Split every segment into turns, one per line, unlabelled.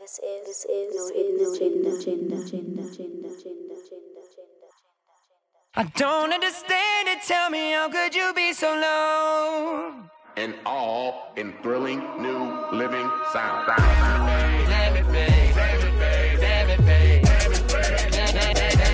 This is, this is no hidden agenda, agenda, agenda, agenda, agenda, agenda, agenda.
I don't understand it. Tell me, how could you be so low?
and all in thrilling new living sound.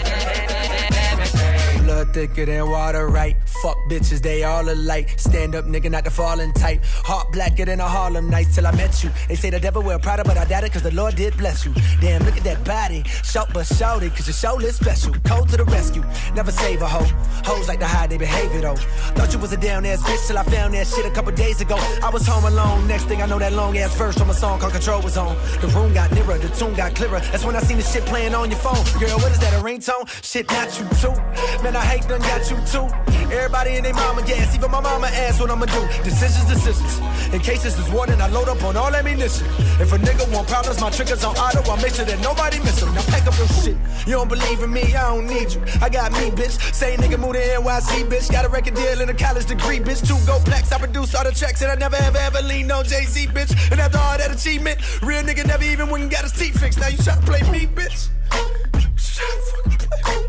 Blood thicker than water, right? Fuck bitches, they all alike. Stand up, nigga, not the fallen type. Heart blacker than a Harlem nights till I met you. They say the devil wear Prada, but I doubt it, cause the Lord did bless you. Damn, look at that body. Short but shouted, cause your soul is special. Cold to the rescue, never save a hoe. Hoes like to hide their behavior though. Thought you was a down ass bitch till I found that shit a couple days ago. I was home alone, next thing I know that long ass verse from a song called Control was on. The room got nearer, the tune got clearer. That's when I seen the shit playing on your phone. Girl, what is that, a ringtone? Shit, not you too. Man, I hate done got you too. Everybody in their mama gas, even my mama asked what I'ma do. Decisions, decisions. In case this is warning, I load up on all ammunition. If a nigga want problems, my triggers on auto. I make sure that nobody miss them. Now pack up your shit. You don't believe in me, I don't need you. I got me, bitch. Same nigga moved to NYC, bitch. Got a record deal and a college degree, bitch. Two go plaques, I produce all the tracks, and I never ever ever lean on Jay Z, bitch. And after all that achievement, real nigga never even went and got his teeth fixed. Now you try to play me, bitch. You try to fucking play me.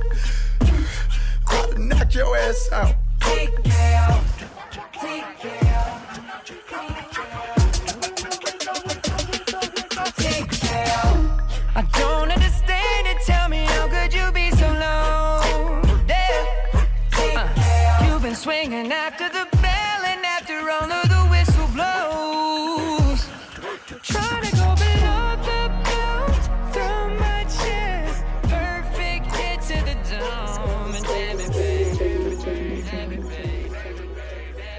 I'll knock your ass out.
I don't understand it. Tell me, how could you be so low? Yeah. Uh, you've been swinging after the bell and after all of the whistle blows. Try to go below the belt through my chest. Perfect hit to the dome. And damn it, babe.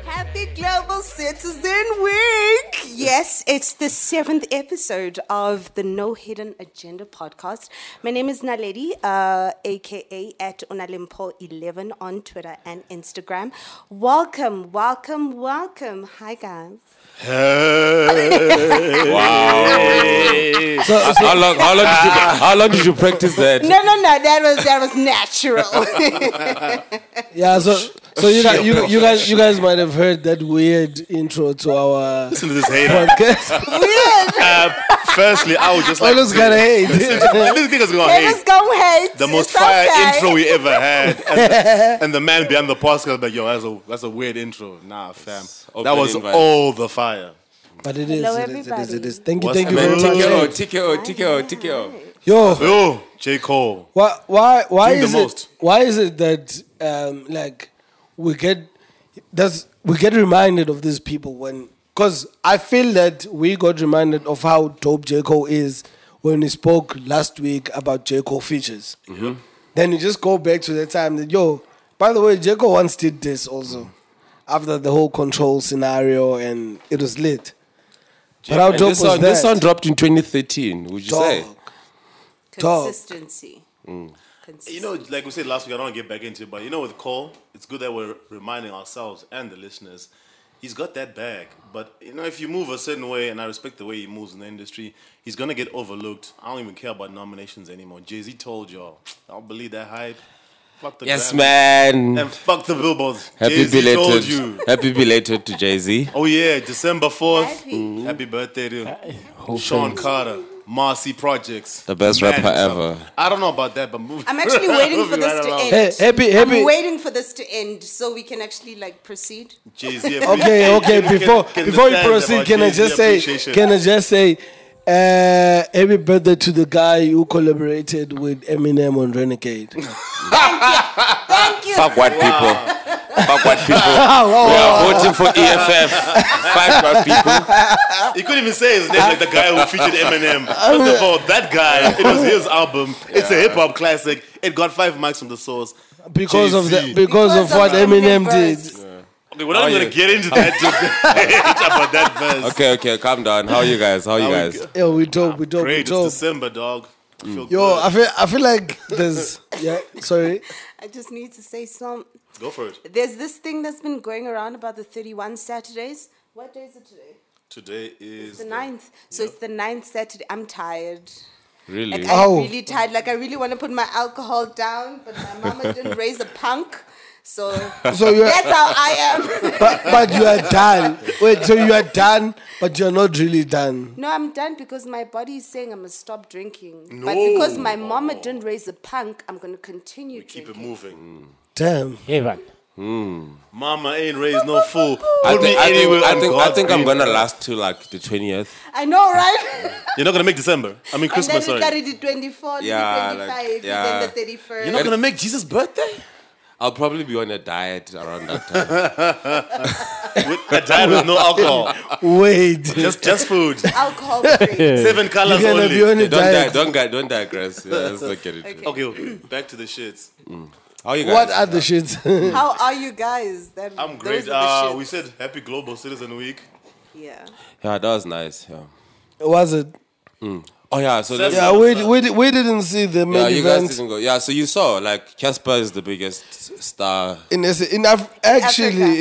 Happy Global Citizen Week! Yes, it's the seventh episode of the No Hidden Agenda podcast. My name is Naledi, uh, aka at Unalimpo11 on Twitter and Instagram. Welcome, welcome, welcome. Hi, guys.
So, Eh, how long? How long did you?
Ah.
How long did you practice that?
No, no, no, that was, that was natural.
Yeah, so so you guys, you, you guys you guys might have heard that weird intro to our
Listen to this hater.
podcast.
Weird.
Uh, firstly, I would just like.
Always gotta hate.
This nigga's gonna
Let us
hate.
go hate.
The most
It's
fire
okay.
intro we ever had, and the, and the man behind the podcast like, yo, that's a that's a weird intro. Nah, fam, that
open
was
invite.
all the fire.
but it is,
Hello,
it is, it is, it is. Thank you,
What's
thank you
the
very
matter?
much.
TKO, TKO, TKO, TKO.
Yo,
Yo, J Cole.
why why why
Doing the
is
most.
it why is it that um like we get does we get reminded of these people when because I feel that we got reminded of how dope J Cole is when we spoke last week about J Cole features. Then you just go back to the time that yo. By the way, J Cole once did this also after the whole control scenario and it was lit. But how
And
dope
this
was
one,
that?
this one dropped in 2013. Would you say? Mm.
Dog. Talk.
Consistency. Consistency.
You know, like we said last week, I don't want to get back into it, but you know, with Cole, it's good that we're reminding ourselves and the listeners, he's got that bag. But you know, if you move a certain way, and I respect the way he moves in the industry, he's gonna get overlooked. I don't even care about nominations anymore. Jay Z told y'all, I don't believe that hype. Fuck the
Yes,
Grammys
man.
And fuck the billboards.
Happy
Jay-Z told
belated.
you.
Happy belated to Jay Z.
Oh yeah, December fourth.
Happy.
Mm-hmm.
Happy. birthday to Sean Carter, Marcy Projects,
The best
Man,
rapper
it's up.
ever.
I don't know about that, but move.
I'm actually waiting for
moving
this
right
to
along.
end.
Hey, happy- happy-
I'm waiting for this to end so we can actually like proceed.
Jay-Z
okay,
appreciation.
okay.
Can-
Before
can
before you
understand
proceed,
about
can I
Jay-Z
just say?
appreciation.
Can I just say? Uh, happy birthday to the guy who collaborated with Eminem on Renegade.
Thank you.
Fuck white people. Fuck white people. We are voting for E EFF. Fuck white people.
He couldn't even say his name like the guy who featured Eminem. First of all, that guy, it was his album. It's a hip hop classic. It got five marks from the source.
because of
Jay-Z.
the because of what
Eminem
Eminem did.
verse.
Okay, we're not
Oh,
even
yeah.
gonna get into that debate about that verse.
Okay, okay, calm down. How are you guys? How are you
How we
guys?
go-
Yo, we dope, we dope, we
Great,
dope.
it's December, dog. I feel
Yo,
good.
I feel I feel like there's yeah. Sorry,
I just need to say some.
go for it.
There's this thing that's been going around about the 31 Saturdays. What day is it today?
Today is
The 9th. So it's the 9th Saturday. I'm tired.
Really?
Like,
Oh.
I'm really tired. Like I really want to put my alcohol down, but my mama didn't raise a punk. So,
So you're-
that's how I am.
but, but you are done. Wait, so you are done, but you're not really done.
No, I'm done because my body is saying I must stop drinking. But because my mama didn't raise a punk, I'm going to continue
Keep it
drinking.
moving.
Damn.
Hey, man.
Hmm.
Mama ain't raised no fool.
I
Put me
think, I
anywhere
think, I
on
think, I
God's
think I'm
green
gonna
earth.
last till like the 20th.
I know, right?
You're not gonna make December. I mean
and then
Christmas.
we
Sorry.
carry the 24,
Yeah,
the 25,
like,
and
yeah.
then the 31st.
You're not gonna make Jesus' birthday.
I'll probably be on a diet around that time.
With, a diet with no alcohol,
Wait.
just just food,
alcohol free.
seven colors
You're gonna
only.
be on a
don't, di-
diet.
don't, di- don't digress. Yeah, let's not get into it. Mm.
okay, back to the shits.
How you guys?
What are the shits?
How are you guys? That,
I'm
those are
great.
the
Uh,
shits.
we said Happy Global Citizen Week.
yeah.
yeah, that was nice. Yeah.
Was it?
Oh yeah, so let's-
Yeah, we, we, di- we didn't see the main
yeah, you guys
event
didn't go. Yeah, so you saw like Casper is the biggest star.
in, S- in Af- actually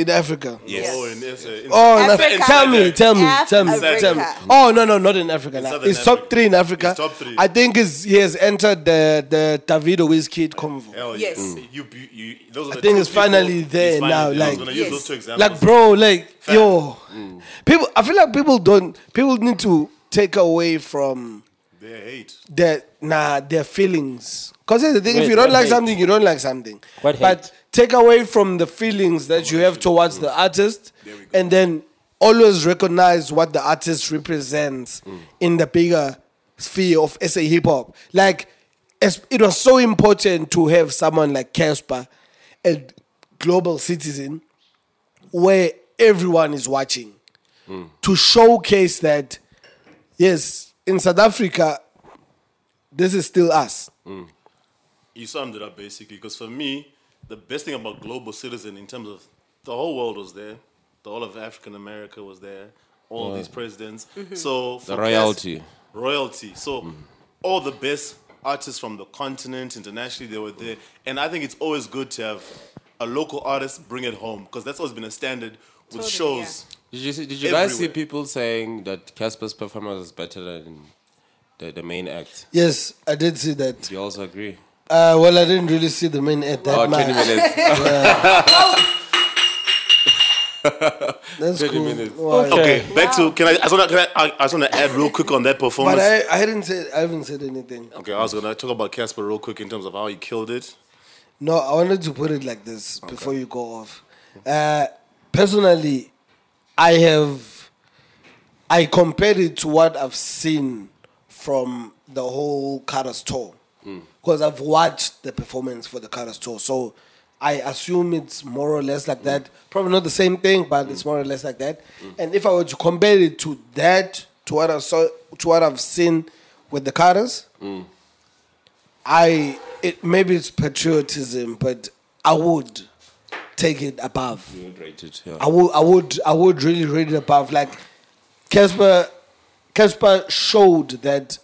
Africa.
in Africa.
Yes.
Oh, in, in, in,
Oh, in
Africa.
Af- tell me, tell me, tell me,
Africa.
tell me. Oh no, no, not in Africa. nah.
Southern
It's top
Africa.
three in Africa.
It's top three.
I think it's, he has entered the the Davido Wizkid convo.
Hell
Yes.
yes. You, you, you, those are the
I think
two
it's finally
people-
there
it's
now,
there. I
like-
was gonna use
Yes.
those two examples.
Like, bro, like yo, people. I feel like people don't. People need to take away from
they hate.
their nah their feelings. Cause here's the thing: if
Wait,
you don't
what
like
hate?
something, you don't like something.
What
but
hate?
take away from the feelings that you have towards the artist, and then always recognize what the artist represents in the bigger sphere of SA hip hop. Like, es- it was so important to have someone like Casper, a global citizen, where everyone is watching to showcase that yes, in South Africa, this is still us.
You summed it up basically because for me, the best thing about global citizen in terms of the whole world was there, the whole of African America was there, all these presidents.
Mm-hmm.
So for
The
Cas-
royalty.
royalty. So all the best artists from the continent, internationally, they were there. And I think it's always good to have a local artist bring it home because that's always been a standard with
Totally,
shows.
Did you see, did you guys see
Everywhere.
people saying that Casper's performance is better than the, the main act?
Yes, I did see that.
Do you also agree?
Uh, well, I didn't really see the main at that
Oh,
much.
20 minutes.
That's
20
cool.
minutes.
Well,
Okay, back to can I? I just want to I, I just want to add real quick on that performance.
But I, I hadn't said I haven't said anything.
okay, I was gonna talk about Casper real quick in terms of how he killed it.
No, I wanted to put it like this before you go off. Uh, personally, I have I compared it to what I've seen from the whole Caras tour because I've watched the performance for the Caras tour, so I assume it's more or less like that. Probably not the same thing, but it's more or less like that. And if I were to compare it to that, to what I saw, to what I've seen with the Caras,
Mm.
I it maybe it's patriotism, but I would take it above.
Rated, yeah.
I would, I would, I would really read it above. Like Casper, Casper showed that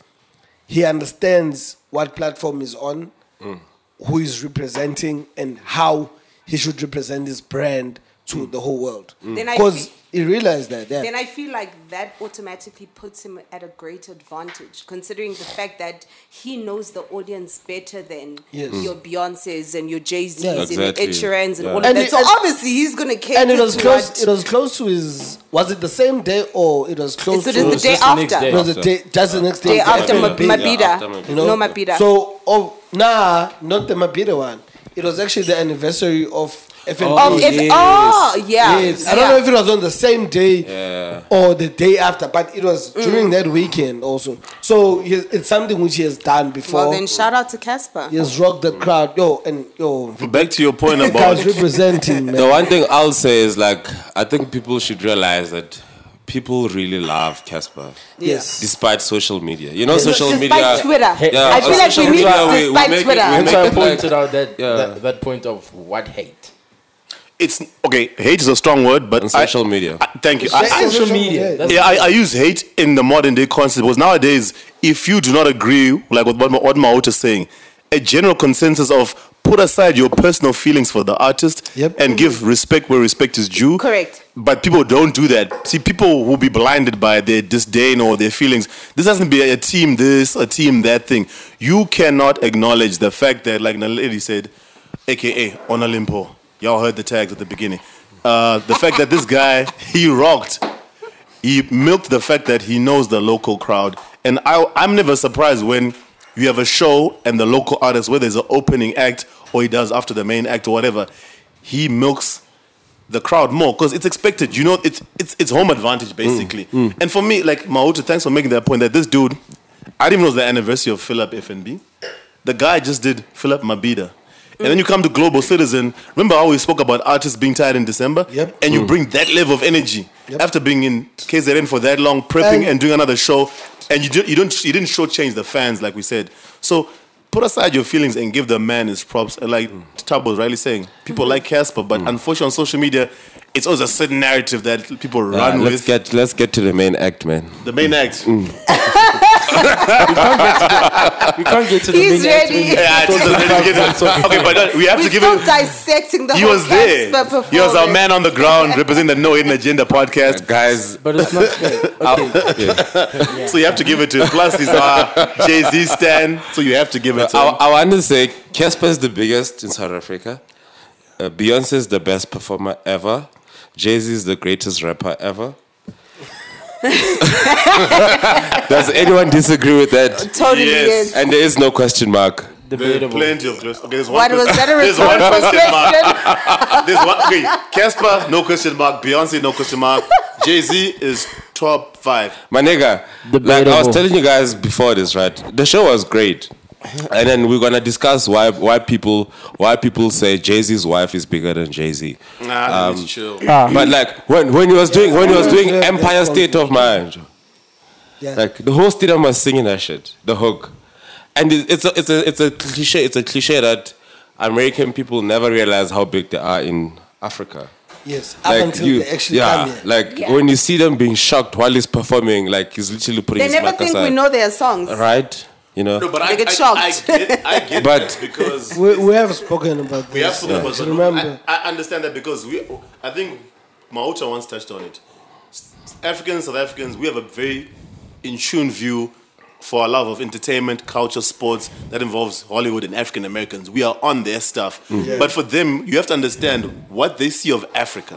he understands what platform he's on,
Mm.
who he's representing, and how he should represent his brand to the whole world.
Mm. Then I
Because
feel-
he realized that. Yeah.
Then I feel like that automatically puts him at a great advantage, considering the fact that he knows the audience better than
Yes.
your Beyonces and your Jay Z's
Yeah.
and your
Exactly.
Ed Sheeran's and
Yeah.
all of
And
that.
it-
so
and-
obviously he's gonna cater
and it was
to
close. It
what-
was close to his. Was it the same day or it was close
So it is
to?
It
the
was
day
just the next
after.
day.
It was the day, just the next day.
Day after
after
Mab-
Mabida.
Mabida.
Yeah, after Mabida.
you know?
No Mabida.
So, oh, nah, not the Mabida one. It was actually the anniversary of FNB.
of if,
Yes.
oh yeah.
Yes. I don't
yeah.
know if it was on the same day or the day after, but it was
Mm.
during that weekend also. So he- it's something which he has done before.
well then shout out to Casper.
he has rocked the crowd, yo, and yo,
Back to your point
the
about
guy's representing, man.
The one thing I'll say is like I think people should realize that people really love Casper.
Yes.
Despite social media. You know social
Despite
media.
Twitter.
Yeah,
I
on
feel like we
social
need
media, we- we
despite
make it-
Twitter.
we
That's
make
why I
it like-
pointed out that,
Yeah.
that that point of what hate.
it's okay. Hate is a strong word, but
On
I-
social media.
I- thank you. I- I-
Social
Social
media.
media. That's
yeah, I, I use hate in the modern day concept because nowadays, if you do not agree, like with what, Ma- what Maut is saying, a general consensus of put aside your personal feelings for the artist
Yep.
and give respect where respect is due.
Correct.
But people don't do that. See, people will be blinded by their disdain or their feelings. This doesn't be a team this, a team that thing. You cannot acknowledge the fact that, like the lady said, aka Onalimpo, Y'all heard the tags at the beginning. Uh, the fact that this guy, he rocked. He milked the fact that he knows the local crowd. And I, I'm never surprised when you have a show and the local artist, whether it's an opening act or he does after the main act or whatever, he milks the crowd more because it's expected. You know, it's it's it's home advantage basically. And for me, like Mauta, thanks for making that point. That this dude, I didn't even know it was the anniversary of Philip FNB. The guy just did Philip Mabida. And then you come to Global Citizen. Remember how we spoke about artists being tired in December?
Yep.
And you bring that level of energy
Yep.
after being in KZN for that long, prepping and,
And-
doing another show. And you, do, you don't you didn't shortchange the fans like we said. So put aside your feelings and give the man his props. And like Tabo was rightly saying, people
Mm-hmm.
like Casper, but unfortunately on social media, it's always a certain narrative that people
Ah,
run with.
let's get let's get to the main act, man.
the main act.
Mm.
We can't get to the
He's
main act
ready.
when-
Yeah, I told us that we get to- okay, but that- we have
We're
to give
still
it.
dissecting the
He
whole
was there.
Casper
He was our
performance.
man on the ground representing the No Hidden Agenda podcast.
Guys,
But it's not fair. Okay.
So you have to give it to him. Plus, he's our Jay Z stand. So you have to give it to
I,
him.
I want to say Casper is the biggest in South Africa. Uh, Beyonce is the best performer ever. Jay Z is the greatest rapper ever. Does anyone disagree with that?
Totally
Yes.
is.
And there is no question mark.
There's
Debatable.
plenty of questions. Okay, there's one
What was
question-
that a
there's one
rhetorical
question mark.
question?
There's one. Okay, Casper, no question mark. Beyonce, no question mark. Jay Z is top five.
My nigga, like I was
Debatable.
telling you guys before this, right? The show was great. And then we're gonna discuss why why people why people say Jay Z's wife is bigger than Jay Z.
Nah, um, chill.
But like when when he was doing when he was doing
Yeah.
Empire State of Mind,
Yeah.
like the whole stadium was singing that shit, the hook, and it, it's a, it's a it's a cliche it's a cliche that American people never realize how big they are in Africa.
yes. Up
Like
until
you,
they actually
yeah,
come here.
like
Yeah.
when you see them being shocked while he's performing, like he's literally putting
They
his
never
back
think we
aside.
know their songs.
right? You know,
No, but I,
They get
I,
shocked.
I get, I get
But-
that because
we, we have spoken about this.
we have spoken about
But
but
Remember,
I, I understand that because we, I think Mauta once touched on it. S- Africans, South Africans, we have a very in tune view for our love of entertainment, culture, sports that involves Hollywood and African Americans. We are on their stuff. But for them, you have to understand what they see of Africa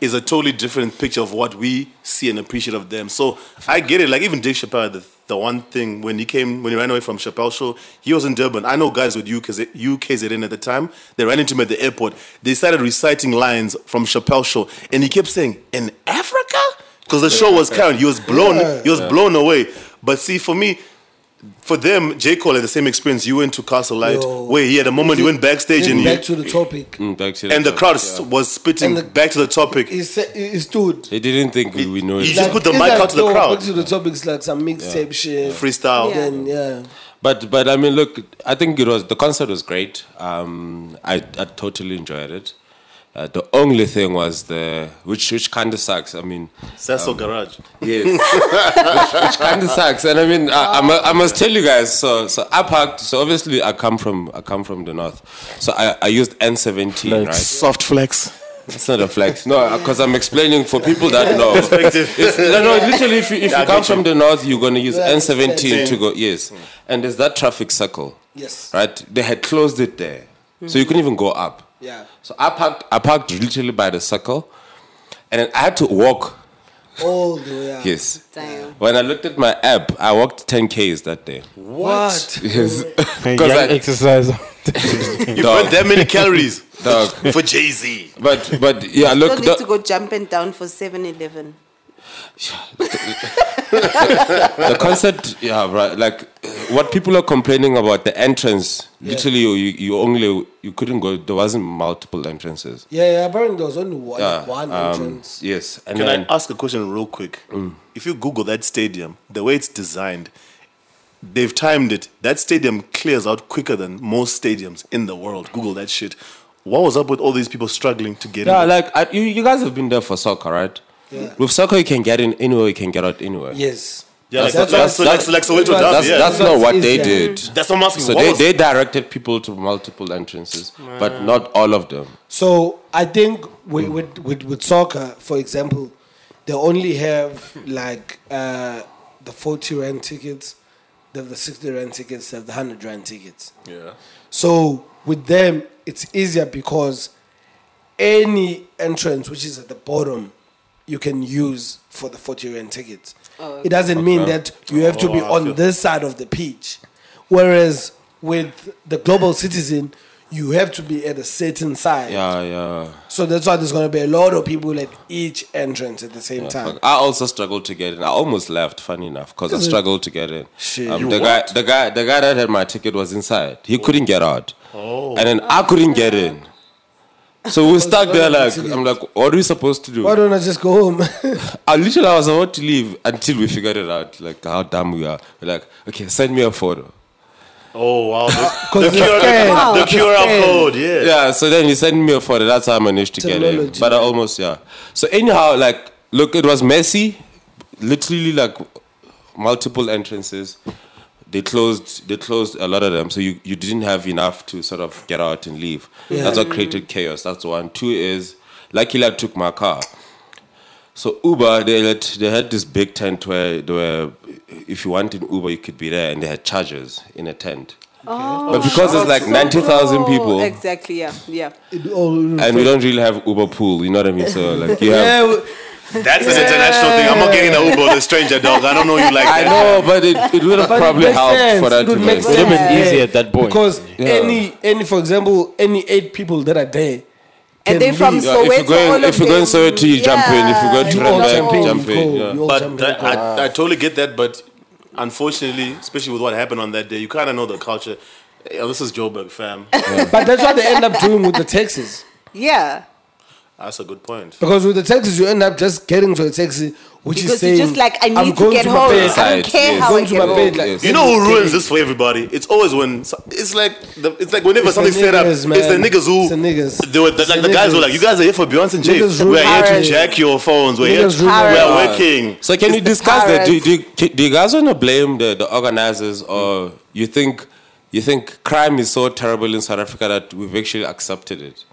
is a totally different picture of what we see and appreciate of them. So I get it. Like even Dave Chappelle, the, the one thing when he came, when he ran away from Chappelle show, he was in Durban. I know guys with UKZ, UKZN at the time. They ran into him at the airport. They started reciting lines from Chappelle show, and he kept saying, "In Africa." Because the show was carrying, he was blown, he was blown away. But see, for me, for them, J Cole had the same experience you went to Castle Light,
Yo.
where he had a moment he went backstage
then
and he,
back to the topic.
Mm, back to
and the crowd s-
yeah.
was spitting
And the-
back to the topic.
He, said, he stood.
They didn't think we, we know
he
it.
just put the
it's
mic
like,
out to the
yo,
crowd.
Back to the topics like some mixtape shit.
freestyle.
Yeah.
Then yeah,
But but I mean, look, I think it was the concert was great. Um, I I totally enjoyed it. Uh, the only thing was the which which kind of sucks. I mean, um,
Sasso Garage.
yes, which, which kind of sucks. And I mean, I, I, mu- I must tell you guys. So so I parked. So obviously, I come from I come from the north. So I, I used N seventeen. Right,
Soft flex.
it's not a flex. No, because I'm explaining for people that know.
Perspective.
It's- no, no, literally, if you, if
Yeah, I
you come
get you.
from the north, you're going to use
Yeah,
N17 to
N17.
go, yes. And there's that traffic circle.
Yes.
Right? They had closed it there. So you couldn't even go up.
yeah.
So I parked, I parked literally by the circle. And then I had to walk,
All the way up.
yes.
Damn.
When I looked at my app, I walked 10Ks that day.
What?
Yes.
Young
Because
exercise.
You burnt that many calories
I, dog.
for Jay Z.
But, but yeah,
Don't
look.
need
the-
to go jumping down for 7-Eleven.
the concert, yeah, right. Like what people are complaining about the entrance. Literally, you, you only you couldn't go. There wasn't multiple entrances.
Yeah, yeah. Apparently there was only one,
Yeah,
one
um,
entrance.
Yes, and
Can I
then Mm.
ask a question real quick? If you Google that stadium, the way it's designed, they've timed it. That stadium clears out quicker than most stadiums in the world. Google that shit. What was up with all these people struggling to get
yeah,
in?
like I, you, you guys have been there for soccer, right?
Yeah.
With soccer, you can get in anywhere, you can get out anywhere.
Yes.
yeah, like,
that's-
that's, that's,
that's-
that's, like Soweto
that's-
Derby,
That's,
yeah.
that's
That's,
not what
That's
they
easy.
did.
what I'm asking.
So
What
they,
was-
they directed people to multiple entrances, but not all of them.
So I think with,
Hmm.
with, with, with soccer, for example, they only have like uh, the 40 rand tickets, they have the 60 rand tickets, they have the 100 rand tickets.
yeah.
So with them, it's easier because any entrance which is at the bottom you can use for the 40 rand tickets.
Oh,
It doesn't mean
Okay.
that you have to be
Oh, I
on
feel-
this side of the pitch. Whereas with the global citizen, you have to be at a certain side.
Yeah, yeah.
So that's why there's going to be a lot of people at each entrance at the same
Yeah,
time.
fuck. I also struggled to get in. I almost left, funny enough, because I
Is it?
struggled to get in.
Shit.
Um,
You
the guy, the guy, the guy that had my ticket was inside. He couldn't get out,
Oh.
and then I couldn't get in. So we were stuck there. Like I'm like, what are we supposed to do?
Why don't I just go home?
I literally I was about to leave until we figured it out, like how dumb we are. We're like, okay, send me a photo.
Oh wow! The,
'Cause
the
it's
QR,
scanned. Wow,
the
it's
QR
scanned.
code, yeah.
Yeah, so then he sent me a photo. That's how I managed to get
Technology.
it. But I almost, yeah. So anyhow, like, look, it was messy. Literally, like, multiple entrances. They closed. They closed a lot of them, so you, you didn't have enough to sort of get out and leave.
Yeah.
That's what created chaos. That's one. Two is luckily I took my car. So Uber, they had, they had this big tent where they were, if you wanted Uber, you could be there, and they had chargers in a tent.
Oh,
But because it's like
so
90,000
cool.
people.
Exactly, yeah, yeah.
and we don't really have Uber pool. You know what I mean? So like you have.
That's an international thing. I'm not getting an Uber with a stranger, dog. I don't know you like
I
that.
know, but it, it would have
But it
probably
makes
helped
sense.
for that
It would
to
make
be-
sense. Yeah. Because
Yeah.
any, any, for example, any eight people that are there.
And
can
they're from
leave.
Yeah, if you Soweto, go in- all of
if you go in
them-
Soweto, you jump in. If you go to
You all jump
Randburg,
in,
jump in.
go.
yeah.
You all
But
jump
that, I, I totally get that, but unfortunately, especially with what happened on that day, you kind of know the culture. Yeah, this is Joburg, fam.
But that's what they end up doing with the taxis.
Yeah.
That's a good point.
Because with the taxis, you end up just getting to a taxi, which is
Because
saying,
you're just like, I
I'm
need to
going
get
my
home.
bed.
I don't care
Yes.
how
Going
I
to
get
my
home.
bed, like,
You know who ruins this for everybody? It's always when so- it's like the, it's like whenever
It's the
something's set up,
niggas,
it's the
man.
niggas who they were the, like the,
the
guys were
niggas.
like, you guys are here for Beyonce and Jay.
Niggas ruin
We're here to
parents.
jack your phones. We're here.
Niggas
To, we
ruin
are
parents.
working.
So can
It's
you
the
discuss that? Do,
parents.
do, you- do you guys want to blame the, the organizers, or you think you think crime is so terrible in South Africa that we've actually accepted it?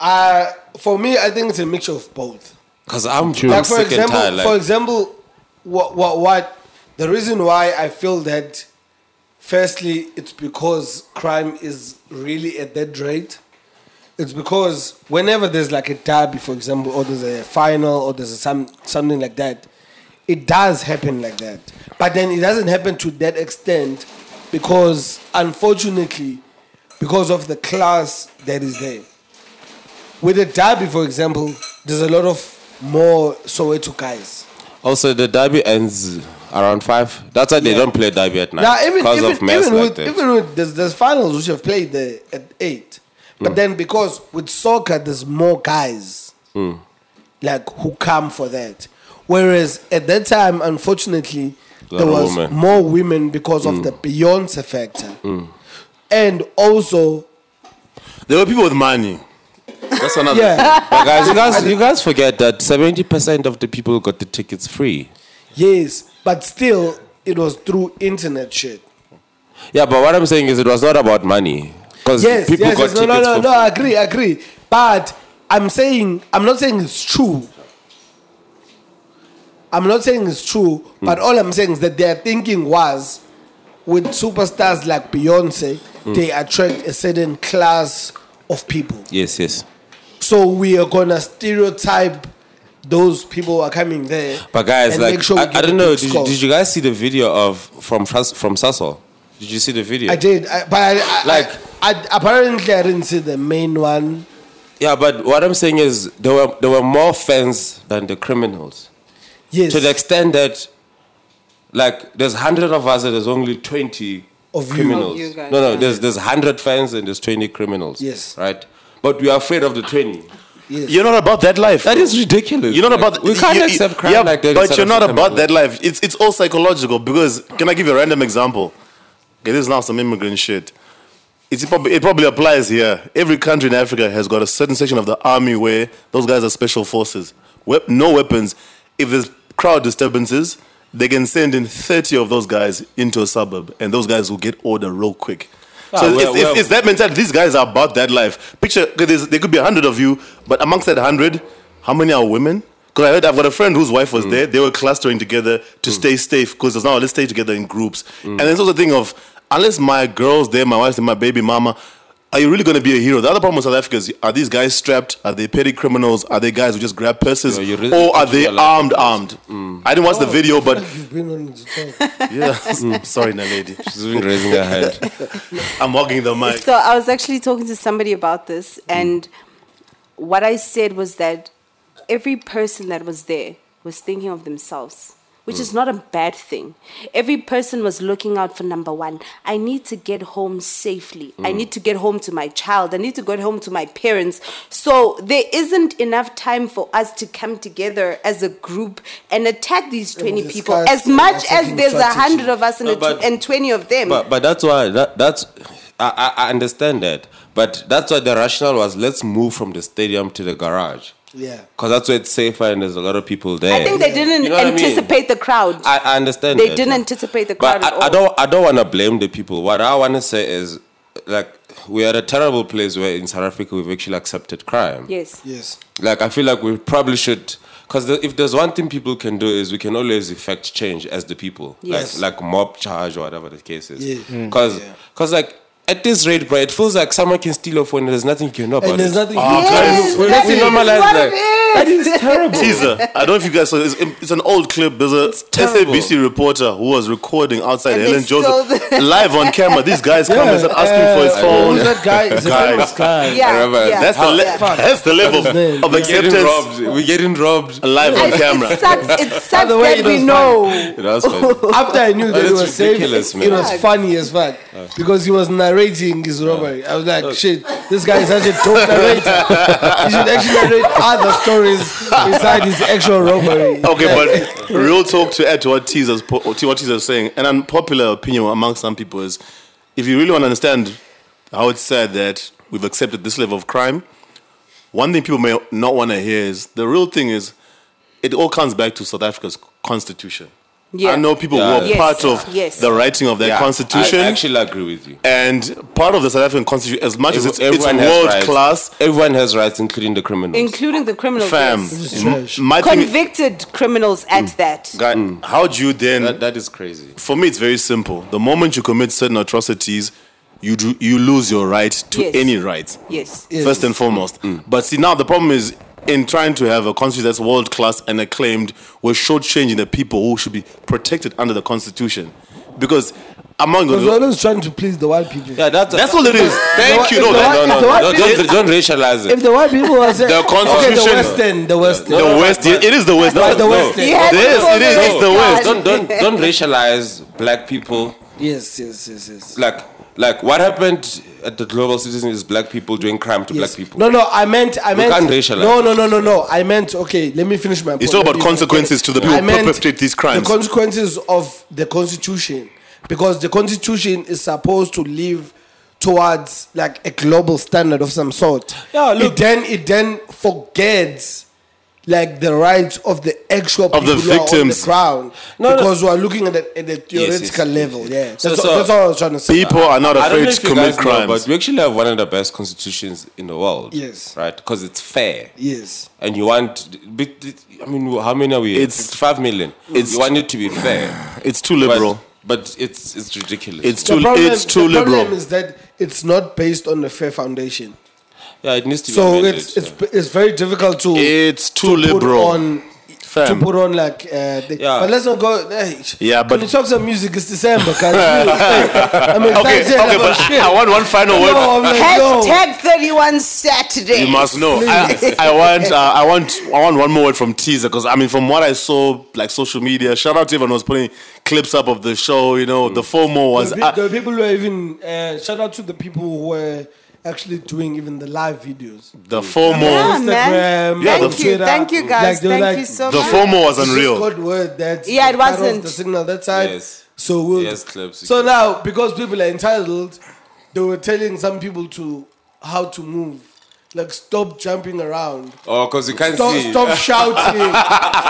Uh, for me, I think it's a mixture of both.
Because I'm, I'm
Like for
sick and
example,
tired. Like,
for example, what what what the reason why I feel that, firstly, it's because crime is really at that rate. It's because whenever there's like a derby, for example, or there's a final, or there's a some something like that, it does happen like that. But then it doesn't happen to that extent because, unfortunately, because of the class that is there. With the derby, for example, there's a lot of more Soweto guys.
also, the derby ends around five. That's why they don't play derby at night.
Now, even
because
even,
of mess
even
like
with
that.
even with there's, there's finals which have played there at eight, but
Hmm.
then because with soccer there's more guys
Mm.
like who come for that, whereas at that time unfortunately
Lot
there
of
was
women.
more women because
Mm.
of the Beyonce factor,
Mm.
and also
There were people with money. That's another.
Yeah.
Um, But guys, you guys, you guys forget that seventy percent of the people got the tickets free.
yes, but still it was through internet shit.
Yeah, but what I'm saying is, it was not about money because
yes,
people
yes,
got
yes, no,
tickets
no, no,
for
no. I agree, I agree. But I'm saying, I'm not saying it's true. I'm not saying it's true,
Hmm.
but all I'm saying is that their thinking was, with superstars like Beyonce,
Mm.
they attract a certain class of people.
Yes, yes.
So we are gonna stereotype those people who are coming there.
But guys,
and
like
make sure we
I, I
get a
don't know,
good
did you,
score.
did you guys see the video of from Sas- from Sassel? Did you see the video?
I did, I, but I, I,
Like-
I, apparently I didn't see the main one.
Yeah, but what I'm saying is there were there were more fans than the criminals.
Yes.
To the extent that, like, there's hundred of us and there's only twenty
Of you.
criminals.
Of you guys,
no, no,
yeah.
there's there's hundred fans and there's twenty criminals.
Yes.
Right. But we are afraid of the twenty.
You're not about that life. That
is ridiculous.
You're not
Like,
about.
we can't
you-
accept crime
yeah,
like that in
But
South
you're not
Africa,
about
man.
that life. It's it's all psychological. Because can I give you a random example? Okay, this is now some immigrant shit. It's probably, it probably applies here. Every country in Africa has got a certain section of the army where those guys are special forces. Wep- no weapons. If there's crowd disturbances, they can send in 30 of those guys into a suburb, and those guys will get order real quick.
Ah,
so
well,
it's, it's,
well-
it's that mentality. These guys are about that life. Picture 'cause there's- there could be a hundred of you, but amongst that hundred, how many are women? Because I heard I've got a friend whose wife was there. They were clustering together to stay safe because there's now let's stay together in groups. And there's also a thing of unless my girl's there, my wife's there, my baby mama, are you really going to be a hero? The other problem with South Africa is are these guys strapped? Are they petty criminals? Are they guys who just grab purses? or are they armed? Armed? I didn't watch
Oh,
the video, but
You've been on the top.
yeah. Sorry, Naledi.
She's been raising her hand.
I'm hogging the mic.
So I was actually talking to somebody about this, and what I said was that every person that was there was thinking of themselves, which is not a bad thing. Every person was looking out for number one. I need to get home safely. I need to get home to my child. I need to get home to my parents. So there isn't enough time for us to come together as a group and attack these 20
discuss
people as much as
attacking
there's a
strategy.
100 of us and,
No,
a tw-
but-
and 20 of them.
But but that's why that, that's I, I I understand that. But that's why the rationale was let's move from the stadium to the garage.
Yeah.
Because that's where it's safer and there's a lot of people there.
I think they didn't
You know what I mean?
anticipate the crowd.
I, I understand.
They
that,
didn't
yeah.
anticipate the
But
crowd
I,
at
I
all.
don't. I don't want to blame the people. What I want to say is, like, we're at a terrible place where in South Africa we've actually accepted crime.
yes.
Yes.
Like, I feel like we probably should. Because the, if there's one thing people can do is we can always effect change as the people,
Yes.
like like mob charge or whatever the case is.
Yeah. Mm.
Because because like at this rate, bro, it feels like someone can steal your phone and there's nothing you can do about
And there's
it.
nothing.
Yes,
Ah, we-
that
we
is
normalize
what
that.
it is.
Teaser. I don't know if you guys saw. It's, it's an old clip. There's a
terrible.
SABC reporter who was recording outside
And they
Helen
stole
Joseph
the-
live on camera. These guys come and start asking for his
uh,
phone.
Who's that guy? Is
Guy.
that guy?
Yeah,
remember.
yeah.
That's the, le- that's the level of,
What's his name?
of the
We're getting robbed.
captains
We're getting robbed.
live on
It- It
camera.
sucks, it sucks
the way,
that
it
we
was
know.
That's funny.
After I
Oh,
knew that he
That's
was safe,
ridiculous,
it was
man.
funny as fuck because he was narrating his robbery. I was
Oh.
like, shit, this guy is such a dope narrator. he should actually narrate other stories inside his actual robbery.
Okay, but real talk to add to what Teaser's po- to what Teaser's saying, an unpopular opinion among some people is, if you really want to understand how it's sad that we've accepted this level of crime, one thing people may not want to hear is the real thing is, it all comes back to South Africa's constitution.
Yeah.
I know people who
Yeah.
are
Yes.
part of
Yes.
the writing of that
Yeah,
constitution.
I actually agree with you.
and part of the South African constitution, as much as it's, it's
Everyone has
world
rights.
class,
Everyone has rights, including the criminals.
Including the criminals.
fam.
yes.
trash.
My thing is- Mm.
Convicted criminals at that.
guy, how do you then
that, that is crazy.
for me it's very simple the moment you commit certain atrocities you do you lose your right to
Yes.
any rights
Yes.
first and foremost
Mm.
but see now the problem is in trying to have a constitution that's world class and acclaimed we're shortchanging the people who should be protected under the constitution because among
Because we're
the
always trying to please the white people.
Yeah, that's,
that's all it is thank
The-
you no,
the-
that-
No, no,
The
no,
white
don't,
people-
don't, don't racialize
If
it.
the white people were saying,
The
okay, the
constitution-
Western, the Western.
the west it is the west
But the
No,
West-
no.
He has
Yes,
to go
it is,
the
it's the
West
West.
Coast.
Don't, don't, don't racialize black people.
Yes, yes, yes, yes.
Like, like what happened at the global citizen is black people doing crime to
Yes.
black people.
No, no, I meant, I meant.
can't racialize.
No, no, no, no, no. I meant. Okay, let me finish my. point.
It's all
Let
about
me-
consequences to the people
I
who
meant
perpetrate these crimes.
The consequences of the constitution, because the constitution is supposed to live towards like a global standard of some sort.
Yeah, look-
It then it then forgets. Like the rights of the actual
Of the
people who are on
victims.
ground,
No, no.
because we are looking at the, at the
yes,
theoretical
yes,
level.
yes.
Yeah, that's,
So-
all,
so-
that's all I was trying to say.
people are not
I don't know
afraid
if
to
you
commit
guys know,
crimes
but we actually have one of the best constitutions in the world.
Yes.
Right? Because it's fair.
Yes,
And you want, I mean, how many are we?
It's-
It's five million.
it's-
you want it to be fair,
it's too
but,
liberal
but it's it's ridiculous.
it's
The
too
problem-
it's too
the
liberal
problem is that it's not based on a fair foundation.
yeah, it needs to be
so
amended,
it's
yeah.
it's it's very difficult to
It's
to
too liberal.
put on
Fam.
to put on like uh, the,
Yeah.
but let's not go hey, sh-
Yeah, but-
can we talk some music it's December guys I'm excited
okay,
about
but I-
shit.
I want one final word.
no, I'm like, yo,
Hashtag 31 Saturday.
You must know. I, I want, uh, I want, I want one more word from teaser because I mean, from what I saw, like social media, shout out to everyone who was putting clips up of the show. You know, the
Mm.
FOMO was.
the,
I-
pe- the people who are even uh, shout out to the people who were actually doing even the live videos
the FOMO,
Yeah, man.
Instagram
Yeah,
Thank
the-
you.
Twitter.
Thank you, guys.
Like, they were
Thank
like,
you so
the
much.
FOMO was
It's
unreal.
Just got word that
Yeah, it
they cut off
wasn't.
the signal that side.
Yes.
So we'll,
Yes, clubs, you
So
can-
now because people are entitled, they were telling some people to how to move. Like stop jumping around.
Oh, because you can't
Stop,
see.
stop shouting.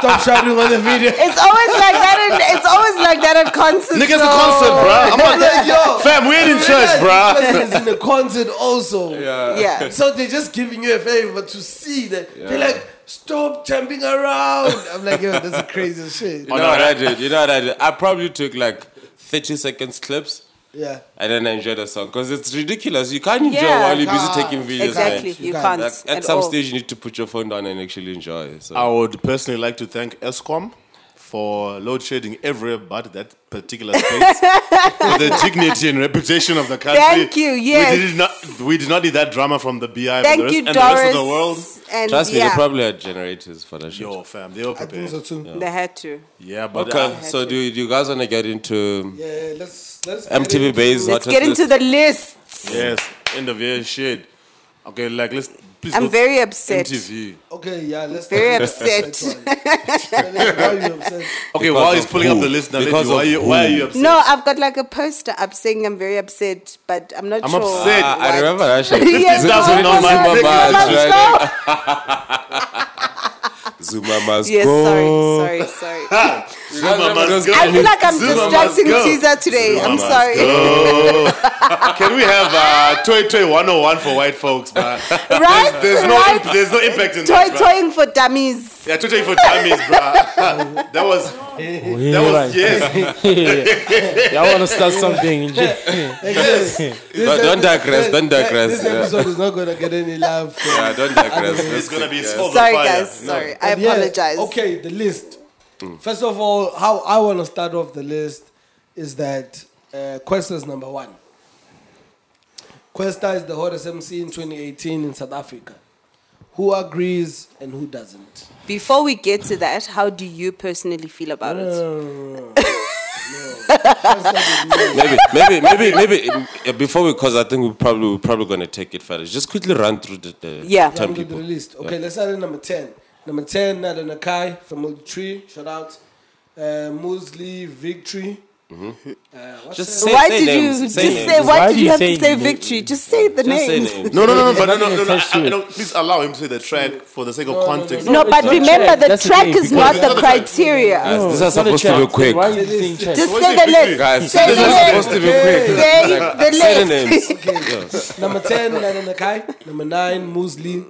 stop shouting on the video.
It's always like that. In, it's always like that at concerts.
Niggas a
though.
concert, bruh. I'm
I'm
not,
like, yo,
fam, we ain't in church,
bruh.
bruh.
in the concert also.
Yeah.
So they're just giving you a favor to see that. They're like, stop jumping around. I'm like, yo, that's
Oh,
the craziest shit.
You know what I did? You know what I did? I probably took like 30 seconds clips
Yeah.
And then I enjoy the song because it's ridiculous. You can't enjoy
Yeah.
while you're busy
Can't.
taking videos.
Exactly,
man.
you can't
Like, at
at
some
all.
stage, you need to put your phone down and actually enjoy. So.
I would personally like to thank ESCOM for load shedding everybody that particular space for the dignity and reputation of the country.
Thank you, yes.
We did not, we did not need that drama from the BI
Thank
and, the rest,
you,
and the rest of the
Doris.
world.
And
Trust me,
yeah,
they probably had generators for that shit.
Yo, fam, they were prepared.
They had to.
Yeah, but
Okay,
uh,
so do you, do you guys want to get into
Yeah, let's let's
MTV Base?
let's get into the list.
yes, end of year shit. Okay, like let's. Please
I'm
go
very upset.
MTV.
Okay, yeah, let's
Very
let's-
upset.
let's- why you upset?
Okay, while
of
he's pulling
who?
up the list now, Lady,
Because
why,
of
you, why are
who?
you upset?
No, I've got like a poster up saying I'm very upset, but I'm not
I'm
sure.
upset.
Ah,
what-
I remember that shit.
Yeah,
Zuma-
no,
That's
it
not
was
my
not-
big
it
mama
was not-
Zuma must
Yes,
go.
sorry, sorry, sorry.
Zuma must
I feel like I'm
Zuma must
distracting
go.
Tiza today. I'm
must
sorry.
Can we have uh, Toy Toy 101 for white folks, man?
right?
There's no,
right?
imp- there's no impact in
Toy
that. bruh.
toying for dummies.
Yeah, Toy Toy for dummies, bruh. Uh, that was that was yes.
Y'all want to start something?
No, don't digress, don't
This
digress. Yeah,
episode is not gonna get any love. from-
Yeah, don't digress.
It's gonna be so
Sorry, guys. Sorry. I
But yeah,
apologize.
okay, the list.
Hmm.
First of all, how I want to start off the list is that uh, Questa is number one. Questa is the hottest MC in 2018 in South Africa. Who agrees and who doesn't?
Before we get to that, how do you personally feel about it?
maybe, maybe, maybe, maybe uh, before we, because I think we probably we're probably gonna take it further. Just quickly run through the, the
Yeah.
ten
Run through
people.
the list. Okay, let's start at number 10. Number 10, Nada Nakai from Old Tree. Shout out. Uh, Mosley Victory. Uh,
Just
Mm-hmm. Why did you
Say
just
names.
say? Why
Why
did
do
you
you
have to
say
say
na-
victory? Just say the
Just say
names.
names.
No, no, no, no, but no, no, no, no,
Attached
I,
to
I
it.
don't, please allow him to say the track for the sake of context.
No, but
not
remember
track.
the
That's the
track
thing,
is
because-
not the
It's not the track.
criteria.
Guys, these are
It's not a
supposed to be
track.
quick.
Why are you saying track?
Just
Why
say
is it
the list.
Guys,
Say
these
the
are
list.
supposed to be quick.
Say the
Say the
list.
names.
Number 10, Nana Nakai. Number 9, Mosley.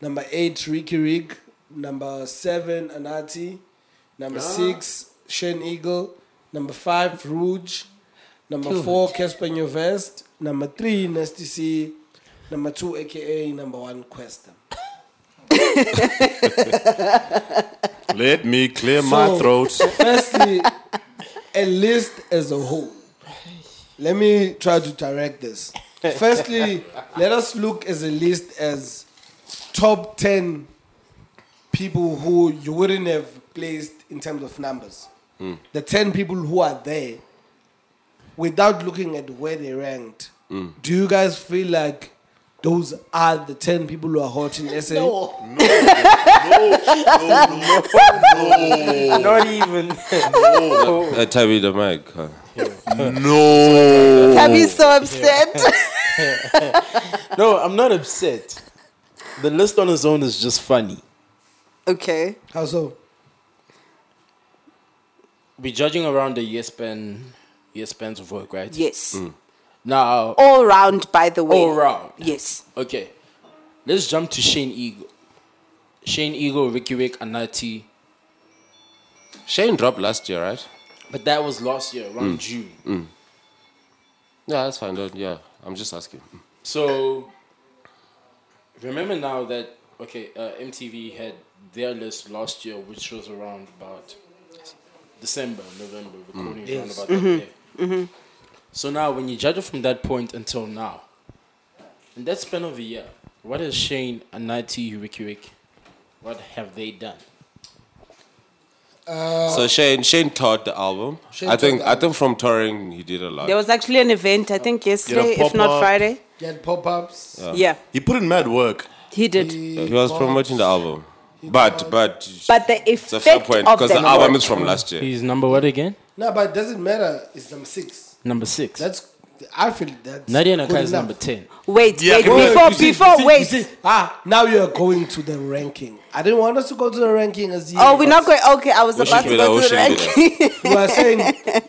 Number 8, Ricky Rig. Number 7, Anati. Number
Ah.
6, Shane Eagle. Number 5, Rouge. Number 4, Casper Vest. Number 3, Nasty C. Number 2, aka number 1, Questa.
Let me clear
So-
my throat.
Firstly, a list as a whole. Let me try to direct this. Firstly, let us look as a list as top 10 people who you wouldn't have placed in terms of numbers. The 10 people who are there without looking at where they ranked. Do you guys feel like those are the 10 people who are hot in SA?
Not even.
Uh, Tabby the mic. huh?
Oh.
Have you so upset?
No, I'm not upset. The list on its own is just funny.
Okay.
How so?
We're judging around the year span, year spans of work, right?
Yes.
Mm.
Now,
All round, by the way.
all round.
Yes.
Okay, let's jump to Shane Eagle. Shane Eagle, Ricky Rick, Anati.
Shane dropped last year, right?
But that was last year,
Mm.
around June.
Yeah, that's fine. Don't, yeah, I'm just asking.
So remember now that okay, uh, MTV had their list last year, which was around about December, November, recording around about that year.
Mm-hmm.
So now, when you judge it from that point until now, in that span of a year, what has Shane and Nati Ricky Rick, what have they done?
Uh,
so Shane, Shane taught the album. I
taught
think,
the
I think from touring he did a lot.
There was actually an event, I think yesterday, if
pop-up.
not Friday.
You had pop ups.
Yeah,
He put in mad work.
he did.
he was promoting the album, but but
But the
it's a fair
effect
point
of
because the
them
album
work.
is from last year.
He's number what again?
No, but it doesn't matter. It's number six.
Number six.
That's I feel that's
Nadia
good
Nakai is
enough.
number ten.
Wait,
Yeah,
wait,
come on.
before,
You see,
before,
you see, you
wait.
see. Ah, now you are going to the ranking. I didn't want us to go to the ranking as you.
Oh, we're not going. Okay, I was
We
about to
should do that,
go to
we
the
should do that.
ranking.
You are saying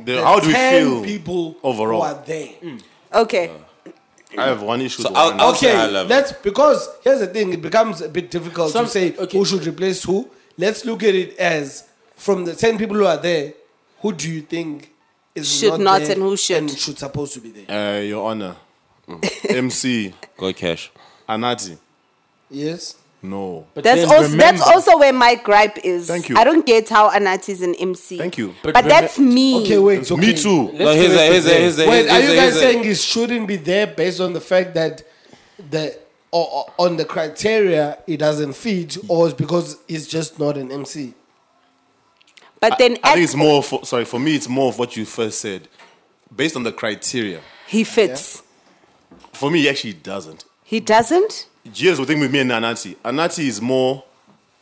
The- how do we
10
feel
people
overall?
who are there.
Okay.
I have one issue.
So
with
I'll-
one.
I'll-
Okay,
I love it.
let's because here's the thing. It becomes a bit difficult
Some-
to say
okay.
who should replace who. Let's look at it as from the ten people who are there, who do you think is
Should not
not, there
and who should.
and should supposed to be there.
Uh, Your Honor, MC
Go cash.
Anati,
Yes.
no.
But
That's
then
also that's
remember-
also where my gripe is.
Thank you.
I don't get how Anat is an MC.
Thank you.
But,
But remem-
that's me.
Okay, wait. Okay.
Me too.
No, here's a, here's a, here's a,
Wait,
here's
are
a-
you
here's
guys
a-
saying it shouldn't be there based on the fact that the or, or on the criteria it doesn't fit, or it's because it's just not an MC?
But then
I
at,
think it's more. For, sorry, for me, it's more of what you first said, based on the criteria.
he fits.
For me, he actually doesn't.
He doesn't.
Here's the thing with me and Anati. Anati is more.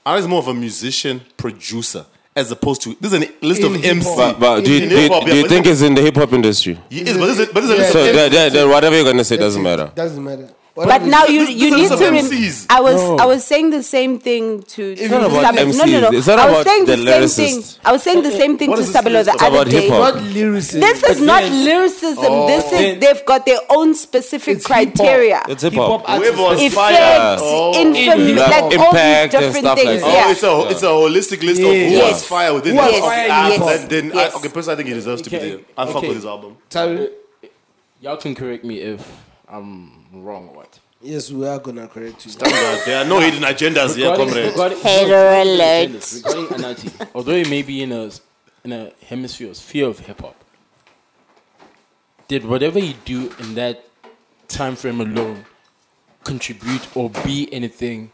Anati is more of a musician producer as opposed to this is a list
In
of
hip-hop.
MC.
But, but do, you,
In
do, you-
hip-hop, yeah,
do you
but
think it's in the hip hop industry?
He is, but this is, but this is a
Yeah.
list
So
of
that, that, that, whatever you're gonna say doesn't
That's it.
matter.
Doesn't matter. What
But
are we-
now you
this- this
you
is
need
of
to. Rem-
MCs.
I was
No.
I was saying the same thing to. to
not
to
about
Sabelo. No, no,
MCs.
no.
It's not
I was
about
saying
the
same
lyricist.
thing. I was saying the same thing
What
to
is this
Sabelo the
lyricist?
other
About
day.
hip-hop.
not lyricism.
This is
but
not
then
lyricism. This
Then-
is they've got their own specific
it's hip-hop.
criteria.
It's hip
Hip-hop
hop.
artists-
Whoever was
Effects,
fired. Oh.
infamy,
Like
like all these
impact and
different
stuff like
things.
that.
Oh,
yeah.
it's a it's a holistic list of who
Yes.
was fired within
Who was
the
fired
Ah,
in hip-hop.
then, then
Yes.
I, okay, personally, I think he deserves to be
Okay.
there. I fuck
Okay.
with his album.
Tyrone?
Y'all can correct me if I'm wrong or what.
Yes, we are gonna correct you.
there are no hidden agendas here, comrade.
Hater alert.
Regarding Anati, although he may be in a in a hemisphere sphere of hip hop, did whatever he do in that time frame alone contribute or be anything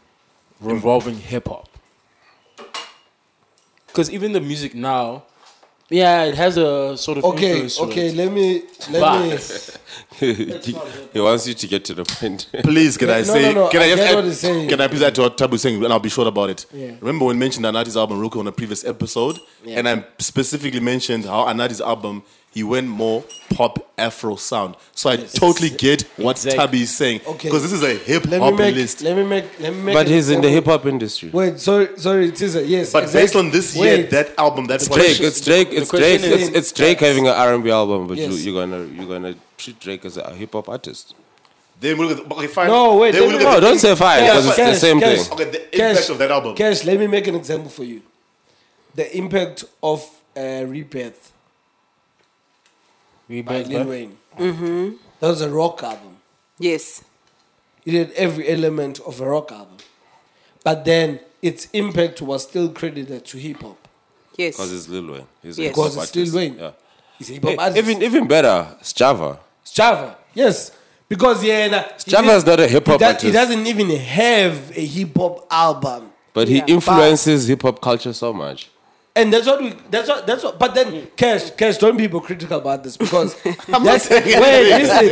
revolving hip hop? Because even the music now, yeah, it has a sort of
Okay,
influence to
okay.
it.
Let me let me.
But
he wants you to get to the point.
Please, can I
No,
say?
no, no,
can
I get
add-
what he's saying.
Can I please add to what Tabu is saying, and I'll be short about it.
Yeah.
Remember when mentioned Anati's album Ruka on a previous episode, and I specifically mentioned how Anati's album he went more pop Afro sound. So I totally get what
Exactly.
Tabu is saying.
Okay.
because this is a hip
Let me
hop
make.
list.
Let me make. Let me make.
but
an
he's in the
example.
hip hop industry.
Wait, sorry, sorry, Tisa. Yes,
but based
exactly.
on this year,
Wait,
that album, that's what
Drake, it's Drake, it's
question
Drake,
is-
it's, it's Drake having an R and B album, but
Yes.
you, you're gonna you're gonna treat Drake as a hip hop artist.
Then we look at okay, fine.
No, wait,
Then we
let
look
me-
at
No,
the-
don't say fire
Cash,
because it's the
cash,
same
cash.
thing.
Okay, the impact of that album.
Cash, let me make an example for you. The impact of uh, Rebirth
we
by
back,
Lil
but-
Wayne. Mm-hmm. That was a rock album.
Yes.
It had every element of a rock album. But then its impact was still credited to hip hop.
Yes.
Because it's Lil Wayne. He's a
Yes.
hip hop
Because it's Lil
artist.
Wayne.
Yeah.
It's hip hop
Hey, even even better, it's Java.
Java, yes. Because yeah, nah, he
Java
didn't-
is not a hip-hop
he does- He
artist.
doesn't even have a hip hop album.
But
Yeah.
he influences hip hop culture so much.
And that's what we. That's what. That's what. But then, Cash, Cash, don't be hypocritical about this because that's
saying
wait. Listen,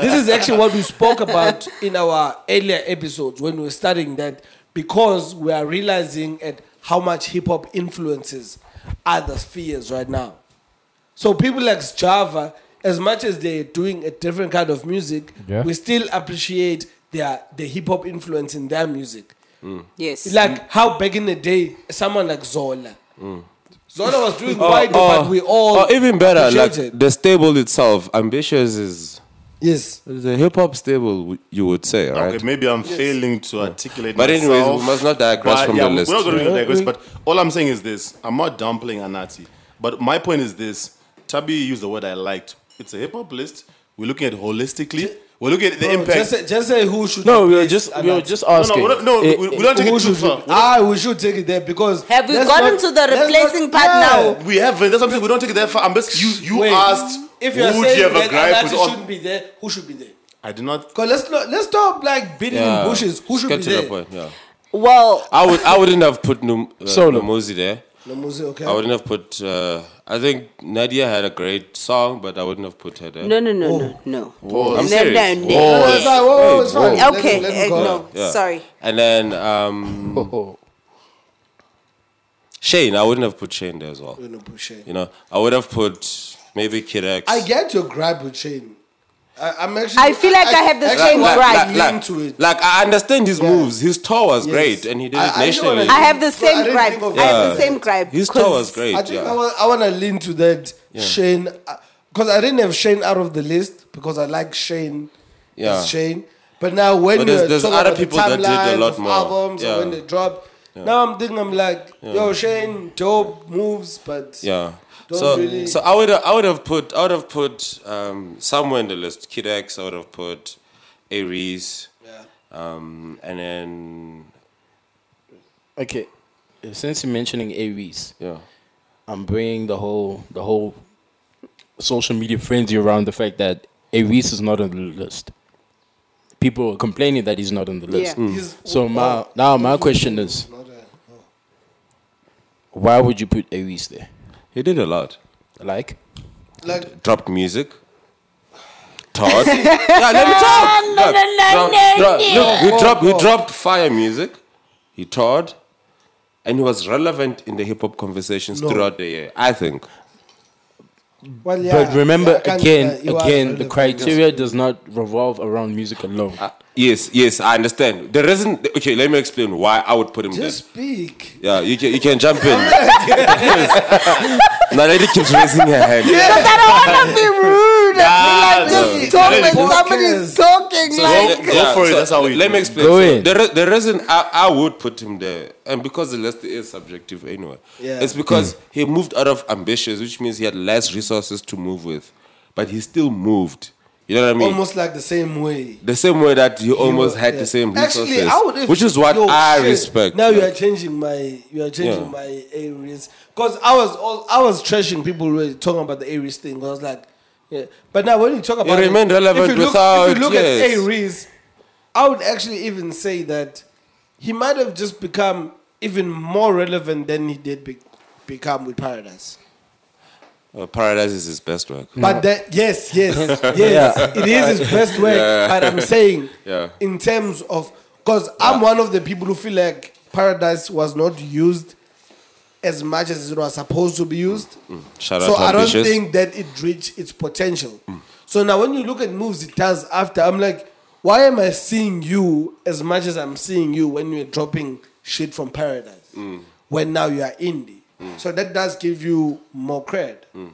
this is actually what we spoke about in our earlier episodes when we were studying that because we are realizing at how much hip hop influences other spheres right now. So people like Java, as much as they're doing a different kind of music,
Yeah.
we still appreciate their the hip hop influence in their music.
yes.
Like how back in the day, someone like Zola. Zola was doing
Oh,
quite good,
or-
but we all.
or even better, like
appreciate it.
the stable itself, Ambitious is
yes.
is a hip hop stable, w- you would say, right?
Okay, maybe I'm failing to articulate.
But anyways, we
myself,
must not digress
but
from
yeah,
the list.
We're not going to
Yeah.
digress. But all I'm saying is this: I'm not downplaying Anati, but my point is this: Tabi used the word I liked. It's a hip hop list. We're looking at it holistically. We're looking at the impact.
Just say, just say who should.
no, we were
replace
just we were
Anansi.
just
no, no,
asking.
we're not- no,
Eh,
we,
eh,
we don't take
Who
it too
should
far.
we, ah, we should take it there because
Have we
let's
gotten to the
let's
replacing part
yeah.
now?
We haven't. That's something we don't take it that far. I'm just you. You
Wait,
asked
if you are
who do
saying
you have a
that
gripe with?
Anansi
all-
shouldn't be there, who should be there?
I do not.
Because let's not let's stop like beating
Yeah.
in bushes. Who should
Get
be
to
there?
the point. Yeah,
well,
I would I wouldn't have put Num, uh,
Solo.
Nomuzi there.
Nomuzi, okay.
I wouldn't have put. Uh, I think Nadia had a great song, but I wouldn't have put her there.
no, no, no, no, no.
I'm
no,
serious.
no, no.
No, no, it's fine. Whoa, whoa, it's fine. Let me-
Okay,
let me
eh,
go.
no,
Yeah.
sorry.
And then um, Shane, I wouldn't have put Shane there as well.
We're gonna push it.
You know, I would have put maybe Kid X.
I get your gripe with Shane. I, I'm actually.
I feel like I have the
actually
same
like-
gripe.
lean to it.
like, I understand his
Yeah.
moves. His tour was
Yes.
great, and he did
I-
it
I know what I
nationally.
I have the
So I
same
didn't
gripe.
think of
I have the
that.
same gripe.
his tour
'cause
was great.
I think
yeah.
I, wa- I want to lean to that Shane because I didn't have Shane out of the list because I like Shane.
Yeah.
as Shane. But now when
But
you
there's- there's
talk
other
about
people
the
that did a
timelines
lot
of
more.
albums
Yeah.
and when they drop, now I'm thinking I'm like, yo Shane, dope moves, but
Yeah.
Don't
so,
really-
so I would I would have put I would have put um, somewhere in the list Kid X. I would have put Aries,
Yeah.
um, and then
Okay, since you're mentioning Aries,
yeah,
I'm bringing the whole the whole social media frenzy around the fact that Aries is not on the list. People are complaining that he's not on the list.
Mm.
He's-
So my now my question is,
Not a-
why would you put Aries there?
he did a lot.
Like,
Like
Dropped music. Taught. yeah, let me talk. Drop- drop- look,
Oh.
he dropped he dropped fire music. He taught, and he was relevant in the hip hop conversations throughout the year. I think.
Well, yeah,
but remember
yeah, I can't- yeah,
again,
you are
again, the
relevant.
criteria does not revolve around music alone.
Uh, yes, yes, I understand. The reason, okay, let me explain why I would put him there.
Just speak.
Yeah, you can, you can jump in. Naledi keeps raising her hand.
I don't want to be rude. I feel like just
no.
talk when
Podcast.
somebody's talking.
So
like,
le-
go for it, that's how we
Let
do
me
it.
explain.
Go
So
in.
The, re- the reason I, I would put him there, and because the list is subjective anyway,
Yeah.
it's
Mm.
because he moved out of ambitions, which means he had less resources to move with, but he still moved. You know what I mean?
Almost like the same way.
the same way that you almost
You-
had
yeah.
the same resources,
Actually, I would, if-
which is what
yo,
I
shit.
respect.
Now Oh, you are
Like,
changing my you are changing
Yeah.
my Aries because I was all, I was trashing people really talking about the Aries thing. 'cause I was like, yeah. But now when you talk about
remained relevant
if you
without-
look, if you look
yes.
at Aries, I would actually even say that he might have just become even more relevant than he did be, become with Paradise.
uh, Paradise is his best work.
But that yes, yes, yes, it is his best work. But I'm saying,
Yeah. Ah.
in terms of, because I'm one of the people who feel like Paradise was not used as much as it was supposed to be used.
Mm. Shout out
so
to
I don't
Ambitious.
think that it reached its potential. So now when you look at moves it does after, I'm like, why am I seeing you as much as I'm seeing you when you're dropping shit from Paradise?
Mm.
When now you are indie. So that does give you more credit.
Mm.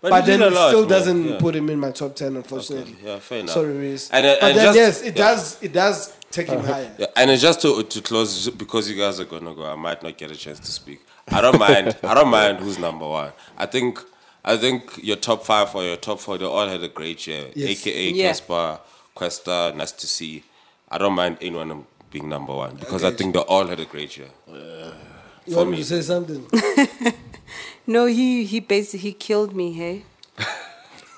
But,
he
then
did a
it
lot,
still
man.
doesn't
Yeah.
put him in my top ten, unfortunately.
Okay. Yeah, fair enough.
Sorry, Reese.
And, uh,
but
and
then
just-
yes, it
yeah.
does. It does take him
Uh-huh.
higher.
Yeah, and it's just to, to close because you guys are gonna go, I might not get a chance to speak. I don't mind. I don't mind who's number one. I think I think your top five or your top four, they all had a great year.
Yes.
AKA
Yeah.
Caspar, Questa, nice to see. I don't mind anyone being number one because I
Okay.
think they all had a great year.
You want
For
me to
me. Uh,
say something?
No, he he basically he killed me. Hey,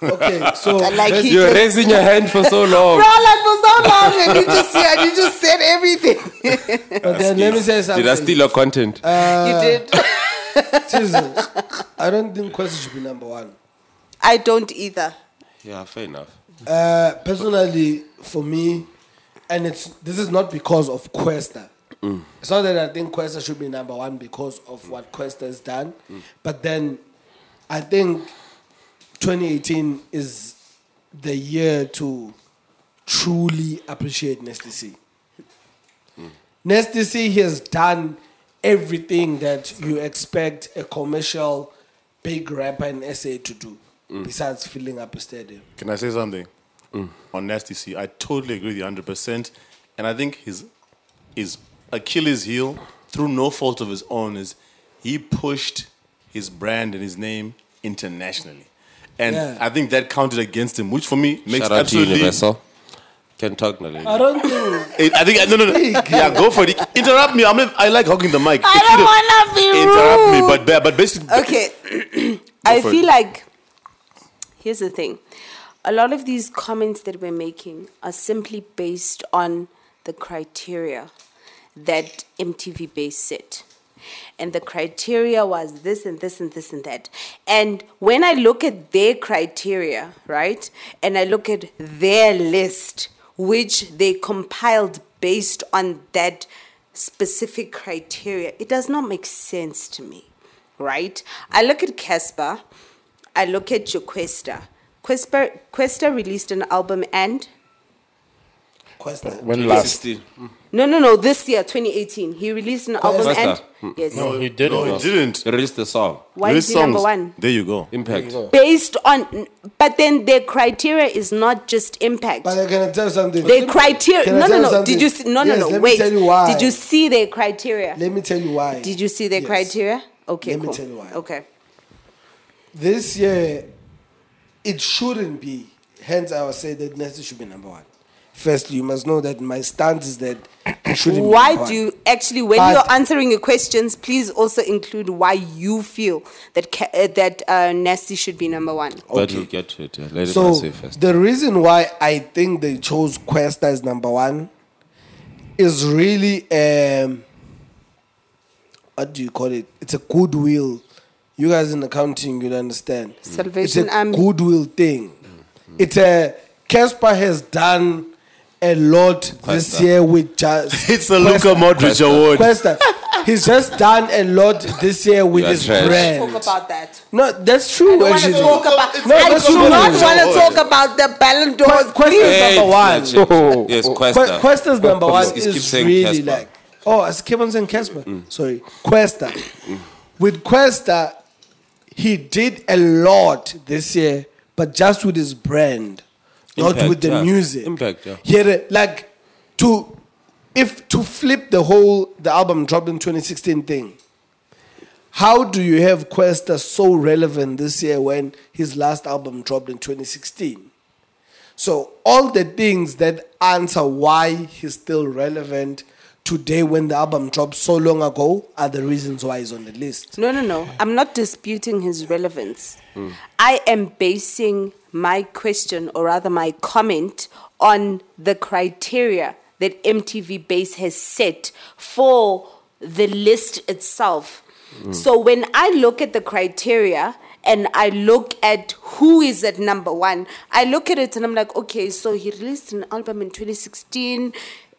okay, so
like
best-
he
You're
just,
raising your hand for so
bro,
long.
like for so long, and you just yeah, you just said everything.
but then let me say something. Uh,
Did I steal your content?
you did.
Tizzle, I don't think Quest should be number one.
I don't either.
yeah, fair enough.
Uh, personally, for me, and it's this is not because of Questa.
Mm.
Mm.
It's not that I think Questa should be number one because of what Questa has done, but then I think 2018 is the year to truly appreciate Nasty C. Nasty C has done everything that you expect a commercial big rapper in SA to do, besides filling up a stadium.
Can I say something
Mm.
on Nasty C? I totally agree with you 100%. And I think his, his Achilles heel, through no fault of his own, is he pushed his brand and his name internationally. And
Yeah.
I think that counted against him, which for me makes
Shout out to
absolutely.
Universal. Can talk now.
I don't think
It- I think no, no, no. Yeah, go for it. Interrupt me. I'm. Not, I like hogging the mic.
I
It's
don't wanna
either-
be
Interrupt me,
rude.
but ba- but basically,
Okay, I
for it.
feel like here's the thing: a lot of these comments that we're making are simply based on the criteria that MTV base set. And the criteria was this and this and this and that. And when I look at their criteria, right, and I look at their list, which they compiled based on that specific criteria, it does not make sense to me, right? I look at Casper, I look at Joquesta. Questa, Questa released an album and
Questa.
When last?
no no no this year 2018 he released an album
Questa.
and yes
He did
no,
it.
it didn't.
Release the song.
why
Those
is he number
songs-
one
There you go.
Impact.
based on but then their criteria is not just impact
But I can tell you something.
their criteria
Can I
no
tell
no
you
no
something?
did you see no
Yes,
no no
let me
wait
tell you why.
did you see their criteria
Let me tell you why.
did you see their
Yes.
criteria okay
Let me
cool.
tell you why.
okay
this year, it shouldn't be. Hence, I would say that Nessie should be number one. Firstly, you must know that my stance is that it shouldn't be number
Why
one.
do you actually, when
But-
you're answering your questions, please also include why you feel that ca- uh, that uh, nasty should be number one.
But
Okay.
we'll get to it. Yeah. Let
so
us say first.
the reason why I think they chose Questa as number one is really um what do you call it? It's a goodwill. You guys in accounting, you'll understand.
Mm. Salvation
it's a
Army.
goodwill thing.
Mm.
It's a Casper has done a lot this
Questa.
year with just
It's the Luka Modric
Questa.
award.
Questa. He's just done a lot this year with
You are
his
trash.
brand.
Talk about that.
No, that's true.
I
actually.
don't want to talk about.
No,
I
that's
do
true.
not
No,
want
no,
to talk about the Ballon d'Or.
Questa
please.
is number one.
one. Yes,
Que-
Questa.
Questa's number one
It's- it's keep
is
saying
really
Casper. Mm.
like. Oh, I keep on saying Casper. Sorry, Questa. With Questa, he did a lot this year, but just with his brand, not
Impact,
with the
yeah.
music.
Impact, yeah.
He had a- like to if to flip the whole the album dropped in 2016 thing. How do you have Questa so relevant this year when his last album dropped in 2016? So all the things that answer why he's still relevant today when the album dropped so long ago are the reasons why he's on the list.
No, no, no. I'm not disputing his relevance. I am basing my question, or rather my comment, on the criteria that MTV Base has set for the list itself. So when I look at the criteria and I look at who is at number one, I look at it and I'm like, okay, so he released an album in 2016.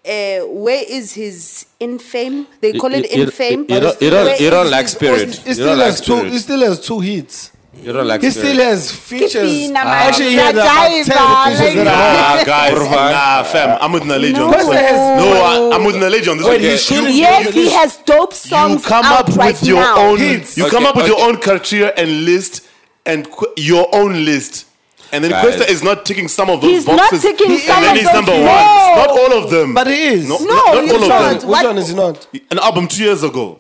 Uh, where is his in fame? They call it,
You- you-
in fame.
You don't, you
Where
don't, you don't
is
like
his-
spirit.
He
You
still
don't like
has two. He
spirit.
still has two hits.
You don't like
He
spirit.
still has features.
Kipina,
I actually
man.
hear about ten
Jaiva,
features
like-
that I have.
Nah, Ah, guys, nah, fam. I'm with Naledi on this
Questa
one.
has-
No, I, I'm with Naledi on this
Wait,
one.
he
You-
shouldn't
Yes, he has dope
you
songs
come
out
up
right
with your
now.
own
Hits.
you
Okay,
come up with your
okay.
own criteria and list and qu- your own list and then
Guys.
Questa is not ticking some of those
He's not
boxes
ticking
and
some
then
of
he's
those-
number one
No.
not all of them
But he is.
no,
No,
not,
he's
not all
not.
of
Which
them
What-
one is he not?
an album two years ago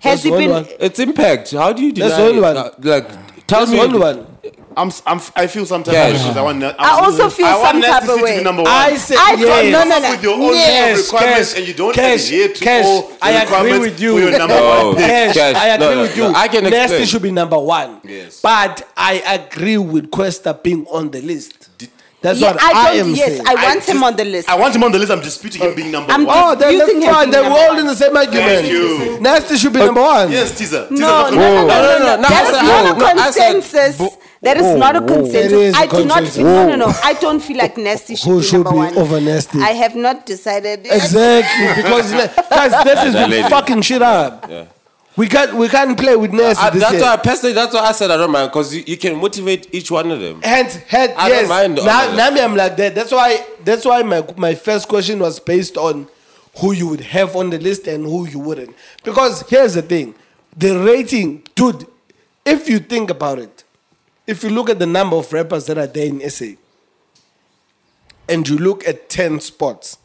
Has he
That's
been?
one one.
It's impact. How do you deny
That's the only
it?
one.
Uh, Like, tell
That's
me.
the only one.
I'm, s- I'm f- I feel sometimes
Yeah,
I'm
yeah.
because I want na-
I
want-
also feel
I want
some
Nasty
type of
C to be
way.
number one
I said
I don't-
yes.
no, no,
Come
no.
up with your own
Yes,
requirements
cash,
and you don't
cash,
adhere to
cash.
all the
I agree
requirements
with you.
for your number
No.
one pick.
Yes,
Yes,
I
no,
agree
no,
with
no,
you.
I can
Nasty
explain.
should be number one.
Yes.
But I agree with Questa being on the list. That's
Yeah,
what I,
I don't.
am
yes,
saying.
I want him
just-
on the list.
I want him on the list I'm disputing him being number
I'm
one
oh, then
You
that's
think he'll
fine.
be
Then
number
we're all
one.
in the same argument.
you.
Nasty should be number one.
yes teaser teaser
no, no, no, no, no, no, no.
No,
That is
no,
not a
no, I said-
consensus. That is not a
It is
consensus.
a
I do not
consensus.
feel. No, no, no. I don't feel like nasty should
Who
be
should
number
be
one.
over Nasty?
I have not decided. yet.
Hmm. Exactly. Because guys, this has been
That lady.
fucking shit up. We can't we can't play with Nasty
I,
this
that's
year.
why I personally. That's why I said I don't mind because you, you can motivate each one of them.
Hands, head,
I don't
yes.
mind all
now,
of
now
that.
me, I'm like that. That's why. That's why my my first question was based on who you would have on the list and who you wouldn't. Because here's the thing, the rating, dude. If you think about it, if you look at the number of rappers that are there in SA, and you look at ten spots,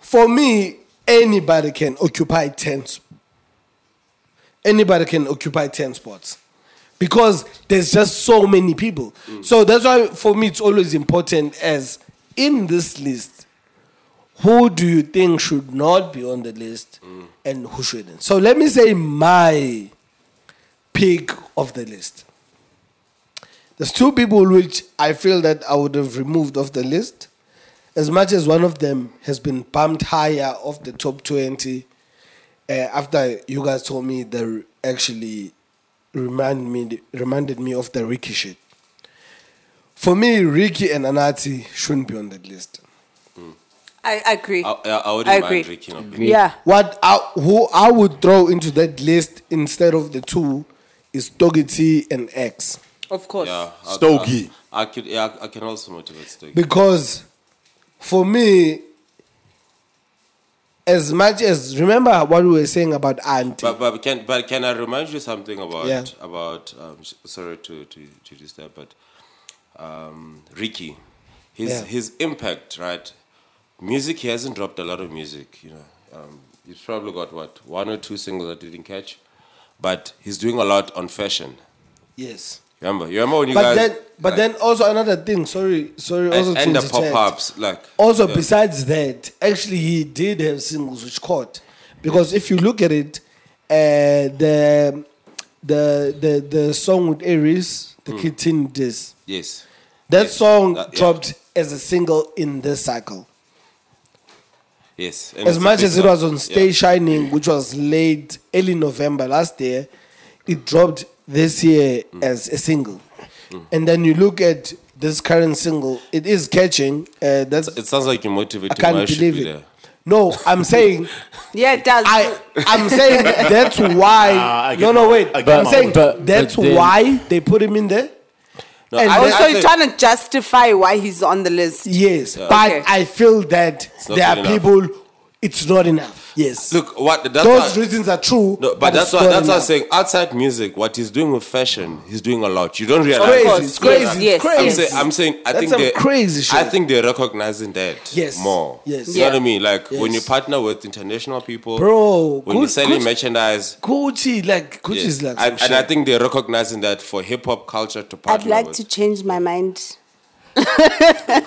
for me, anybody can occupy ten. sp- Anybody can occupy ten spots because there's just so many people. So that's why for me it's always important as in this list, who do you think should not be on the list and who shouldn't? So let me say my pick of the list. There's two people which I feel that I would have removed off the list. As much as one of them has been bumped higher off the top 20, uh, after you guys told me they actually remind me reminded me of the Ricky shit. For me, Ricky and Anati shouldn't be on that list.
I I agree.
I, I, I wouldn't
I
mind
agree.
drinking up.
Yeah.
What I, who I would throw into that list instead of the two is Doggy and X
Of course.
Yeah, I-
Stogie.
I, I could. Yeah, I can also motivate Stogie.
because for me, as much as remember what we were saying about Auntie.
But, but can but can I remind you something about
Yeah.
about um, s- sorry to to, to disturb but um, Ricky, his
Yeah.
his impact right, music he hasn't dropped a lot of music you know um, he's probably got what one or two singles I didn't catch, but he's doing a lot on fashion,
Yes.
You remember? You remember when Oh, you
But
guys.
then, but
like,
then also another thing. Sorry, sorry. Also
and, and
to
the pop
interject.
ups, like
Also,
yeah.
besides that, actually, he did have singles which caught because if you look at it, uh, the the the the song with Aries, the kitten dis,
yes,
that
Hmm. Yes.
song
That- yeah.
dropped as a single in this cycle.
yes. And
as
it's a
much
big
as it
song.
was on
Yeah.
Stay Shining, which was late early November last year, it dropped this year
Hmm.
as a single. And then you look at this current single, it is catching. Uh, that's
It sounds like you're motivated.
I can't
should
believe
be
it.
there.
No, I'm saying
Yeah, it does.
I I'm saying that's why.
Ah, I get
no, no,
my-
wait.
I get
I'm
my
saying
But- but
that's
then-
why they put him in there.
No,
And
I
also
think- I
so you're
think-
trying to justify why he's on the list.
Yes, but
Okay.
I feel that
not
there are
good enough.
people. It's not enough. Yes,
look what that's
those
why-
reasons are true.
No, but,
it's
that's why
not
that's why I'm
enough.
saying outside music, what he's doing with fashion, he's doing a lot. You don't realize.
Crazy,
course,
it's crazy,
yes,
it's
yes,
I'm,
crazy.
saying, I'm saying I
That's
think
some
they
crazy shit.
I think they're recognizing that
Yes,
more.
yes.
you know what I mean. Like when you
Yes.
partner with international people,
Bro,
when you're
good-
selling
good-
merchandise,
Gucci, like Gucci is
yeah.
like, some
and, and I
shit.
think they're recognizing that for hip hop culture to
I'd
partner
like
with.
to change my mind.
About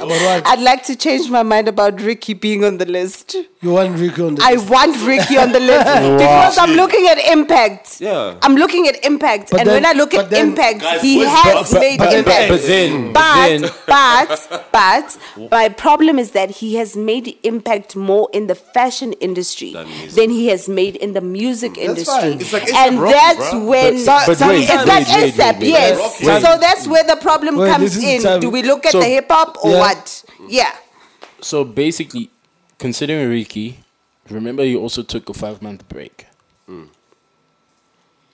what?
I'd like to change my mind about Ricky being on the list.
you want Ricky on the
I want Ricky on the list because I'm looking at impact.
Yeah.
I'm looking at impact.
But
and when I
then-
look
but
at
then-
impact,
Guys,
he
where's
has
Bob- But-
made
but then-
impact.
but then-
but,
then-
but, but, my problem is that he has made impact more in the fashion industry
Than music.
than he has made in the music industry.
fine. It's
like
and
A$AP Rocky,
that's
bruh.
when
But- but wait,
it's like
wait, wait,
ASAP,
wait, wait.
yes.
Wait.
So that's where the problem
Wait,
comes
listen,
in.
Tavi.
Do we look at
So-
the hip hop or
Yeah.
what? Yeah.
So basically, considering Ricky, remember you also took a five month break.
Hmm.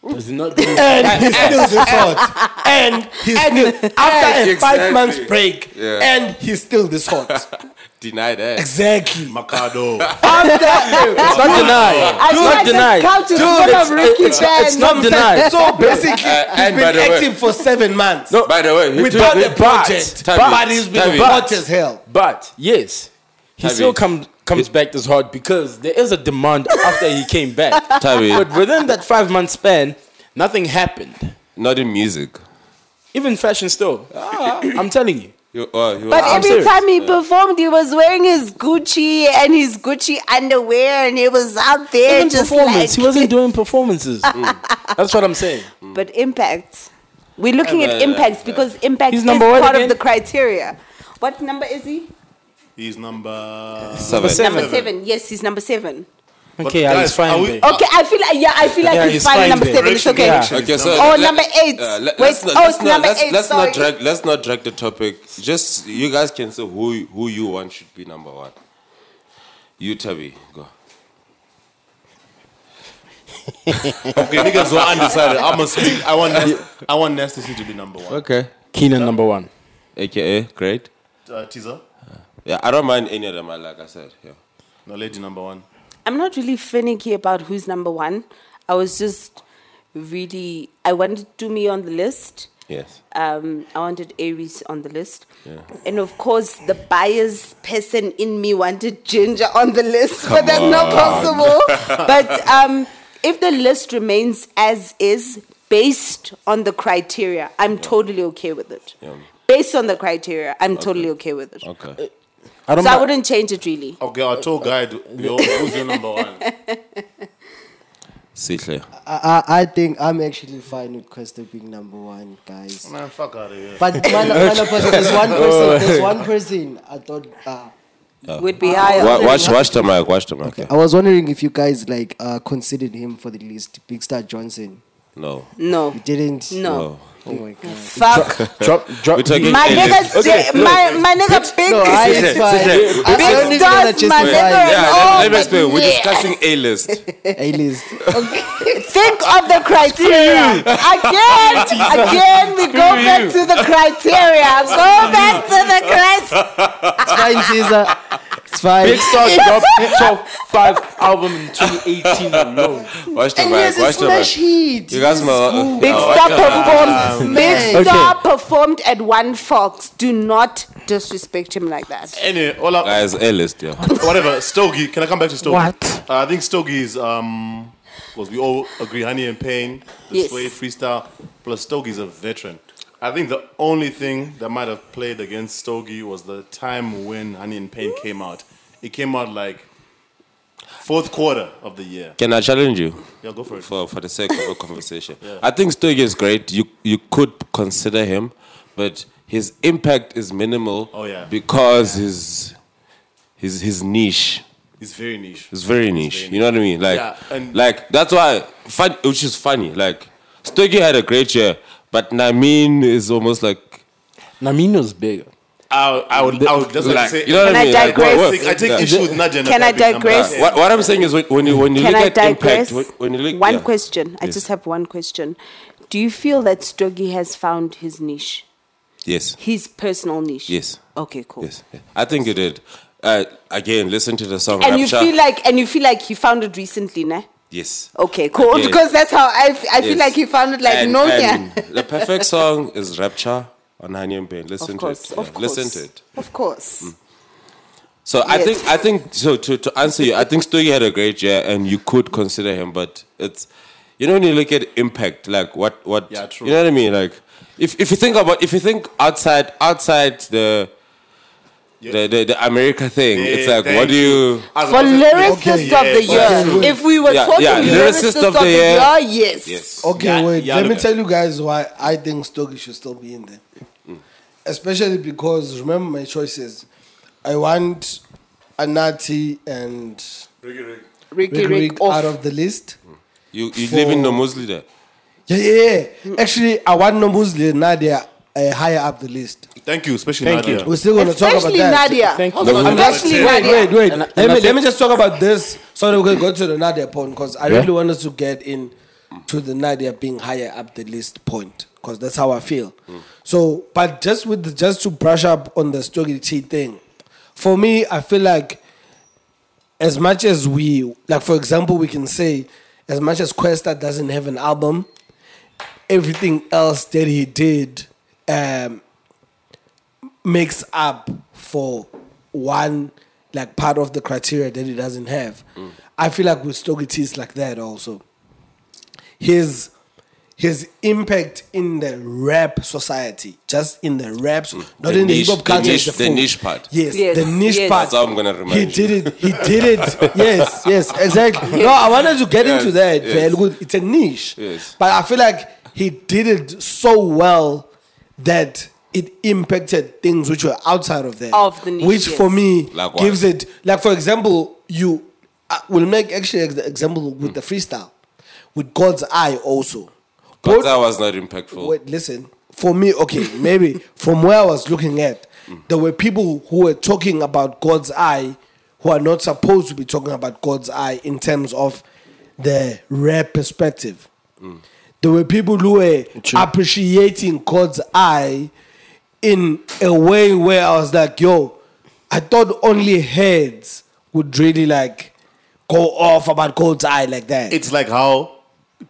Does it not bring
and he's still the hot. And he's still after a
Exactly.
five months break,
Yeah.
and he's still this hot.
deny that.
Exactly.
Mercado.
it's not denied.
I feel like
denied.
this couch is
Dude,
full
it's-
of Ricky
it's-
fans.
it's not denied.
So basically, he's
Uh, and by
been
the way-
active for seven months
By the way, he
without
took-
a project,
Tavi,
but he's been
Tavi.
hot as hell.
But yes, he
Tabi.
still comes comes back this hard because there is a demand after he came back.
Tabi.
But within that five month span, nothing happened.
not in music.
Even fashion still. I'm telling you.
You- oh, you-
But
I'm
every
serious.
time he performed, he was wearing his Gucci and his Gucci underwear, and he was out there
Even
just like.
performance. He wasn't doing performances. Mm. That's what I'm saying.
but impact. We're looking at
Yeah, yeah,
impacts because impact
He's
is
number one
part
again?
of the criteria. What number is he?
He's number
seven.
seven.
Number seven. Yes, he's number seven.
Okay,
guys,
yeah, it's fine.
are we-
babe.
Okay, I feel like yeah, I feel like
Yeah,
he's,
he's
fine.
fine
Number
there.
seven. It's okay.
Yeah.
Okay, so
Oh,
let-
number eight.
Uh,
Wait,
let, let's not,
oh,
let's
it's
not,
number
let's,
eight.
let's
sorry.
not drag let's not drag the topic. Just you guys can say who who you want should be number one. You Tabi, go.
Okay, niggas were undecided. I'm gonna speak. I want Nas- I want Nasty C to be number one.
Okay.
Keenan number one.
AKA great.
Uh, teaser.
Yeah, I don't mind any of them. I- Like I said, yeah.
No lady number one.
I'm not really finicky about who's number one. I was just really I wanted to me on the list.
Yes.
Um, I wanted Aries on the list, and of course the biased person in me wanted Ginger on the list, but that's not possible. but um, if the list remains as is based on the criteria, I'm totally okay with it. Based on the criteria, I'm totally okay with it. Uh,
Okay.
I don't
So I
mi-
wouldn't change it really.
Okay, our tour guide. Yo, who's your number one?
See clear.
I, I, I think I'm actually fine with Questo being number one, guys.
Man, fuck out of here.
But one, one of us, there's
Oh.
one person, there's one person I thought. Uh,
Would be higher.
Wa- watch watch the mic. Watch the mic. yeah.
I was wondering if you guys like uh, considered him for the list, Big Star Johnson.
No.
No,
You didn't.
no,
Oh my god.
fuck.
drop drop
We're talking
My
A-list.
nigga, J- my, my nigga, big,
No, I,
Sit
it's
there, sit
fine.
there.
I, I
big
only wanna
stars, my
justify
nigga.
Yeah,
Oh,
let, let me
but
explain. We're
yeah.
discussing A list.
A list.
think of the criteria again. Again, we go back to the criteria. Go back to the criteria.
It's fine, Caesar. It's fine.
Big Star dropped top five album in 2018 alone.
Watch the
and he
mic.
has a
Watch the
smash
mic.
hit.
You guys know.
Big Star performed. Big
man.
Star performed at One Fox. Do not disrespect him like that.
Anyway, all up.
Guys, A list. Yeah.
Whatever. Stogie. Can I come back to Stogie? What? Uh, I think Stogie is um Because we all agree, Honey and Pain, the
Yes.
Sway freestyle, plus Stogie's a veteran. I think the only thing that might have played against Stogie was the time when Honey and Pain came out. It came out like fourth quarter of the year.
Can I challenge you?
Yeah, go for it.
For, for the sake of a conversation.
Yeah.
I think Stogie is great. You you could consider him, but his impact is minimal
Oh, yeah.
because his his his niche
It's very niche.
is very niche.
very
You know what I mean? Like
Yeah, and-
like that's why fun, which is funny. Like Stogie had a great year, but Namin is almost like
Namino's bigger.
I, I would, I would just like,
Like,
to say.
you know what
Can I
I mean? Like,
digress?
what-
I take, I take
Yeah.
issue with Nadia. and
Can
that
I
big number.
digress?
Yeah.
What, what I'm saying is when when you when you
Can
look
I
at impact,
digress?
when, when you look
one
yeah.
question. I
Yes.
just have one question. Do you feel that Stogie has found his niche,
Yes.
his personal niche?
Yes.
Okay, cool.
Yes, yeah. I think you did. Uh, again, listen to the song.
And you
Rapture.
feel like, and you feel like he found it recently, ne?
yes,
Okay, cool.
Yes.
Because that's how I, f- I feel
yes.
like he found it like
And-
no
and
yeah.
The perfect song is Rapture on Honey and Pain. Listen
Of course,
to it.
of
Yeah,
course,
Listen to it.
Of course.
So I
Yes.
think I think so to, to answer you, I think Stogie had a great year, and you could consider him, but it's you know when you look at impact, like what what
Yeah, true.
you know what I mean, like if if you think about if you think outside outside the. The, the the America thing.
Yeah,
it's like,
thank
what do you?
I was
For
about to-
lyricist
yeah,
of the
okay,
year, if we were
Yeah,
talking
yeah,
lyricist, of the year, yes.
Yes.
Okay,
Yeah,
wait.
yeah,
let me
look.
tell you guys why I think Stogie should still be in there. Especially because remember my choices. I want Anati and
Ricky
Rick
Rick,
Rick
off.
out of the list.
You you
For-
live in the Muslim there.
Yeah, yeah, yeah. Actually, I want Nomuzli and Nadia uh, higher up the list.
Thank you, especially
Thank
Nadia.
We're still going to talk about
Especially
that.
Nadia.
Thank you.
I'm just-
Especially
wait,
Nadia.
wait, wait.
And I-
let,
and I
me, let
think-
me just talk about this. Sorry, we're going to go to the Nadia point because I
Yeah.
really want us to get in to the Nadia being higher up the list point because that's how I feel. So, but just with the, just to brush up on the story thing, for me, I feel like as much as we like, for example, we can say as much as Questa doesn't have an album, everything else that he did. Um, makes up for one like part of the criteria that he doesn't have.
Mm.
I feel like with Stogie T it's like that also. His his impact in the rap society, just in the raps, not
Mm. The
in
niche-
the hip hop
the
culture,
niche-
the,
the
full-
niche part.
Yes,
Yes,
the niche
yes.
part.
That's how I'm gonna remind
he
you.
did it. He did it. yes, yes, exactly. No, I wanted to get
Yes,
into that.
yes.
Very good. It's a niche.
Yes.
But I feel like he did it so well that it impacted things which were outside of that.
Of the niche,
Which for
yes.
me
Like what?
gives it, like for example, you uh, will make actually ex- the example with the freestyle, with God's Eye also.
But
Both-
that was not impactful.
Wait, listen. For me, okay, maybe from where I was looking at, there were people who were talking about God's eye who are not supposed to be talking about God's eye in terms of the rare perspective.
Mm.
There were people who were appreciating God's eye in a way where I was like, yo, I thought only heads would really like go off about God's eye like that.
It's like how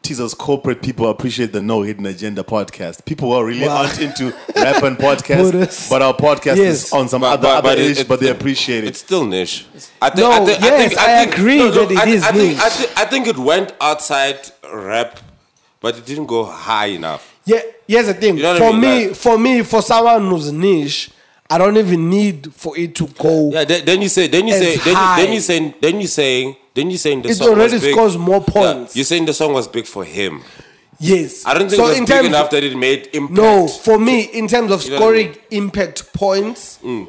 teasers corporate people appreciate the No Hidden Agenda podcast. People who are really
Wow.
aren't into rap and
Buddhist.
podcast, but our podcast
Yes.
is on some other, other niche, but they appreciate
It's
it.
still niche. I think,
No,
I think, I
yes,
think,
I
think,
agree that it
I,
is
I think, I,
niche.
think, I think it went outside rap, but it didn't go high enough.
Yeah, here's the thing.
You know what I
for
mean?
me,
Like-
for me, for someone who's niche, I don't even need for it to go.
Yeah. Then, then you say. Then you
It's
say. Then, you- then
high.
you saying. Then you saying. Then you saying the
It
song
already
was big.
scores more
Yeah,
points.
you're saying the song was big for him.
Yes.
I don't think
So
it was
in
big
terms
enough
of-
that it made impact.
No, for me, in terms of
You know what I
scoring impact points,
Mm,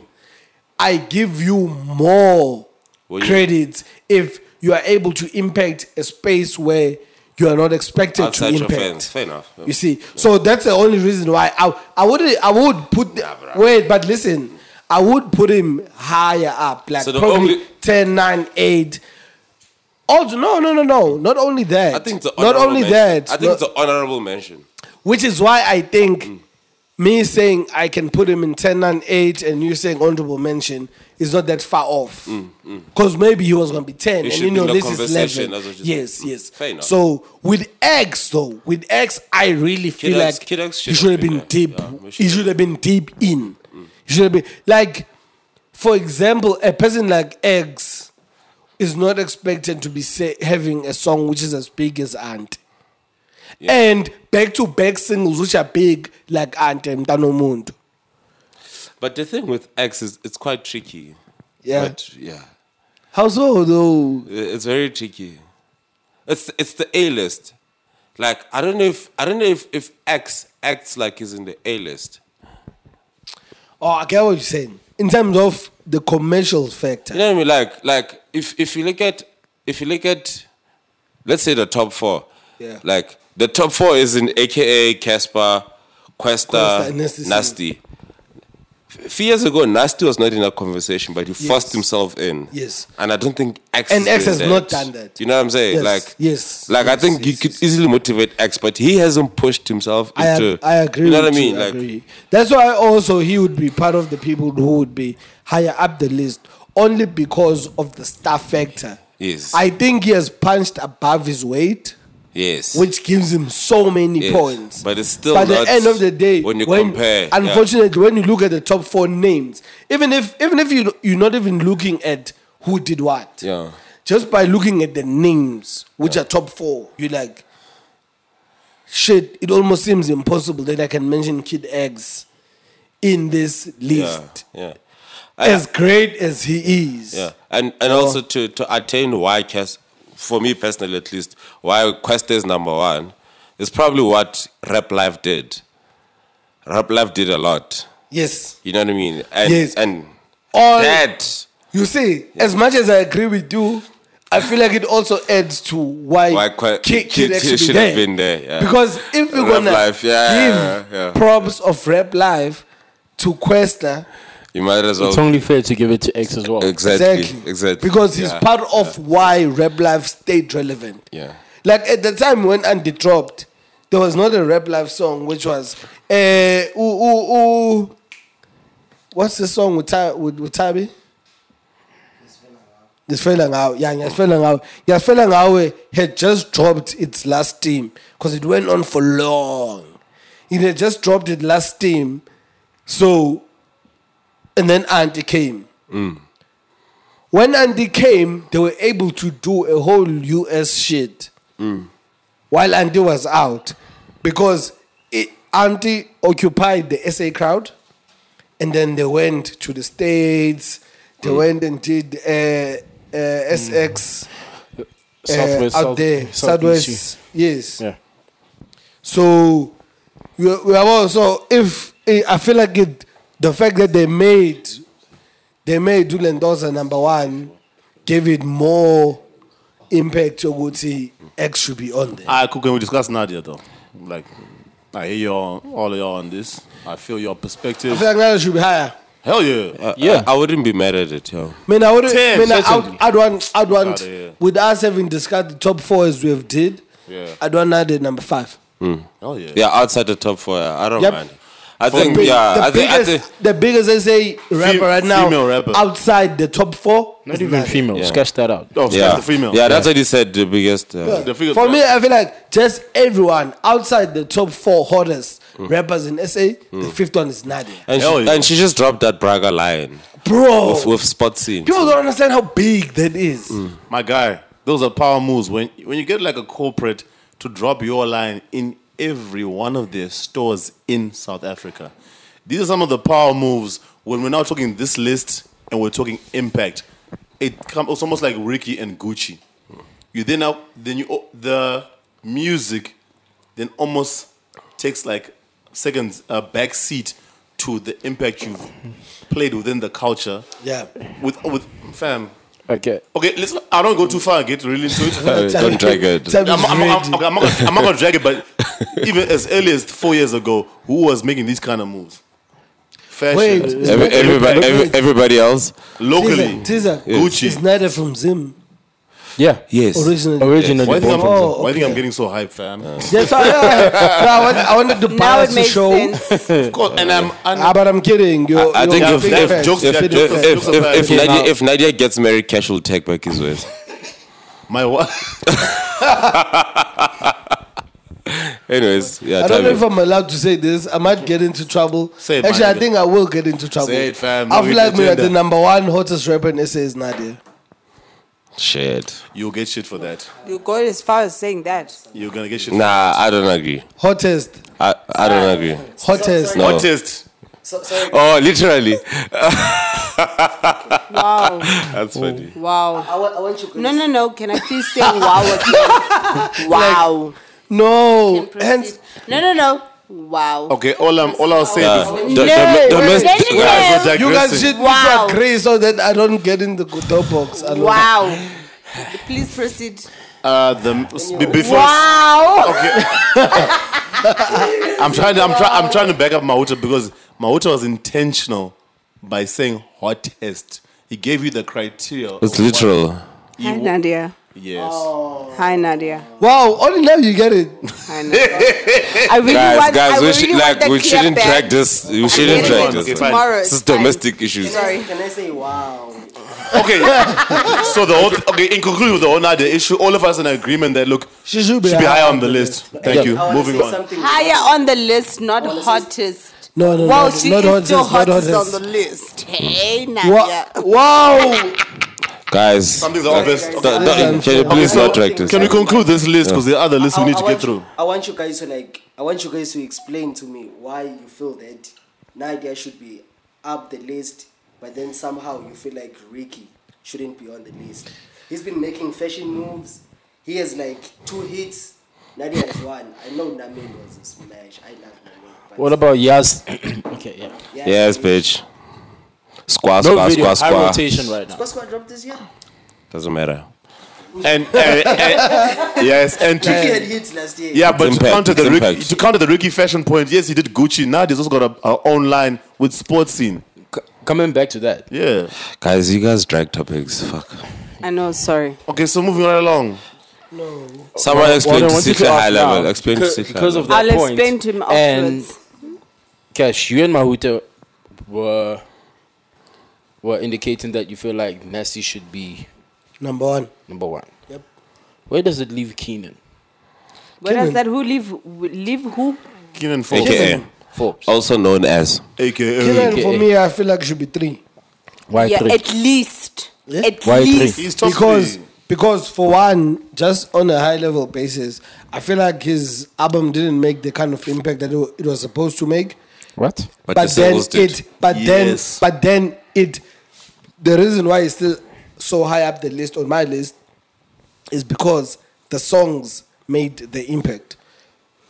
I give you more
Well, you-
credits if you are able to impact a space where you are not expected
outside
to
your
impact.
fans. Fair enough.
You see, so that's the only reason why I I would I would put the-
bruh.
wait, but listen, I would put him higher up, like
So the
probably
only-
10, 9, 8. Also, no, no, no, no. Not only that.
I think it's an
not
honorable
only
mention.
that.
I think
not-
it's an honorable mention.
which is why I think me saying I can put him in 10 and 8 and you saying honorable mention is not that far off.
Mm,
Because maybe he was going to be 10 and
should
you
be
know
in the
this is
conversation,
11.
that's what you're
Yes,
saying. Mm,
yes.
fair enough.
So with X though, with X I really feel
Kid X-
like
Kid X should
he
have
should have
been
been
there.
deep.
Yeah, we
he
should
should have been deep in. He should have been like for example, a person like X is not expected to be say, having a song which is as big as Ant. And back to back singles which are big like Ant and Tano Mundo.
But the thing with X is it's quite tricky.
Yeah.
But, yeah.
How so though?
I- It's very tricky. It's it's the A list. Like I don't know if I don't know if, if X acts like he's in the A list.
Oh, I get what you're saying. In terms of the commercial factor.
You know what I mean? Like like if if you look at if you look at let's say the top four.
Yeah.
Like the top four is in AKA Casper, Questa,
Questa, Nasty C.
Nasty. A few years ago, Nasty was not in that conversation, but he forced himself in.
Yes.
And I don't think X
And
is
X
doing
has not done that.
You know what I'm saying?
Yes,
Like
yes,
Like I
yes,
think you
yes,
could
yes.
easily motivate X, but he hasn't pushed himself
I,
into.
ag- I agree.
You know what
with
I mean?
you,
like
agree. that's why also he would be part of the people who would be higher up the list only because of the star factor.
Yes.
I think he has punched above his weight,
yes,
which gives him so many
Yes.
points.
But it's still
by the
not-
end of the day
when you compare, yeah.
Unfortunately, when you look at the top four names, even if even if you you're not even looking at who did what,
yeah,
just by looking at the names, which are top four, you're like, shit, it almost seems impossible that I can mention Kid Eggs in this
yeah,
list.
yeah,
As great as he is.
yeah. And and also to to attain why Cas, for me personally at least, why Quest is number one, is probably what Rap Life did. Rap Life did a lot.
Yes.
You know what I mean? And
Yes.
and
All
that
you see, as much as I agree with you, I feel like it also adds to why,
Why que-
Kid,
Kid
Kid X should,
should
be
have
there.
been there, yeah.
Because if you're
Rap
gonna
Life, yeah,
give
yeah.
props of rap life to Questa,
you might as well
It's only fair to give it to X as well.
exactly exactly,
Exactly. Because he's
yeah,
part of why Rap Life stayed relevant.
Yeah.
Like at the time when Andy dropped, there was not a Rap Life song which was eh ooh ooh ooh. What's the song with Ta- with, with Tabi? This feeling out, yeah, yes, feeling out, yes, feeling out had just dropped its last team because it went on for long. It had just dropped its last team, so and then Andy came.
mm.
When Andy came, they were able to do a whole US shit while Andy was out because it, Andy occupied the SA crowd and then they went to the States. They went and did uh, uh, SX uh,
Southwest,
out
South-
there,
Southeast,
Southwest. Yes.
Yeah.
So we, we have also if eh, I feel like it, the fact that they made they made Dylan Dawson number one gave it more impact to Guti X should be on there.
I could can Ah, we discuss Nadia though? Like I hear y'all all of y'all on this. I feel your
I
perspective.
feel like that should be higher.
Hell yeah.
yeah. I, I wouldn't be mad at it, yo.
Man, I would.
Ten,
Man,
certainly.
I, I'd want. I'd want.
Outta here.
With us having discussed the top four as we have did,
Yeah.
I'd want Nadia number five.
Hell Mm. Oh, yeah.
Yeah, outside the top four, I don't
Yep.
mind. I
The
think
big-
yeah,
the
I think, I
biggest,
think
the biggest SA rapper right now,
female rapper.
outside the top four,
Not
is
even
Nadia.
female. Scratch that out.
Oh,
yeah,
the female.
Yeah, that's what he said. The biggest. Uh,
The figure-
For me, I feel like just everyone outside the top four hottest
Mm.
rappers in SA, the fifth one is Nadia.
And,
Hell
she,
yeah.
and she just dropped that Braga line
Bro,
with, with spot scene.
people don't understand how big that is.
my guy, those are power moves. When when you get like a corporate to drop your line in every one of their stores in South Africa, these are some of the power moves. When we're now talking this list and we're talking impact, it come, it's almost like Ricky and Gucci. You then now then you the music then almost takes like seconds a back seat to the impact you've played within the culture.
Yeah.
With with fam,
Okay.
Okay, listen. I don't go too far and get really into
Uh,
it.
don't drag it.
Tell me
I'm, I'm- I'm-
ready.
okay, I'm not gonna, I'm not gonna drag it, but even as early as four years ago, who was making these kind of moves? Fashion,
Wait,
Every, everybody, every, everybody else.
locally,
Tiza,
Gucci.
Is Nadia from Zim
Yeah.
Yes.
originally?
Originally
Why do you think,
born
I'm,
from
Oh,
why do you think
okay.
I'm getting so hyped, fam?
That's why- yeah. No, I, want- I wanted the
Now it
balance to
makes
show.
sense.
Of course, and I'm. and-
Ah, but I'm kidding. You're,
I
you're
think
you're
if,
big
they've
fans.
joked
if,
You're
that
if,
big
joke-
fans.
if, if, if,
Okay,
Nadia,
now-
if Nadia gets married, Cash will take back his ways.
my wife.
Anyways, yeah.
I
tell
don't know
me.
if I'm allowed to say this. I might get into trouble.
Say it,
Actually,
my
I
nigga.
think I will get into trouble.
Say it, fam.
I
No
feel like we are
agenda.
the number one hottest rapper in SA is Nadia.
Shit.
You'll get shit for that.
You go as far as saying that.
You're gonna get shit. for
Nah, I don't agree.
Hottest.
I, I don't agree.
Hottest.
No.
Hottest.
Oh, literally.
Wow.
That's funny.
Wow.
I, want, I want you guys.
No, no, no. Can I please say wow again? Wow.
No.
Proceed.
Hence,
no, no, no. Wow.
Okay, all I'm all I'll say. before-
Do- do-
No, then
domestic-
you
Guys,
have-
we're
you guys
digressing.
should
Wow.
need to agree so that I don't get in the Godot box. alone.
Wow. Please proceed.
Uh, the b- before
Wow.
I'm trying to I'm trying I'm trying to back up Mauta because Mauta was intentional by saying hottest. He gave you the criteria. of
It's
what
literal.
you
Hi,
wa-
Nadia.
Yes.
Oh.
Hi, Nadia.
Wow, only now you get it.
Hi, Nadia. I really
Guys,
want, I
guys, we
really
should
want
like
that
we
clear
shouldn't
back.
drag this. We
Get
shouldn't
it
drag
on,
this.
okay, fine.
Tomorrow.
This
it's
is
fine.
domestic issues.
Sorry.
Can I say wow?
Okay.
Oh.
so the whole okay, in conclusion with the whole Nadia issue, all of us in agreement that look
She should be
should be
high
higher
on
on the
the
list. Thank you.
I wanna
Moving
say
on.
something.
Higher on the list, not hottest.
No, no,
Well,
no.
she
not
is still hottest
hottest, not
on
hottest.
the list. Hey,
Wow.
Nadia.
wow.
Guys,
Something's
like,
obvious.
th-
Okay.
th-
Okay,
can you
so-
please
okay,
not drag this?
Can we conclude this list? Because the other list we
I-
need
I
to
want
get through.
you- I want you guys to like. I want you guys to explain to me why you feel that Nadia should be up the list, but then somehow you feel like Ricky shouldn't be on the list. He's been making fashion moves. He has like two hits. Nadia has one. I know Namin was a smash. I love Namin. but-
What about Yas? okay, yeah.
Yeah,
Yes,
Namin-
bitch. Squaw,
No
squaw,
video.
squaw,
High
squaw.
rotation right now.
Squad Squad dropped this year.
Doesn't matter.
And, and, and- yes, and to,
Ricky had hits last year.
Yeah, but to
impact,
counter
it's
the Ricky,
impact.
to counter the Ricky fashion point, yes, he did Gucci. Now he's also got a, a online with sports scene.
C- coming back to that.
Yeah.
Guys, you guys drag topics. Fuck.
I know, sorry.
Okay, so moving right along.
Someone explain
What I
to
wanted
Sitla high
ask
level.
now,
explain
because,
to Sitla.
because of
high
that
I'll
point,
explain to him
And
afterwards.
Cash, you and Mahuta were were indicating that you feel like Messi should be
Number one.
number one.
Yep.
Where does it leave Keenan?
Where
Kevin.
does that who live live who?
Keenan Forbes.
level. AKA,
Forbes.
also known as.
AKA.
Kieran, for
AKA.
me, I feel like should be three.
Why
yeah,
three?
at least. At
Why three?
least.
He's top
Eh? Because
three.
because for one, just on a high level basis, I feel like his album didn't make the kind of impact that it wa- it was supposed to make.
what?
but
But, the
then
singles did.
it but
Yes.
then but then it the reason why it's still so high up the list on my list is because the songs made the impact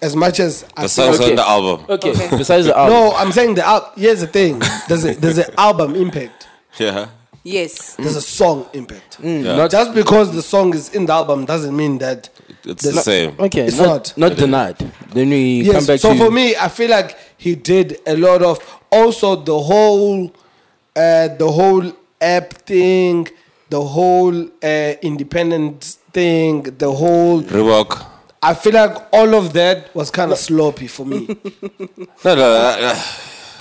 as much as
The songs
Okay.
on the album.
Okay. Besides the album,
no i'm saying the al- here's the thing there's a, there's an album impact
Yeah.
Yes.
Mm.
there's a song impact
Mm, not
just because the song is in the album doesn't mean that
It's the same.
okay.
It's
not
not.
not denied. Then we come
Yes.
back
So
to
for me, I feel like he did a lot of. Also, the whole, uh, the whole app thing, the whole uh, independent thing, the whole.
Reebok.
I feel like all of that was kind of sloppy for me.
No, no, no, no.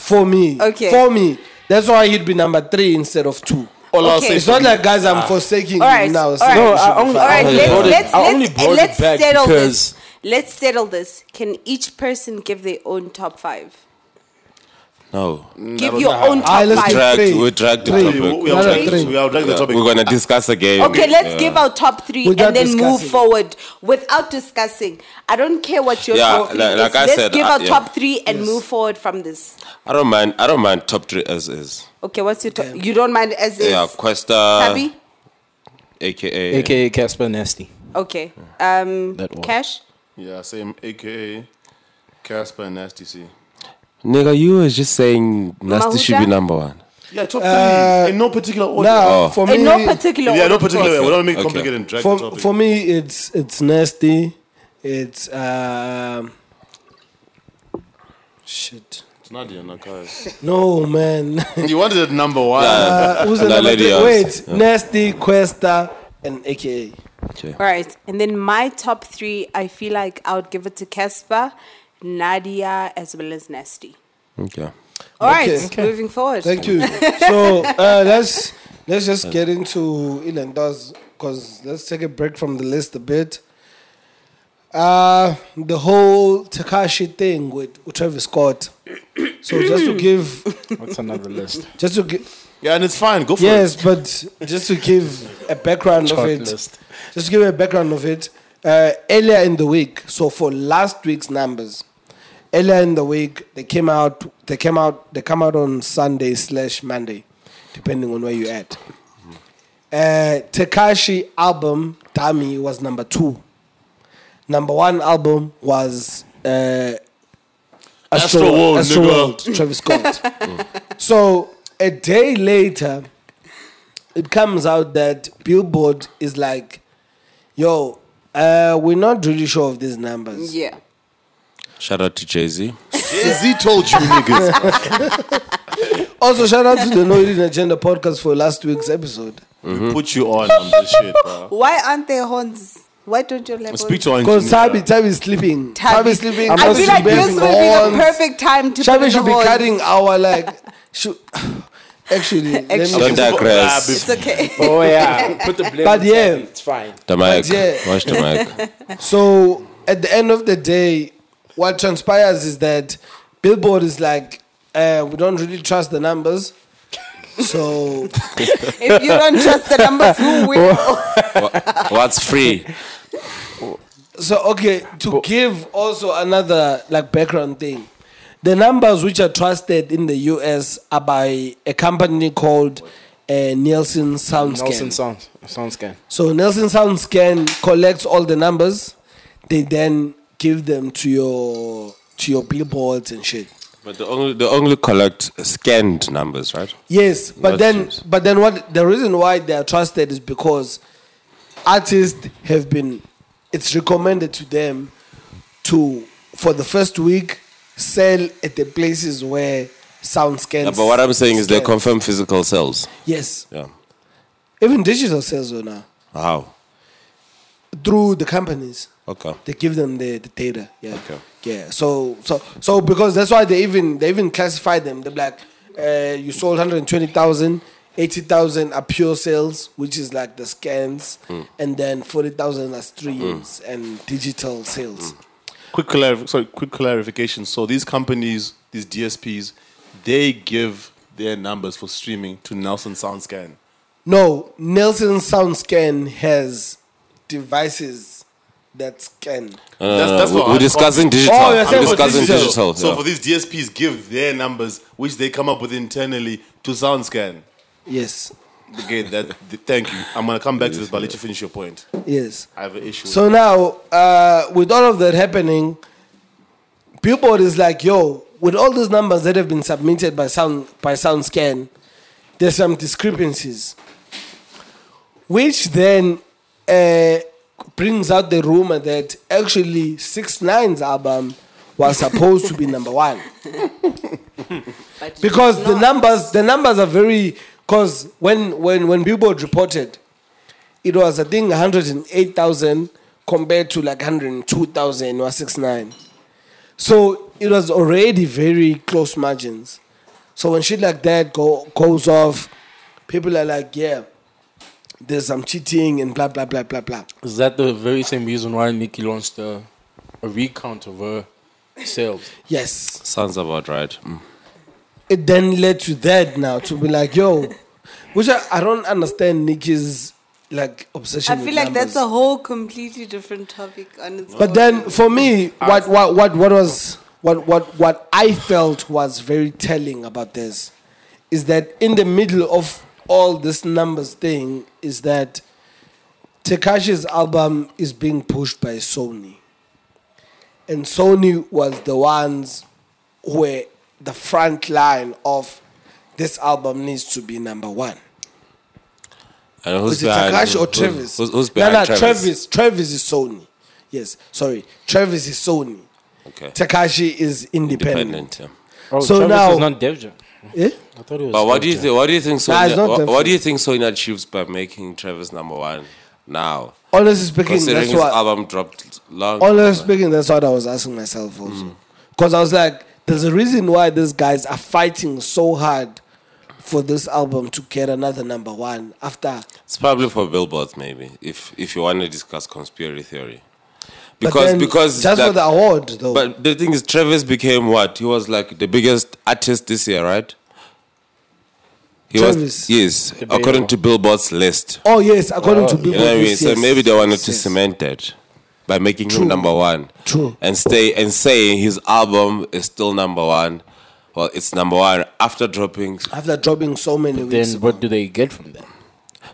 for me.
Okay.
For me, that's why he'd be number three instead of two.
All I'll
Okay.
say
It's
for
not
me-
like guys,
Ah.
I'm forsaking
All right.
him now.
All
so
right. uh, um,
you
No, I
should be
only-
fine.
All right,
only
let's
brought it-
let's
I only
let's,
brought it
let's
back
settle
because-
this. Let's settle this. Can each person give their own top five?
no.
give your own top
Ah, let's
five.
do that.
Dragged,
Three.
we dragged the
Three.
topic.
We we
No,
are
no,
dragging
three.
we are dragging the
Yeah,
topic.
We're gonna discuss again.
Okay, let's
Yeah.
give our top three
Without
and then move
discussing.
forward without discussing. I don't care what your
Yeah,
top three
li-
is.
like I
Let's
said,
give
I-
our
yeah.
top three and move forward from this.
I don't mind. I don't mind top three as is.
Okay, what's your top? You don't mind as is?
Yeah, uh, Questa,
Tabby?
aka,
AKA Casper Nasty.
Okay. Um,
That one.
Cash?
Yeah, same. AKA Casper and Nasty C.
nigga, you was just saying Nasty should be
Mahuta?
number one.
Yeah, top three.
Uh,
in no particular order.
Now,
Oh.
for me,
In no particular
yeah,
order,
no
of
particular
course.
way. We don't make it
Okay.
complicated and drag the
for,
topic.
for me it's it's nasty it's
Uh,
um shit
It's Nadia Nakai.
no man
you wanted it number one.
uh, who's the
Nah,
number
lady
three?
ass.
wait nasty questa and aka
Okay.
All right. And then my top three, I feel like I would give it to Casper, Nadia, as well as Nasty.
Okay.
All right,
Okay. Okay.
moving forward.
thank you so uh let's let's just get into ilandas because let's take a break from the list a bit uh the whole takashi thing with, with travis scott so just to give
That's another list.
just to give
Yeah, and it's fine. Go for
yes,
it.
but just to give a background of it,
Shortlist.
just to give a background of it, uh, earlier in the week, so for last week's numbers, earlier in the week they came out, they came out, they come out on Sunday slash Monday, depending on where you're at. Uh, Takashi album Dami was number two. Number one album was uh,
Astroworld, nigga.
Astroworld, Travis Scott. So a day later, it comes out that Billboard is like, yo, uh, we're not really sure of these numbers.
Yeah.
Shout out to Jay Z.
Jay-Z told you niggas.
Also, shout out to the No Hidden Agenda podcast for last week's episode.
We put you on on this shit,
Oh.
bro.
Why aren't there horns? Why don't you level?
Speak to our
Because
engineer.
Tabi, Tabi is sleeping.
Tabi.
Tabi is sleeping.
I feel like this would be the perfect time to. put
Tabi
in
should
the
be
horns.
cutting our like. should, actually, let me-
Don't digress.
It's okay.
Oh yeah, put the blame.
But
on
yeah.
Tabi, it's fine.
The mic.
yeah.
Watch the mic.
So at the end of the day, what transpires is that Billboard is like, uh, we don't really trust the numbers. So
if you don't trust the numbers, who will?
What's free?
so okay, to give also another like background thing. The numbers which are trusted in the US are by a company called uh, Nielsen SoundScan.
Nelson sounds sound scan.
So Nelson Sound Scan collects all the numbers. They then give them to your to your billboards and shit.
But the only the only collect scanned numbers, right?
Yes, but
Not
then
Jews.
but then what the reason why they are trusted is because artists have been it's recommended to them to for the first week sell at the places where sound scans.
Yeah, but what I'm saying is they
scan.
confirm physical sales.
yes,
Yeah.
even digital sales though now
How?
through the companies.
Okay.
They give them the, the data. Yeah.
Okay.
Yeah. So so so because that's why they even they even classify them. They're like, uh, you sold 120,000, 80,000 are pure sales, which is like the scans,
Hmm.
and then 40,000 are streams and digital sales.
quick clarif- sorry, quick clarification. So these companies, these DSPs, they give their numbers for streaming to Nelson SoundScan.
No, Nelson Sound Scan has devices that scan.
No, no,
That's-
no,
that's
Uh, we-
what
we're
I'm calling-
discussing digital.
Oh, you're
I'm
saying for
discussing
digital.
digital.
So
yeah.
for these DSPs, give their numbers, which they come up with internally, to SoundScan.
Yes.
Okay, that. th- thank you. I'm gonna come back to this, but let you finish your point.
Yes.
I have an issue.
So now, uh, with all of that happening, Billboard is like, yo, with all these numbers that have been submitted by sound by SoundScan, there's some discrepancies, which then uh, brings out the rumor that actually Six Nine's album was supposed to be number one because the numbers the numbers are very because when when when Billboard reported, it was I think one hundred and eight thousand compared to like one hundred and two thousand or six nine, so it was already very close margins. So when shit like that go, goes off, people are like, yeah, there's some cheating and blah blah blah blah blah.
Is that the very same reason why Nikki launched a, a recount of her sales?
Yes.
Sounds about right. Mm.
it then led to that now to be like, yo, which I, I don't understand Nikki's like obsession.
I
with
feel like
numbers.
that's a whole completely different topic on its
But
own.
then for me, what what what what was what what what I felt was very telling about this is that in the middle of all this numbers thing is that Takashi's album is being pushed by Sony. And Sony was the ones who were the front line of this album needs to be number one.
And who's
Is it
behind-
Takashi or
who's-
Travis?
Who's, who's behind
no, no,
Travis?
Travis. Travis is Sony. Yes, sorry. Travis is Sony.
Okay.
Takashi is independent.
Dependent. Yeah.
Oh,
So
Travis
now-
is not Dev Jam.
Eh?
I thought it was.
But what
Dev
do you
Jam.
think? What do you think?
Nah,
Sonia,
it's not
what,
them.
what do you think Sonia achieves by making Travis number one now?
Honestly speaking,
Considering
that's
his
what.
album dropped long.
Honestly speaking, that's what I was asking myself
Mm.
also. Because I was like, there's a reason why these guys are fighting so hard for this album to get another number one after.
It's probably for billboards, maybe. If if you want to discuss conspiracy theory, because
then
because
just
like-
for the award though.
But the thing is, Travis became what? He was like the biggest artist this year, right? He
Travis.
was, yes, according to Billboard's list.
Oh yes, according to
You know what I
Billboard.
mean?
yes,
So
yes.
maybe they wanted to cement that by making
True.
him number one.
True.
And stay and saying his album is still number one. Well, it's number one after dropping.
after dropping so many weeks.
Then what do they get from that?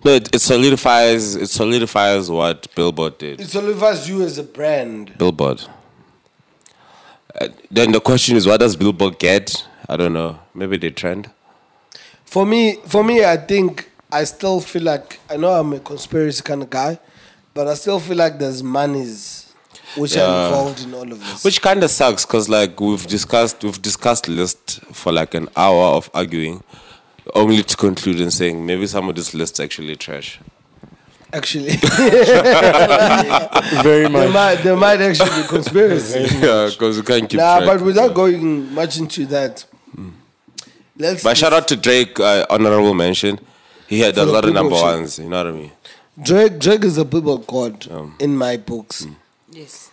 No, it, it solidifies. It solidifies what Billboard did.
It solidifies you as a brand.
Billboard. Uh, then the question is, what does Billboard get? I don't know. Maybe they trend.
For me, for me, I think I still feel like I know I'm a conspiracy kind of guy, but I still feel like there's monies which are
Yeah.
involved in all of this.
which kind of sucks because like we've discussed we've discussed list for like an hour of arguing only to conclude and saying maybe some of this list actually trash
actually,
Very
there
much.
might there might actually be conspiracy.
yeah because we can't keep
nah,
track
but without going much into that, let's.
but shout out to drake uh, honorable mention he had
For
a
the
lot of
people
number
shit.
ones you know what i mean
Drake. Drake is a people god in my books.
Mm.
Yes.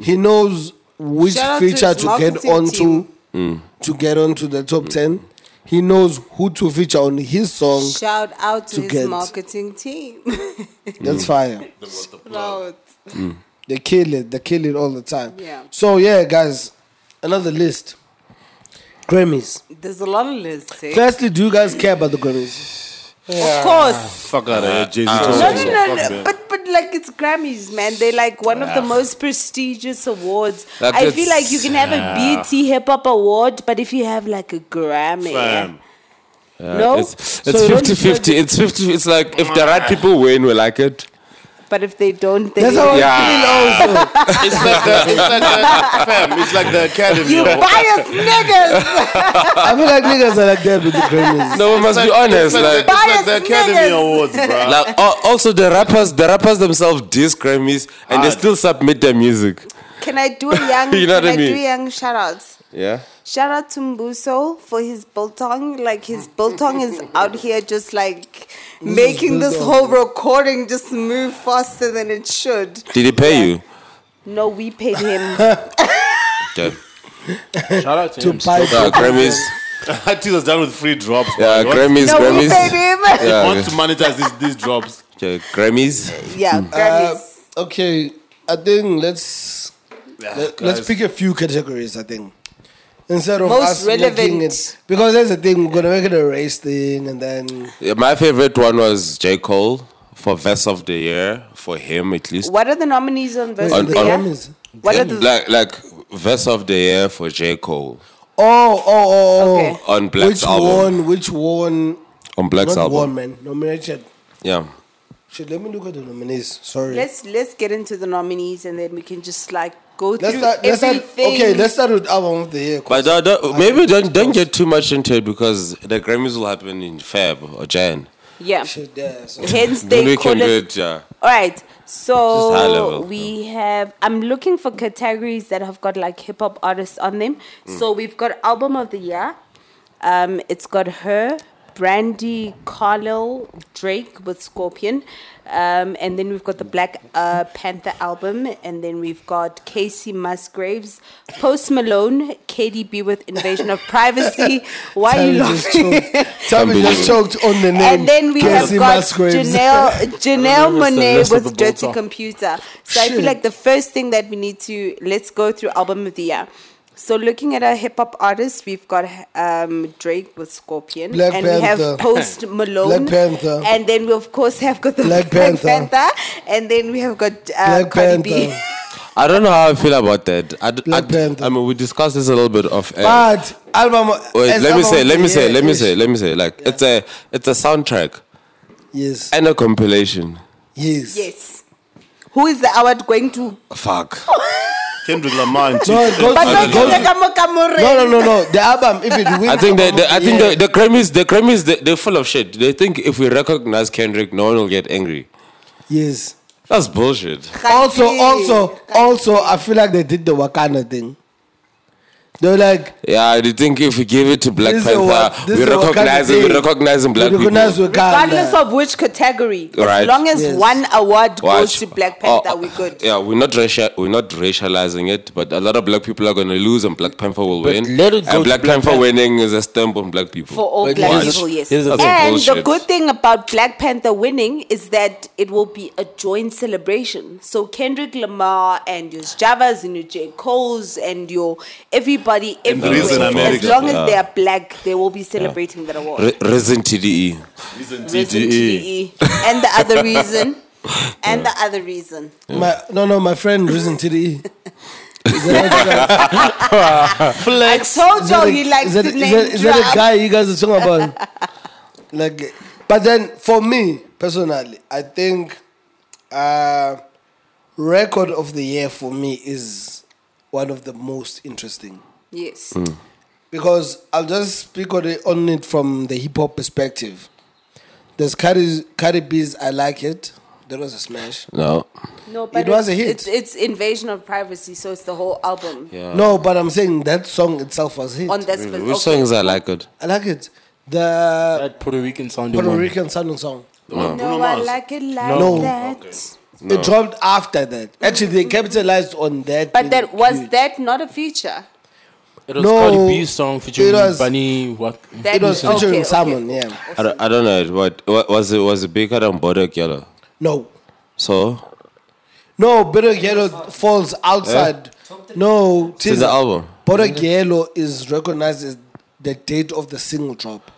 He knows which
Shout out to
feature
his
to get
marketing
onto
team.
to get onto the top ten. He knows who to feature on his song.
Shout out to,
To
his
get-
marketing team.
That's fire.
Loud.
They kill it. They kill it all the time.
Yeah.
So yeah, guys, another list. Grammys.
There's a lot of lists. eh?
Firstly, do you guys care about the Grammys?
Of course.
Fuck out of here, Jay Z.
Uh,
No, no, no, no. But, but like it's Grammys, man. They're like one of the most prestigious awards.
Like
I feel
it's-
like you can have a BT Hip Hop Award, but if you have like a Grammy,
Fam.
no.
it's
So you don't
50 50 it's 50 it's like if the right people win we like it
eh? But if they don't, then
That's how
yeah
It's like the, it's like the, fam, it's like the academy.
you biased niggas.
I feel like niggas are like that with the Grammys.
no we must be
It's
honest
like,
like
the- it's like
Biased
the academy
niggas.
awards, bro.
like al- also the rappers the rappers themselves diss grammys and they
Hard.
still submit their music
Can I do a young?
You know
can
what I
I, do
mean?
a young shout out?
yeah
Shout out to Mbuso for his biltong. Like his biltong is out here just like making this whole recording just move faster than it should.
did he pay you
No, we paid him.
Okay.
Shout out to, him.
Buy
Uh, Grammys.
I think was done with free drops.
Yeah,
man. What-
Grammys,
no, we paid
Grammys.
him.
Yeah,
Want to monetize these, these drops?
okay, Grammys.
Yeah,
Uh,
Grammys.
okay, I think let's
Yeah,
let, let's
guys.
pick a few categories. I think instead of
Most
us making
relevant.
it because that's the thing we're gonna make it a race thing and then
Yeah, My favorite one was J. Cole for Verse of the Year, for him at least.
what are the nominees on versus
On-
the
on-
Year?
Grammys.
What are the
Like, like Verse of the Year for J. Cole
Oh oh oh. oh.
Okay.
on Black's
which
album.
one? Which one?
On Black's
Not
album.
one man nominated.
Yeah.
Shit, let me look at the nominees. Sorry.
Let's let's get into the nominees and then we can just like go
Let's
through
start. Let's start
everything.
okay, let's start with album of the year. 'cause
But don't, don't, maybe don't, don't get too much into it because the Grammys will happen in Feb or Jan.
yeah.
shit, yeah, so-
Hence
Then
they
we
call
can
it.
get, yeah.
All right.
high
So
level.
we have. I'm looking for categories that have got like hip hop artists on them. So we've got album of the year. Um, it's got her, Brandy Carlo, Drake with Scorpion, um, and then we've got the Black uh, Panther album, and then we've got Casey Musgraves, Post Malone, KDB with Invasion of Privacy. Why are
Tammy
you
just
laughing?
choked. Tammy just choked on the name.
And then we
Casey
have got
Musgraves.
Janelle, Janelle Monet
rest of
with
the
Dirty
Bolton.
Computer. So I feel
Shit.
like the first thing that we need to let's go through album of the year. So looking at our hip hop artists, we've got um, Drake with Scorpion,
Black
and we
Panther.
have Post Malone,
Black Panther.
and then we of course have got the
Black
Black,
Panther.
Panther. and then we have got uh,
Black
Cardi B.
Panther.
I don't know how I feel about that. I, d- I
Black
d-
Panther.
I mean, we discussed this a little bit off air.
But album.
Eh. Wait,
as
let me
album
say,
of
let
the
me say,
year,
let me
ish.
say, let me say. Like it's a it's a soundtrack
Yes.
and a compilation.
Yes.
yes. Who is the award going to?
Fuck.
Kendrick Lamar. and
No, it
Chief.
goes,
But
it
not
goes,
Kendrick Amokamore.
no, no, no, no. The album, if it wins,
I think that
album of
the, I think
year,
the, the Grammys the Grammys they, they're full of shit. They think if we recognize Kendrick, no one will get angry.
yes.
That's bullshit.
Kati.
Also, also, also, I feel like they did the Wakanda thing. They're like,
Yeah, do you think if we give it to Black
This is a what-
Panther,
this
we
is a Wakanda
recognize it,
thing.
we recognize in black
We recognize
people?
Wakanda.
Regardless of which category, as
Right.
long as
Yes.
one award goes
Watch.
to Black
Oh,
Panther, we're good.
Yeah, we're not racial, we're not racializing it, but a lot of black people are gonna lose and Black Panther will
But
win.
let it go to
and Black
Black
Panther
Panther.
winning is a stamp on black people.
For all
But
black
here's-
people, yes.
here's the thing.
and the
Bullshit.
good thing about Black Panther winning is that it will be a joint celebration. So Kendrick Lamar and your Javas and your J. Cole's and your everybody
the reason
everywhere, as
America-
long as they
Yeah.
are black, they will be celebrating that award.
Re- Resin TDE.
Reason
E.
Reason
TDE.
TDE. And the other reason. And the other reason.
my, no, no, my friend Reason E. TDE.
I told you
a-
he likes
is that,
to
is
name
that- is that
drop.
a guy you guys are talking about? like, but then for me personally, I think uh, record of the year for me is one of the most interesting
Yes.
because I'll just speak on it, on it from the hip hop perspective. There's Cardi, Cardi B's I Like It. That was a smash.
No.
No, but
It was a
it's-
hit.
It's, it's invasion of privacy, so it's the whole album.
No, but I'm saying that song itself was hit.
On that
Which
specific.
songs are like it?
I like it. The
That Puerto Rican sounding
Puerto
one.
Rican sounding song.
No, I like it like
No.
that.
It dropped after that. Actually, they capitalized on that.
But
being
that was
huge.
that not a feature?
It was
No,
Cardi B's song featuring
it was-
Bunny. What?
That
It was
okay,
featuring
okay.
someone, yeah.
I don't, I don't know. it- What, what was it? Was it bigger than Border Yellow?
No.
So,
No, Better Yellow falls outside. No,
to
uh,
the album.
Better Yellow is recognized as the date of the single drop.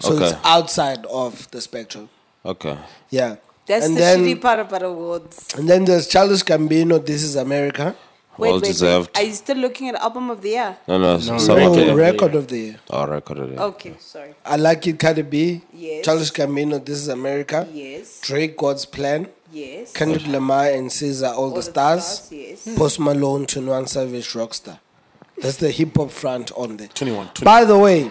So it's
Okay.
outside of the spectrum.
Okay.
Yeah.
That's
and
the shitty
then
part about awards.
and then there's Charles Gambino, This is America.
Wait,
Well
wait, wait.
deserved.
Are you still looking at album of the year?
No, no, some
No
of the-
record of the year.
Oh, record of it.
Okay, sorry.
I like it Cardi B.
Yes.
Charles Gambino, This is America.
Yes.
Drake God's Plan.
Yes.
Kendrick Lamar and Caesar, all, the,
the
stars.
stars, yes.
Post Malone, 21 Savage, Rockstar. That's the hip hop front on there.
21, 20.
By the way,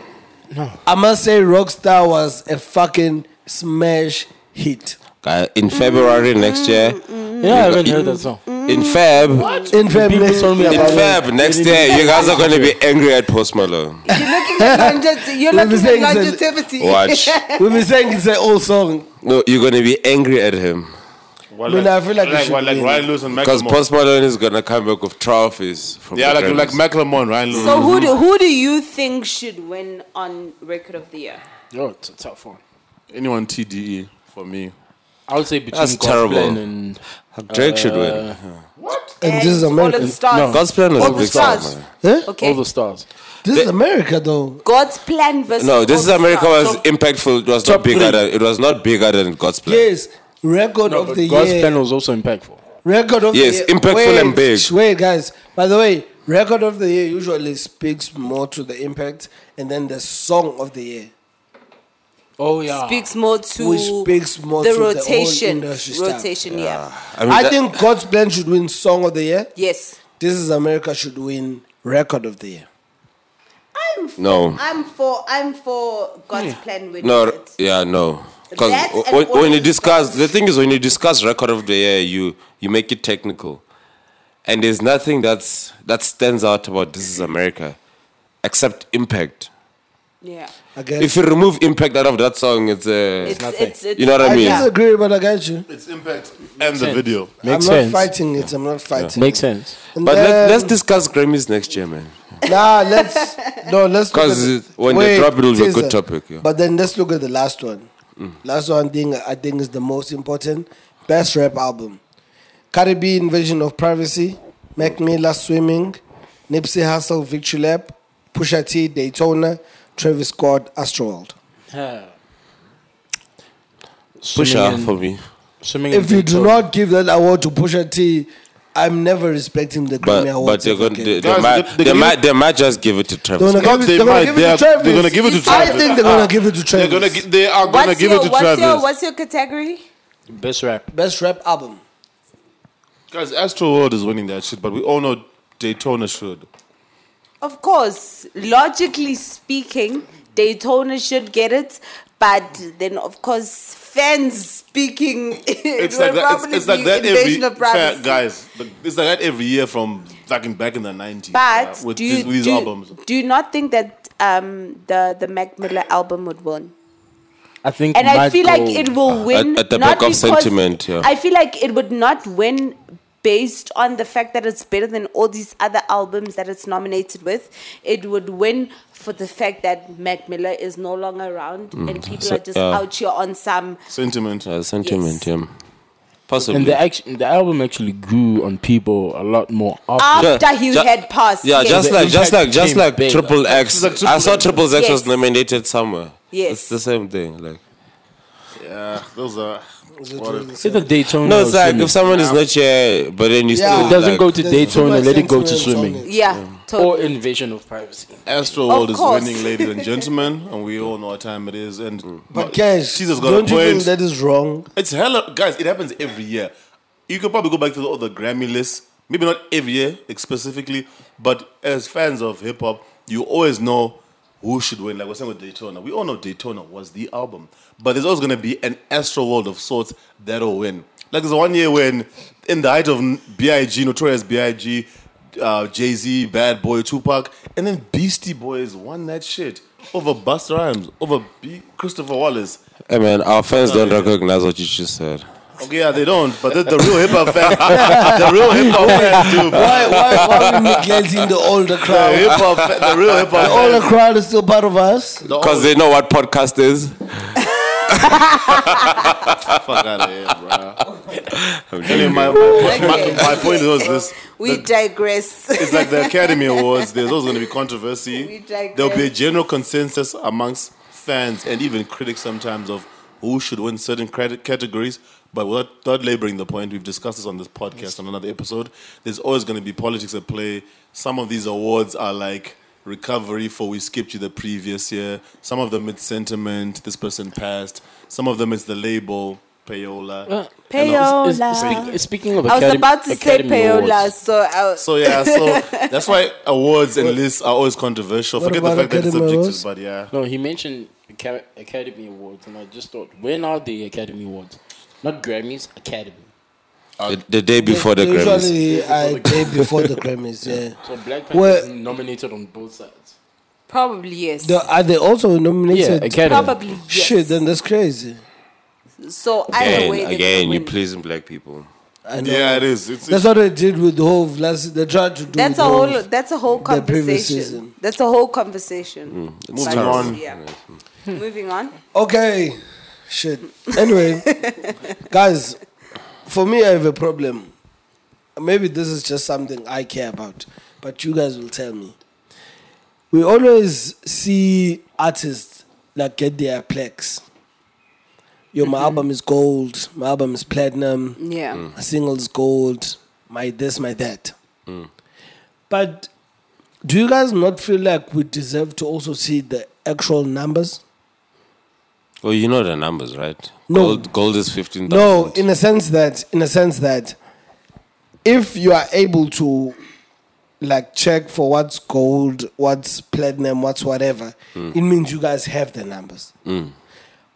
I must say Rockstar was a fucking smash hit.
Guy, In February next year,
Yeah, I haven't heard that song.
in Feb,
In Feb,
people
next-
told me
in
in
about
Feb-
Feb next year, you guys are going to be angry at Post Malone.
You're looking at longevity. You're
Let me
looking
say
at
it's a-
longevity.
Watch.
We've been saying it's an old song.
No, you're going to be angry at him.
Well,
No, no, I feel like it should
well,
be.
like Ryan Lewis and
Because
Macklemore.
Post Malone is going to come back with trophies. From
yeah,
the
like like
Grammys.
Macklemore and Ryan Lewis.
so who do, who do you think should win on record of the year?
Yo, it's a tough one.
anyone TDE for me.
I would say between
That's
That's
terrible.
and uh,
Drake should win.
And this is
All
America.
the stars.
God's plan was
all
a
the
big song.
stars.
man.
Huh?
Okay.
all the stars.
This is America, though.
God's plan versus
No, this
all
is
the
America
stars.
was impactful. It was
Top
not bigger
three.
than it was not bigger than God's plan.
Yes, record
No,
of
but
the
God's
year.
plan was also impactful.
Record of
Yes,
the year.
impactful
wait,
and big.
sh- Wait, guys. By the way, record of the year usually speaks more to the impact, and then the song of the year,
Oh yeah.
speaks more to
which speaks more
the
to
rotation.
the whole industry stuff.
rotation, yeah.
I, mean,
I
that-
think God's Plan should win Song of the Year.
Yes.
This is America should win Record of the Year.
I'm for,
No.
Oh.
I'm for I'm for God's plan winning
no,
it.
yeah, no. Because
That and
when, when you
Orange
discuss
Juice.
the thing is when you discuss record of the year, you you make it technical, and there's nothing that's that stands out about this is America, except impact.
Yeah.
Again,
If you remove impact out of that song, it's a
It's it's, it's
you know what I
I
mean.
disagree, but I got you.
It's impact and the video.
I'm
Makes
not
sense.
fighting it. I'm not fighting.
Makes sense.
And
But let,
then-
let's discuss Grammys next year, man.
nah, let's no, let's look
'Cause
at the-
it- when they drop it, it'll be a good
teaser.
topic, yeah. Mm.
But then let's look at the last one. Last one thing I think is the most important. Best rap album: Caribbean Invasion of Privacy, Mac Miller Swimming, Nipsey Hussle Victory Lap, Pusha T Daytona, Travis Scott Astroworld.
Pusha for me.
Swimming
If
in
you do
Victoria.
not give that award to Pusha T, I'm never respecting the Grammy
But but
Awards.
they're
ever
gonna
again.
they,
Guys,
they might
they-
they,
they're
might they might just give it to
They're
Travis.
gonna
Scott,
give it,
they
they're gonna
might-
give
they
it
are-
to Travis.
they're gonna give it to
I
Travis.
think they're gonna give it to Travis.
They're gonna gi- they are gonna
what's
give
your,
it to
what's
Travis.
your what's your category?
best rap.
Best rap album.
Guys, Astro World is winning that shit, but we all know Daytona should.
Of course, logically speaking, Daytona should get it, but then of course, fans speaking, it
It's
will
like that. It's,
probably
it's like
be
that
invasion
every
of privacy.
guys. the- It's like that every year from fucking back in the nineties.
But
with
do
these,
you
with these
do,
albums,
do you not think that um, the the Mac Miller album would win?
I think,
And I
might
feel like
go-
it will win.
Uh, at the
not
back of
because-
sentiment, yeah.
I feel like it would not win based on the fact that it's better than all these other albums that it's nominated with. It would win for the fact that Mac Miller is no longer around and people
Mm. so-
are just
yeah.
out here on some.
sentiment.
Uh, sentiment, yeah. Possibly.
And the action, the album actually grew on people a lot more after.
After
Ju-
he
ju-
had passed.
yeah,
yes.
just
The
like just
impact
like just
came
like
big.
Triple X.
like Triple
I saw
X.
Triple X was
Yes.
nominated somewhere.
Yes.
it's the same thing. Like
Yeah, those are. What a-
It's a Daytona.
no,
or
it's like if
swimming.
someone is not here, but then you
Yeah.
still
it doesn't
like,
go to
There's too
Daytona,
much
let it go to
sentiment on
swimming
it.
yeah, totally.
or invasion of privacy.
Astro
Of
World is
course.
winning, ladies and gentlemen, and we all know what time it is. And
But Cash,
Jesus got a
don't you think
point.
that is wrong?
It's hella, guys. It happens every year. You could probably go back to all the Grammy lists. Maybe not every year like, specifically, but as fans of hip hop, you always know who should win. Like we're saying with Daytona, we all know Daytona was the album, but there's always going to be an Astro World of sorts that'll win. Like there's one year when, in the height of Big, Notorious Big, uh, Jay Z, Bad Boy, Tupac, and then Beastie Boys won that shit over Busta Rhymes, over B- Christopher Wallace.
Hey man, our fans don't recognize what you just said.
Okay, yeah, they don't, but the, the real hip hop fans, the real hip hop fans do.
Why, why, why are we neglecting the older
The
crowd?
hip hop, fa- the real hip
The older
hop fans.
crowd is still part of us.
the
Because
old-
they know what podcast is.
fuck out of here, bro. Anyway, my, my, my, my point was this:
we digress.
it's like the Academy Awards. There's always going to be controversy.
We digress.
There'll be a general consensus amongst fans and even critics sometimes of who should win certain credit categories. But without, without laboring the point, we've discussed this on this podcast on another episode. There's always going to be politics at play. Some of these awards are like recovery for we skipped you the previous year. Some of them it's sentiment. This person passed. Some of them it's the label payola. And all-
Payola.
Is- is- speak- speaking of
I was
Academy,
about to say
Academy Awards,
payola, so uh, I,
So yeah, so that's why awards and lists are always controversial.
What
Forget the
about
fact that it's
Academy
subjective, but yeah.
No, he mentioned Aca- Academy Awards, and I just thought, when are the Academy Awards? Not Grammys, Academy.
The, the day before the Grammys.
Usually, I day before the Grammys. Yeah.
So Black Panther
Well-
is nominated on both sides.
probably yes.
The- are they also nominated?
Probably yes.
Shit, then that's crazy.
So either way,
Again,
they
again,
will
you're
win.
pleasing black people.
I know.
Yeah, it is. It's,
That's what they did with Hove. Last, they tried to do.
That's
with
a whole.
Hove.
That's a whole
The previous
conversation.
season.
That's a whole conversation.
Mm.
moving
But,
on.
Yeah. Moving on.
Okay, shit. Anyway, guys, for me, I have a problem. Maybe this is just something I care about, but you guys will tell me. We always see artists that get their plaques. Yo, my album is gold. My album is platinum.
Yeah.
Mm.
My single's gold. My this, my that.
Hmm.
But do you guys not feel like we deserve to also see the actual numbers?
Well, you know the numbers, right?
No.
Gold, gold is 15,000.
No, in a sense that in a sense that if you are able to like check for what's gold, what's platinum, what's whatever,
Hmm.
it means you guys have the numbers.
Mm.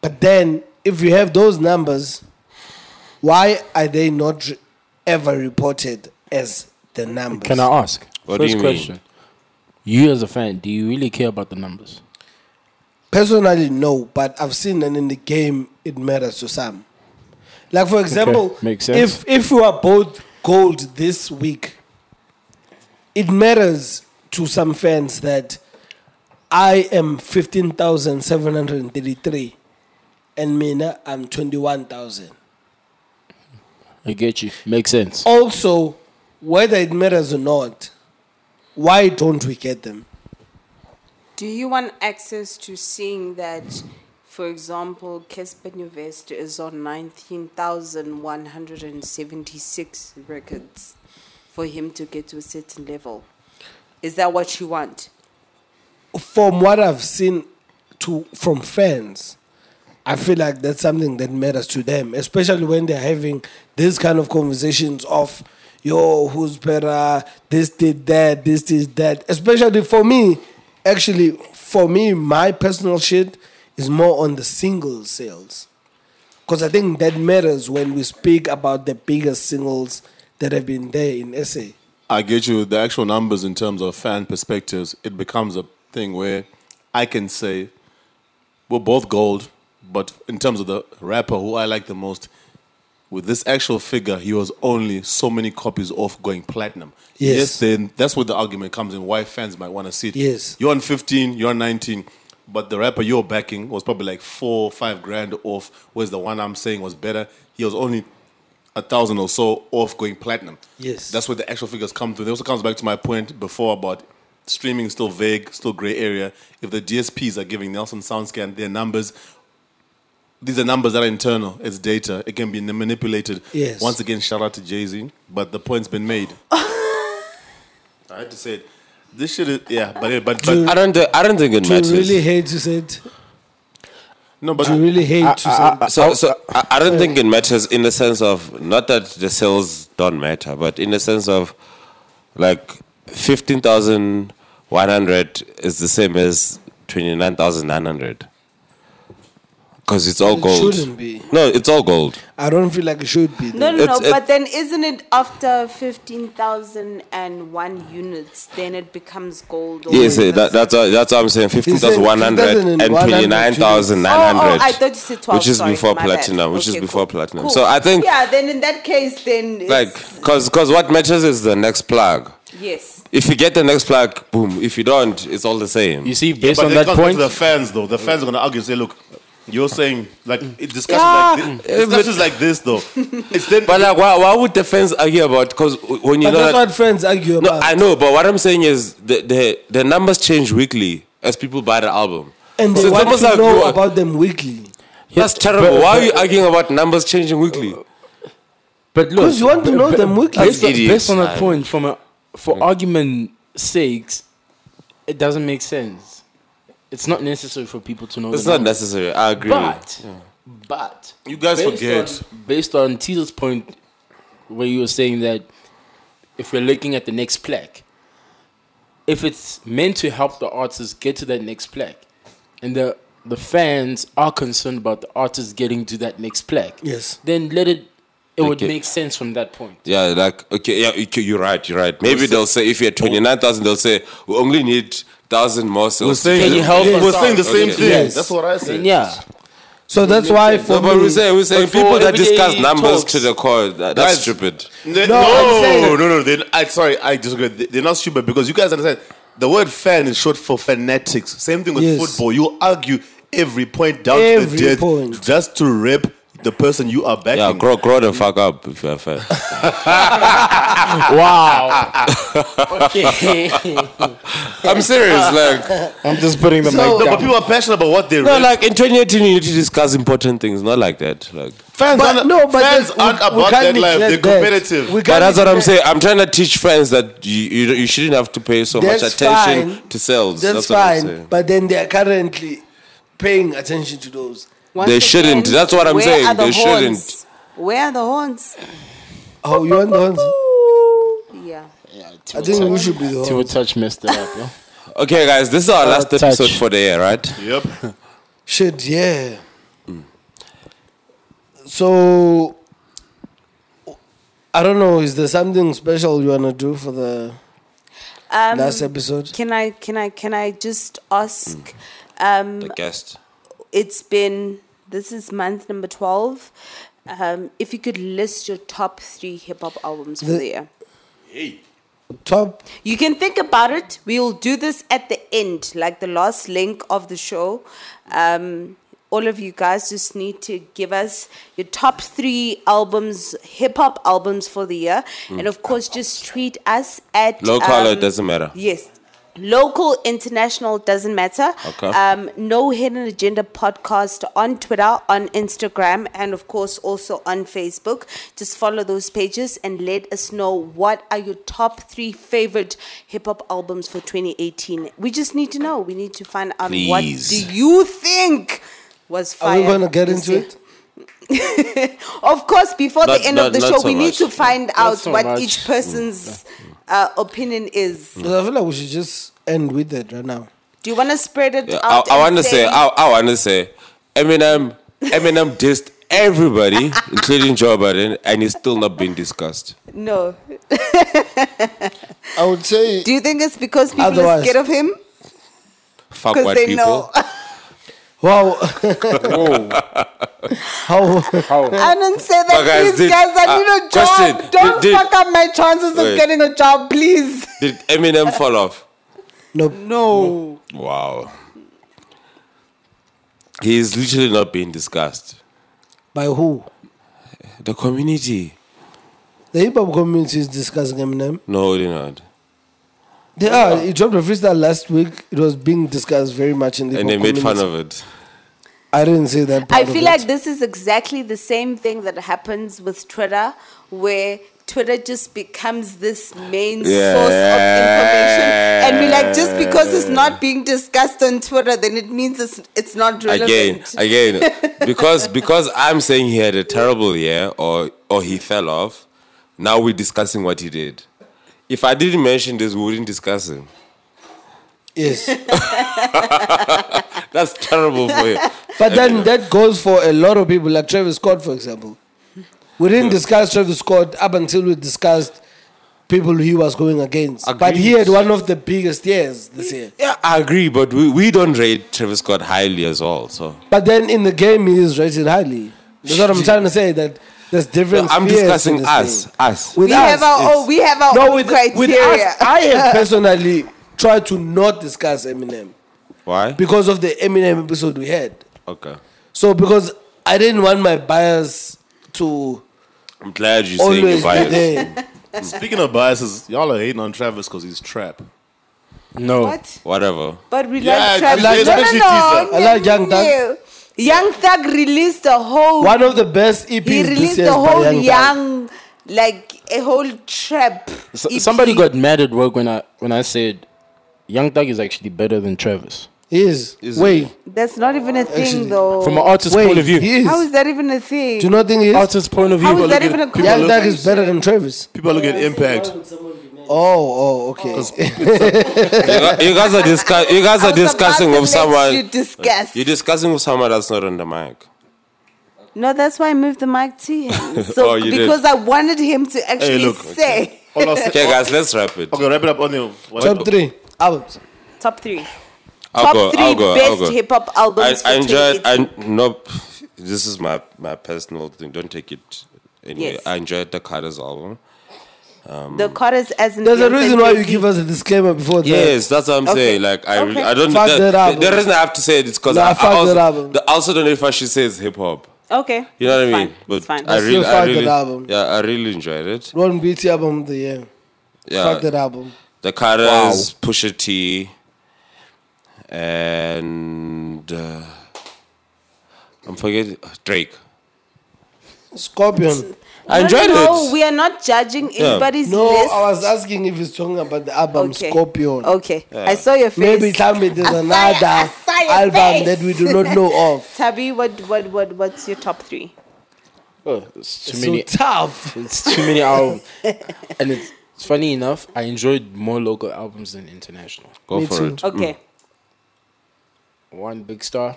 But then if you have those numbers, why are they not re- ever reported as the numbers?
Can I ask?
What do
First
you mean?
question. You as a fan, do you really care about the numbers?
Personally, no, but I've seen that in the game it matters to some. Like for example,
makes sense.
if if you are both gold this week, it matters to some fans that I am fifteen thousand seven hundred and thirty-three, and Mina I'm twenty-one thousand.
I get you. Makes sense.
Also, whether it matters or not, why don't we get them?
Do you want access to seeing that? For example, Casper Nuvest is on nineteen thousand one hundred and seventy-six records for him to get to a certain level. Is that what you want?
from what I've seen to from fans, I feel like that's something that matters to them, especially when they're having these kind of conversations of yo, who's better, this did that, this did that. Especially for me, actually, for me, my personal shit is more on the single sales. Because I think that matters when we speak about the biggest singles that have been there in SA.
I get you. The actual numbers in terms of fan perspectives, it becomes a thing where I can say we're both gold, but in terms of the rapper who I like the most, with this actual figure, he was only so many copies off going platinum.
Yes.
then that's where the argument comes in why fans might want to see it.
Yes.
You're on 15, you're on 19, but the rapper you're backing was probably like four, five grand off, whereas the one I'm saying was better. He was only a thousand or so off going platinum.
Yes.
That's where the actual figures come through. It also comes back to my point before about streaming is still vague, still gray area. If the DSPs are giving Nelson SoundScan their numbers, these are numbers that are internal. It's data. It can be manipulated.
Yes.
Once again, shout out to Jay Z. But the point's been made. I had to say it. This shit is yeah, but but, but
I don't. thi- I don't think it
Do you
matters.
really hate to say it?
no, but
Do you really hate to say it?
so, so I, I don't think it matters in the sense of not that the sales don't matter, but in the sense of like fifteen thousand one hundred is the same as twenty nine thousand nine hundred because it's all
It
gold.
shouldn't be.
No, it's all gold.
I don't feel like it should be.
No,
though.
no, no.
It's- it-
but then isn't it after 15,001 units, then it becomes gold? Or
Yes, eh,
whatever?
that, that's what, that's what I'm saying. Fifteen thousand one hundred and
15,100
twenty nine thousand
Oh,
nine
oh,
hundred.
I thought you said 12.
which is
sorry,
before
my bad.
platinum. Which is
Okay,
before
cool.
platinum.
Cool.
So I think
Yeah, then in that case, then. uh,
like
it's-
because what matters is the next plug.
Yes.
If you get the next plug, boom. If you don't, it's all the same.
You see,
Yeah,
based
but
on
it
that
comes back
point,
to the fans though. The fans are gonna argue and say, "Look, you're saying like it discusses like
Yeah,
this, discussions
but-
like this though." It's then
But like, why, why would the fans argue about? Because when you
But
know,
that's
that-
what friends argue
no,
about.
I know. But what I'm saying is the, the the numbers change weekly as people buy the album.
and
So
they
it's
want
almost
to
like you
know
are-
about them weekly.
That's terrible.
but-
why are you arguing about numbers changing weekly?
But look,
'Cause you want to
b-
know
b-
them weekly.
Based, on,
Idiots,
based on that
man.
point, from a, for argument sakes, it doesn't make sense. It's not necessary for people to know.
It's
the
not
numbers.
necessary. I agree.
But, but
You guys
based
forget.
on, based on Teaser's point, where you were saying that if we're looking at the next plaque, if it's meant to help the artist get to that next plaque, and the the fans are concerned about the artist getting to that next plaque,
Yes.
then let it. It would
Okay.
make sense from that point.
Yeah, like okay, yeah, okay, you're right, you're right. Maybe they'll say if you're twenty nine thousand, they'll say we only need thousand more sales.
we're saying,
Can you help
we're
us
saying the
out?
same
Okay.
thing.
Yes.
That's what I said.
Then yeah,
So that's why for
No, but
me,
we say we say
But for
people that
everyday
discuss numbers
talks.
to the core. That, that's
Guys,
stupid.
No,
I'm
no,
saying-
no, no. They, I, sorry, I disagree. They- They're not stupid because you guys understand the word fan is short for fanatics. Same thing with
Yes.
football. You argue every point down to
Every
the death
point.
just to rip the person you are backing.
Yeah, grow, grow the fuck up if you're fair.
wow. okay.
I'm serious. Like,
I'm just putting the
No,
mic
but
down.
people are passionate about what they
no,
rip.
like in 2018, you need to discuss important things, not like that. Like,
fans
But
aren't,
no, but
fans
that- we-
aren't
we
about
can't
that life. They're
neglect that.
competitive.
We
but
can't
that's what I'm
neglect-
saying. I'm trying to teach fans that you you, you shouldn't have to pay so much
That's
attention
fine.
to sales.
That's,
That's, what I'm
fine.
saying.
But then they are currently paying attention to those.
Once
They shouldn't. That's what I'm
where
saying.
are the
They shouldn't.
horns? Where are the horns?
Oh, you want the ones?
Yeah.
I think we should be the
Two
ones.
touch messed it up. Yeah?
Okay, guys, this is our last
touch.
episode for the year, right?
yep.
Shit, yeah.
Hmm.
So, I don't know. Is there something special you want to do for the
Um,
last episode?
Can I can I can I just ask?
Mm.
um,
The guest.
It's been this is month number twelve. Um, if you could list your top three hip hop albums for
The-
the year,
Top.
you can think about it. We'll do this at the end, like the last link of the show. Um, all of you guys just need to give us your top three albums, hip hop albums for the year, and of course, just tweet us at
Low color,
um,
doesn't matter.
Yes. Local, international, doesn't matter.
Okay.
Um, no Hidden Agenda podcast on Twitter, on Instagram, and of course also on Facebook. Just follow those pages and let us know what are your top three favorite hip hop albums for 2018. We just need to know. We need to find out what
Please.
do you think was
Are
fire.
we going to get
this
into
year.
it?
Of course, before
Not-
the end
not-
of the
not
show,
so
we need
much.
to find out
so
what
much.
each
Mm.
person's uh, opinion is.
'Cause I feel like we should just end with it right now.
Do you want to spread it
Yeah,
out?
I, I
and
want to say, I, I want to say, Eminem, Eminem dissed everybody, including Joe Biden, and it's still not being discussed.
No.
I would say
Do you think it's because people are
Otherwise-
scared of him?
Fuck
Because
white
they
people.
know.
wow. How
I didn't say that.
But Oh. guys,
please,
did-
guys, I
uh,
need a job.
question, did-
Don't
did-
fuck up my chances
Wait.
of getting a job, please.
Did Eminem fall off?
No.
Wow. He is literally not being discussed.
by who?
The community.
The hip hop community is discussing Eminem.
No, they're not.
They are. He dropped a freestyle last week. It was being discussed very much in the
And they made fun of it.
I didn't say that. Part
I
of
feel
it.
like this is exactly the same thing that happens with Twitter, where Twitter just becomes this main source of information, and we like just because it's not being discussed on Twitter, then it means it's it's not relevant.
Again, again. Because because I'm saying he had a terrible year or or he fell off, now we're discussing what he did. If I didn't mention this, we wouldn't discuss him.
yes,
That's terrible for you.
but then that goes for a lot of people, like Travis Scott, for example. We didn't discuss Travis Scott up until we discussed people he was going against. But he
Agreed.
had one of the biggest years this year.
Yeah, I agree, but we, we don't rate Travis Scott highly as well. So
But then in the game, he is rated highly. That's what I'm trying to say. That there's different.
I'm
spheres in
discussing
this
us.
thing.
Us.
With
we
us,
have our
it's-
own, we have our
no,
own
with,
criteria.
with us, I have personally tried to not discuss Eminem
Why?
because of the Eminem episode we had.
Okay.
So because I didn't want my bias to
I'm glad you're saying
always
your
be
bias.
there.
Speaking of biases, y'all are hating on Travis because he's trap.
No.
What?
Whatever.
But we
Yeah,
like Travis.
like-
no, no,
especially
no.
teaser.
I like Young Thug.
no. Young Thug released a whole
One of the best EPs
he
this
released
year
a
is by
whole
Young,
young, E
Thug.
like a whole trap.
S-
EP.
somebody got mad at work when I when I said Young Thug is actually better than Travis
He is.
Is it?
Wait,
That's not even a thing,
Actually,
though.
from an artist's
wait.
point of view.
He is.
How is that even a thing?
Do you not think he is?
artist's point of view.
How
but
is that
look
even
at-
a conversation?
Young Thug is better than Travis.
People are looking at impact.
Oh, oh, okay.
you gu- you guys are discuss- you guys
I was
are
about
discussing
to
with
let
someone
You discuss.
you're discussing with someone that's not on the mic.
no, that's why I moved the mic to him. So
Oh, you did.
because I wanted him to actually
look,
say
All I'll say-
Okay guys, let's wrap it.
Okay, wrap it up on you.
Top three albums.
top three,
I'll
top
go,
three
I'll go, I'll
best
go.
hip hop albums.
I, I
for
enjoyed.
2018.
I nope. This is my my personal thing. Don't take it anyway.
Yes.
I enjoyed the Carter's album. Um,
the chorus as in
There's a
Beyonce
reason why you
Jay-Z.
give us a disclaimer before
Yes, that's what I'm
Okay.
saying. Like I, really,
Okay.
I don't.
Fuck
the,
that album.
the, the reason I have to say it is because
Nah,
I, I
fuck that
also,
album.
the- I also don't know if I should say it's hip hop.
Okay,
You know
it's
what I mean?
fine, it's fine.
I
Let's
really,
still
I
fuck that
really,
album.
yeah, I really enjoyed it.
that. Ron BT album of the year.
Yeah,
Fuck that album.
The Carters, Pusha T, and uh, I'm forgetting Drake.
Scorpion.
I
No,
enjoyed
no,
it.
we are not judging anybody's
No,
list.
I was asking if he's talking about the album Scorpion.
Okay. I saw your face.
Maybe tell me there's
I saw your-
another
I saw your
album
face.
that we do not know of.
Tabi, what, what, what, what's your top three?
Oh, it's too
It's
many.
so tough.
it's too many albums, and it's, it's funny enough. I enjoyed more local albums than international. Mm.
Go
Me
for
too.
it.
Mm. Okay.
One Big Star,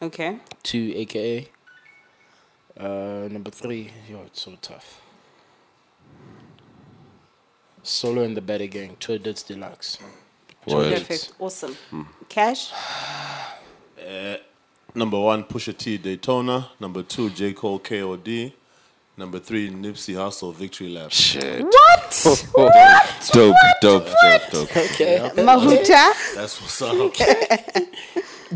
Okay.
two AKA. Uh, number three, yo, it's so tough. Solo and the Better Gang, Tour Dits Deluxe.
Word.
Perfect. Awesome. Cash.
Uh, Number one, Pusha T, Daytona. Number two, J. Cole, KOD. Number three, Nipsey Hussle, Victory Lap.
What?
Dope, dope, dope, dope.
Mahuta.
That's what's up.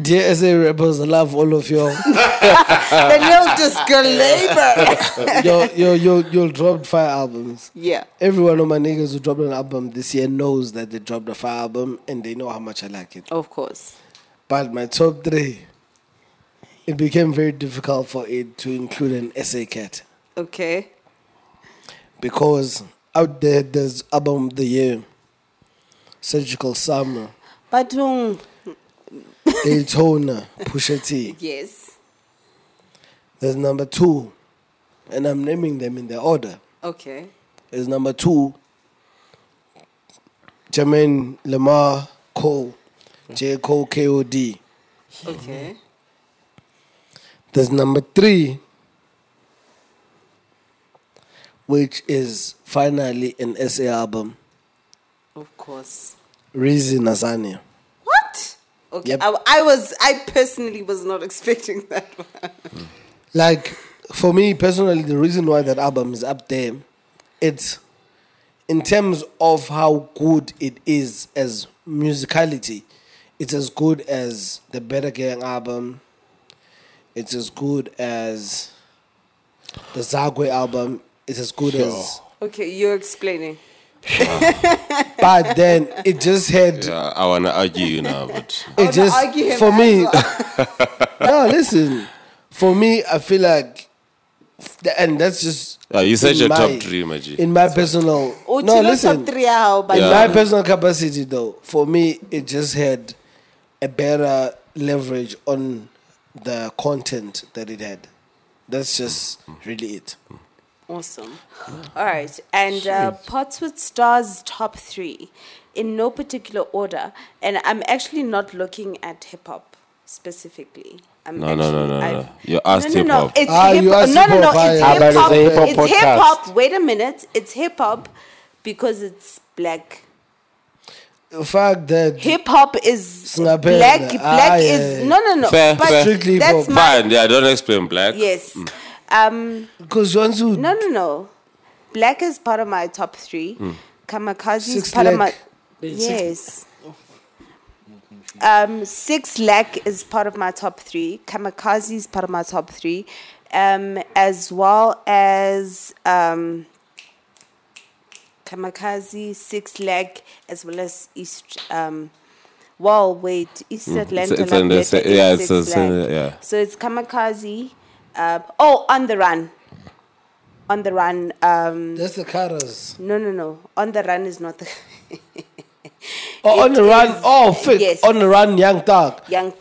Dear SA rappers, I love all of you.
the notice girl labor.
yo, yo, yo, you dropped five albums.
yeah.
Every one of my niggas who dropped an album this year knows that they dropped a five album and they know how much I like it.
Of course.
But my top three, it became very difficult for it to include an SA cat
Okay.
because out there there's album of the year, Surgical Summer,
Badung.
Daytona, Pusha T.
Yes.
There's number two, and I'm naming them in their order.
Okay.
There's number two, Jermaine Lamar Cole, J. Cole KOD.
Okay.
There's number three, which is finally an SA album,
Of course.
Rizzy Nazania.
What? Okay.
Yep.
I, I was. I personally was not expecting that one.
Like for me personally, the reason why that album is up there, it's in terms of how good it is as musicality, it's as good as the Better Gang album. It's as good as the Zagwe album. It's as good as,
Okay, you're explaining.
but then it just had
Yeah, I wanna argue you now, but
it
argue him
just for
as
me. no, listen, for me, I feel like, and that's just
Yeah, you said
in
your
my-
top three, my G.
in my personal.
Oh,
no, listen,
Three hour, but
in
Yeah.
my personal capacity though, for me, it just had a better leverage on the content that it had. That's just really it.
Awesome. All right. And uh, Potswood Stars top three in no particular order. And I'm actually not looking at hip hop specifically. I'm
No, no, no,
actually-
no, no.
I've-
You asked
no, no,
hip-hop.
No, it's
Ah,
hip-
you asked
no, no, no.
hip-hop,
It's
ah, yeah.
hip hop.
Ah, but it's a hip-hop
It's hip
podcast.
hop. Wait a minute. It's hip hop because it's black.
The fact that
Hip hop is
Snapper.
black. Black
Ah, yeah,
is
yeah.
no, no, no.
Fair,
but
fair.
Strictly
that's
hip-hop.
my
fine. Yeah, don't explain black. Mm.
yes. Um.
because once you
No, no, no. Black is part of my top three. Kamikaze is
Hmm. Six
part of my.
Lack.
Yes. Um, six lakh is part of my top three. Kamikaze is part of my top three, um, as well as um, Kamikaze, six lakh, as well as East. Um, well, wait, East Atlanta.
Mm, it's
Love
in the
Letter
sa-
is
yeah, it's
Six
the same,
Lack.
yeah.
So it's Kamikaze. Uh, oh, on the run. On the run. Um,
that's the caras.
no, no, no. On the run is not the.
Oh, on
It
the run.
is-
Oh, fake.
yes.
On the run, Young Thug.
Young Thug.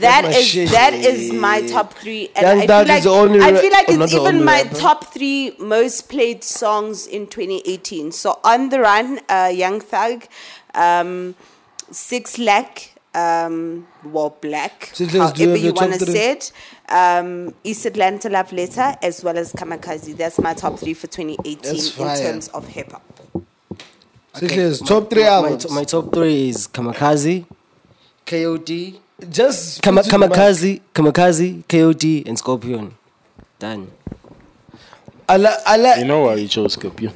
That
that's my shit.
is that is my top three, and
Young
I
Thug
feel like
is the only
I
ra-
feel like
oh, not
it's
the
even
only
my
rapper.
top three most played songs in 2018. So on the run, uh, Young Thug, um, Six Lakh, um, well Black,
Six Lakh's do
however
have
you
your top
want to
three.
say it, um, East Atlanta Love Letter, as well as Kamikaze. That's my top three for 2018
That's
in
fire.
terms of hip hop.
Six years. top three
My,
albums.
to- my top three is Kamikaze, KOD,
Just
Kama-
put it in my-
Kamikaze, Kamikaze, KOD, and Scorpion. Done.
I like. I
You
like.
know why you chose Scorpio?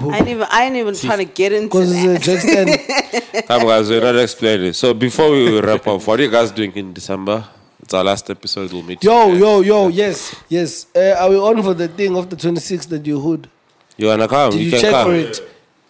I ain't even I ain't even trying to get into
Because
that.
it's a Justin.
Come guys, we're not explaining. So before we wrap up, what are you guys doing in December? It's our last episode. We'll meet.
Yo,
you
yo, yo, yes, yes. Uh, are we on for the thing of the 26th that you hood?
You wanna come?
Did you,
can
check
come.
for it?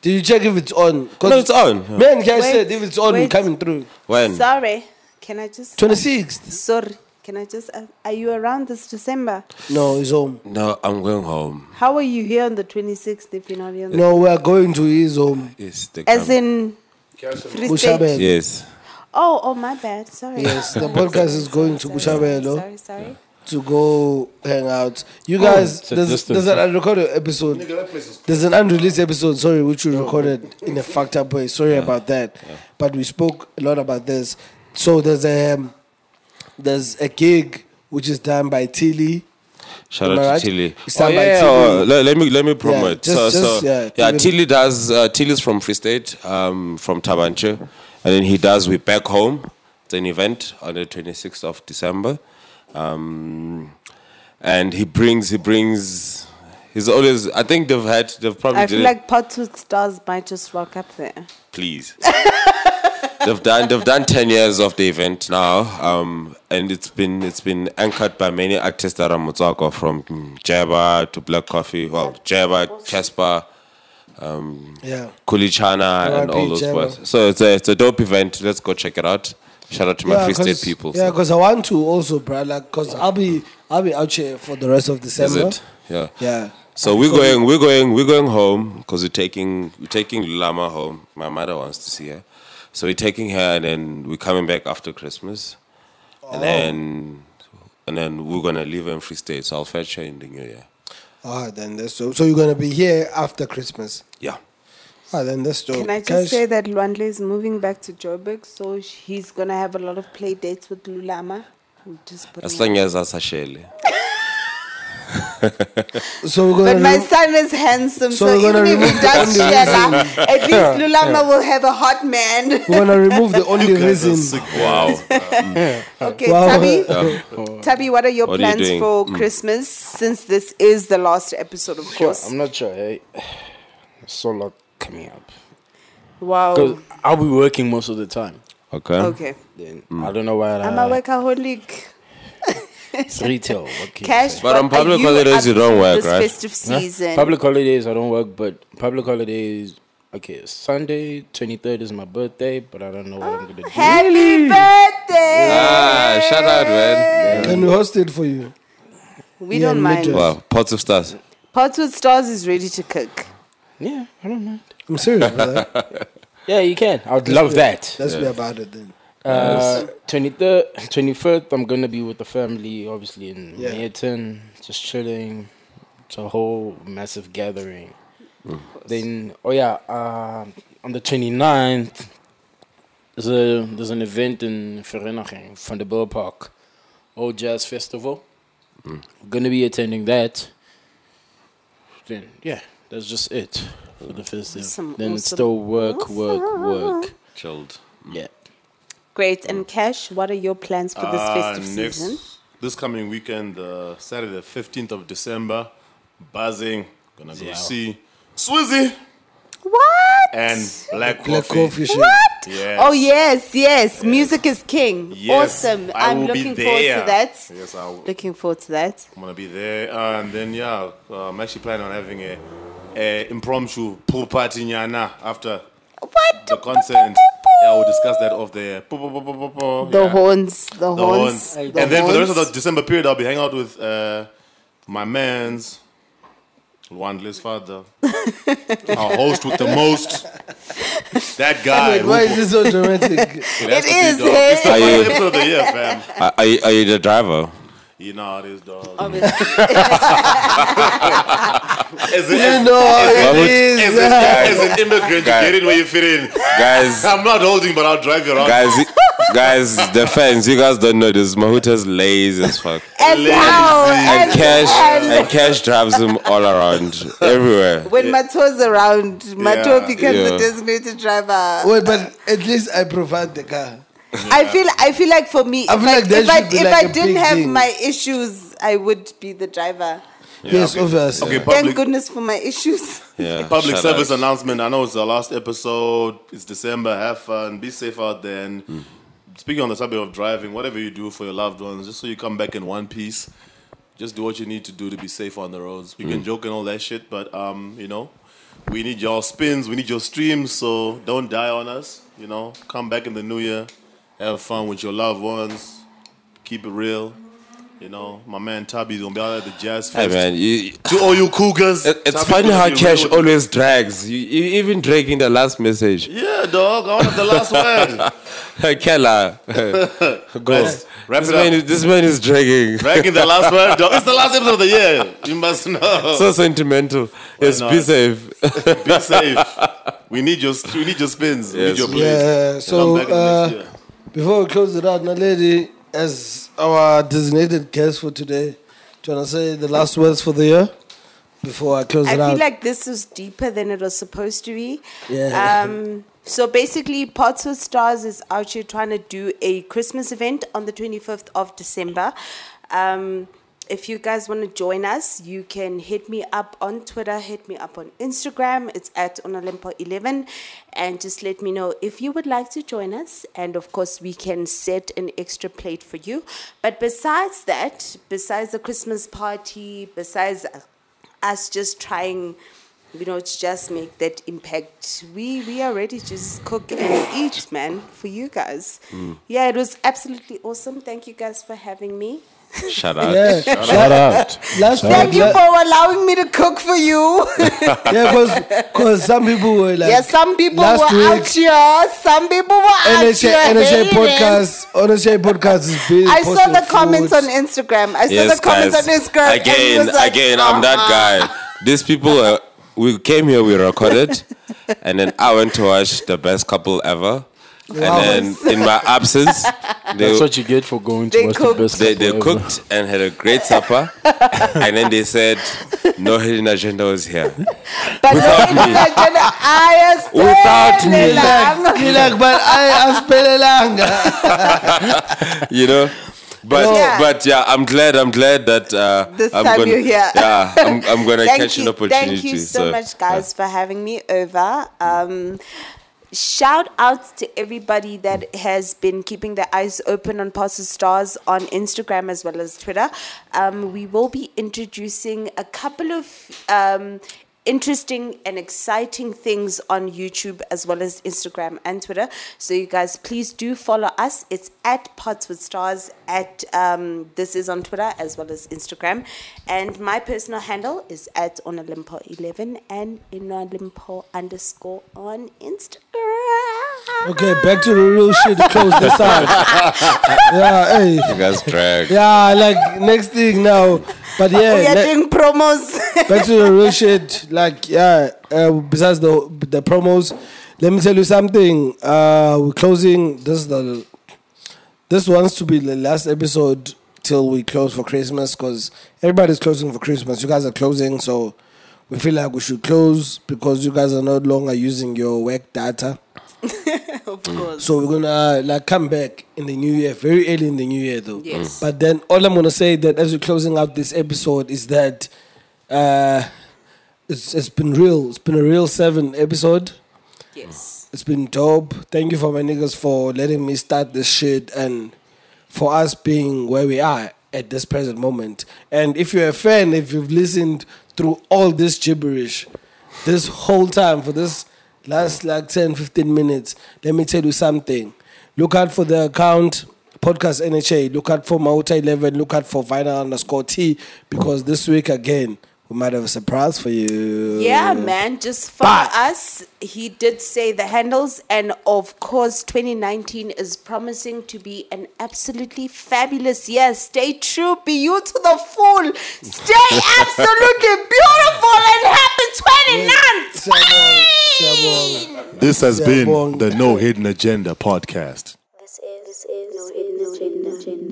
Did you check if it's on? 'Cause
No, it's on.
Man, guy
Wait,
said if it's on, we're
wait.
coming through.
When?
Sorry, can I just
26th?
Sorry, can I just ask, are you around this December?
No, it's home.
No, I'm going home.
How are you here on the 26th if you're not here? on the-
No, we are going to his home.
Yes, they
As
come.
in, free state.
Bushabelo.
Yes.
Oh, oh, my bad. Sorry.
Yes, the podcast is going to Bushabelo
Sorry, sorry.
to go hang out. You
Oh,
guys,
a
there's,
distance.
there's an unrecorded episode. There's an unreleased episode, sorry, which we recorded in a fucked up way. Sorry about that. But we spoke a lot about this. So there's a um, there's a gig which is done by Tilly.
Shout
Am I
out to
right?
Tilly.
It's done by Tilly.
oh, le- let me let me promote.
just-
so
just,
so
yeah,
yeah,
Tilly.
Tilly does uh, Tilly's from Free State, um, from Tabanche, and then he does We Back Home. It's an event on the 26th of December, um, and he brings he brings. He's always. I think they've had they've probably
I feel
did it-
like Pots with Stars might just rock up there.
please. they've done they've done ten years of the event now, um, and it's been it's been anchored by many artists that are Mozako from mm, Jeba to Black Coffee, well Jeba, Chespa,
Yeah.
Kulichana, and
R.I.P.
all those
Jeba.
boys. So it's a it's a dope event. Let's go check it out. Shout out to my Free State people.
Yeah, because I want to also, bro. Like, cause I'll be I'll be out here for the rest of
is
December.
it? Yeah.
Yeah.
So we're going, we're going, we're going home because we're taking we're taking Lama home. My mother wants to see her, so we're taking her, and then we're coming back after Christmas,
Oh.
and then and then we're gonna leave her in Free State. So I'll fetch her in the New Year.
Ah, then that's so. So you're gonna be here after Christmas.
Yeah,
Ah, then that's dope.
Can I just
Cash.
say that Luandle is moving back to Joburg, so sh- he's going to have a lot of play dates with Lulama. I'm Just putting
as
it-
long as that's a Shelley.
So we're gonna
But my
remo-
son is handsome, so,
so we're
even
gonna
if
remove
we've
the
done
only
Shela,
reason.
at least Lulama will have a hot man.
we're gonna remove the only reason.
Wow.
okay,
Wow.
Tabby.
uh,
Yeah.
Tabby, what are your
What are you
plans
doing?
for
Mm.
Christmas since this is the last episode, of course?
I'm not sure. eh? so lot coming up.
Wow.
Because I'll be working most of the time.
Okay. Mm.
Okay.
Then I don't know why
I'm
I
a workaholic.
Uh, it's retail. What can you
Cash.
say?
But on
what are
public
you
holidays,
up
you don't
to
work,
this
right?
festive
Huh?
season.
Public holidays I don't work, but public holidays. Okay, Sunday twenty third is my birthday, but I don't know what I'm gonna do.
Oh, Happy birthday!
Ah, shout out, man.
Can we host it for you?
We
Yeah,
don't mind.
midget.
Wow, pots of stars.
Pots with Stars is ready to cook.
Yeah, I don't mind.
I'm serious, brother.
Yeah, you can. I would love that.
Let's be about it then.
Uh, 23rd, 21st, I'm going to be with the family, obviously, in
Yeah.
Mayerton, just chilling. It's a whole massive gathering. Then, oh yeah, uh, on the 29th, there's, a, there's an event in Vereniging, from the Bill Park, Old Jazz Festival. Going to be attending that. Then, yeah, that's just it for the festive.
Awesome,
then
awesome,
still work, work, work.
Chilled.
Yeah.
Great. And Cash, what are your plans for this
Uh,
festive
next,
season?
This coming weekend, uh, Saturday, the 15th of December, buzzing. Gonna go see Swizzy
What?
and Black
Black
Coffee.
coffee shit.
What?
Yes.
Oh yes, yes. Music is king.
Yes,
awesome.
I
I'm
will be
looking forward to
there.
that.
Yes, I will.
Looking forward to that.
I'm gonna be there, uh, and then yeah, uh, I'm actually planning on having a, a impromptu pool party nyana after
What?
the concert. Yeah, we'll discuss that off the po- po- po- po- po- po.
The
Yeah.
horns. The,
the
horns.
horns.
The
and then for the rest of
horns.
the December period, I'll be hanging out with uh, my man's Luandle's father, our host with the most. That guy. who-
Why is this so dramatic?
has
It
to be,
is,
dog.
hey?
It's the
Are
final
you-
episode of the year, fam.
Are, are, you, are you the driver?
You know how it is, dog.
Obviously.
As an,
no,
Why would-
as, an, as an immigrant, you get in where you fit in.
guys,
I'm not holding, but I'll drive you around.
guys, guys, the fans, you guys don't know this. Mahuta's lazy as fuck.
As how
And
Oh, and,
Cash,
and
and Cash drives him all around, everywhere.
when Mato's around, Mato
Yeah.
becomes the
Yeah.
designated driver.
Wait, but at least I provide the car.
I feel I feel like for me,
I
if
feel
I,
like that
if I,
should be
if
like
I
a
didn't
big
have
thing.
my issues, I would be the driver.
yes, obviously.
Okay,
Thank
public,
goodness for my issues.
Yeah,
public
Uh, shout
service
out.
announcement. I know it's the last episode. It's December. Have fun. Be safe out there. And
Hmm.
speaking on the subject of driving, whatever you do for your loved ones, just so you come back in one piece, just do what you need to do to be safe on the roads. We
Hmm.
can joke and all that shit, but um, you know, we need your spins. We need your streams. So don't die on us. You know, come back in the new year. Have fun with your loved ones. Keep it real. You know, my man Tabby's gonna be out at the jazz
Hey
fest.
man, you,
To all you cougars,
it- it's
Tabby's
funny
gonna
how
be real
Cash
with you.
always drags. You, you even dragging the last message.
Yeah, dog. I wanted the last word.
Kella, go.
Let's wrap
this,
it
man,
up.
is- this man is dragging.
Dragging the last word, dog. It's the last episode of the year. You must know.
so sentimental. Yes, be
not?
safe.
Be safe. We need your we need your spins. We
Yes.
need your plays.
Yeah, Uh, so
Come back in the next
uh,
year.
before we close it out, Naledi, as our designated guest for today, do you want to say the last words for the year before I close
I
it
feel
out?
like this was deeper than it was supposed to be.
Yeah.
Um, so basically, Pots with Stars is out here trying to do a Christmas event on the 25th of December. Um, if you guys want to join us, you can hit me up on Twitter, hit me up on Instagram. It's at Onalimpo11. And just let me know if you would like to join us. And of course, we can set an extra plate for you. But besides that, besides the Christmas party, besides us just trying you know to just make that impact we we are ready to just cook and eat man for you guys
Hmm.
yeah it was absolutely awesome thank you guys for having me
Shut up.
yeah.
Shout out.
Last
thank you
la-
for allowing me to cook for you
yeah, because some people were like,
yeah some people
last
were out
week,
here some people were out
NHA,
here
NHA
hating.
podcast, NHA podcast is big.
I saw the comments on Instagram. I saw
Yes,
the comments
guys.
on Instagram. and he
Again,
was like,
again, I'm that
"Uh-uh."
guy. These people, uh, we came here, we recorded, and then I went to watch the best couple ever. And then in my absence,
That's what you get for going to
They
watch
cooked.
the best
they,
couple
they
ever.
cooked and had a great supper. and then they said, no hidden agenda was here.
But
Without
no,
me.
like, and I as
Without me.
well, I'm not-
You're like, but I
you know. But
Yeah.
but yeah, I'm glad. I'm glad that uh,
This
I'm
time
gonna,
you're here.
Yeah, I'm, I'm gonna
Thank
catch
you,
an opportunity.
Thank you so, much, guys, for having me over. Um, shout out to everybody that has been keeping their eyes open on Pastor Stars on Instagram as well as Twitter. Um, we will be introducing a couple of. Um, Interesting and exciting things on YouTube as well as Instagram and Twitter. So, you guys, please do follow us. It's at Pots with Stars, at um, this is on Twitter as well as Instagram. And my personal handle is at onalimpo11 and inalimpo underscore on Instagram.
as Okay, back to the real shit. Close this out. yeah, hey.
You guys drag.
Yeah, like next thing now. But yeah,
we are
ne-
doing promos.
back to the real shit. Like, yeah, uh, besides the the promos, let me tell you something. Uh, we're closing. This is the this wants to be the last episode till we close for Christmas because everybody's closing for Christmas. You guys are closing, so we feel like we should close because you guys are no longer using your work data.
of course.
So we're gonna like come back in the new year, very early in the new year though.
Yes. Mm.
But then all I'm gonna say that as we're closing out this episode is that uh it's it's been real. It's been a real seven episode.
Yes.
It's been dope. Thank you for my niggas for letting me start this shit and for us being where we are at this present moment. And if you're a fan, if you've listened through all this gibberish this whole time for this last like 10, 15 minutes, let me tell you something. Look out for the account podcast NHA. Look out for Mauta 11. Look out for vinyl underscore T because this week again, we might have a surprise for you.
Yeah, man. Just follow
Bye.
us. He did say the handles, and of course, 2019 is promising to be an absolutely fabulous year. Stay true, be you to the full. Stay absolutely beautiful and happy 2019.
Siyabonga, siyabonga.
This has
been Siyabonga. the
No Hidden Agenda podcast.
This is, this is no hidden agenda,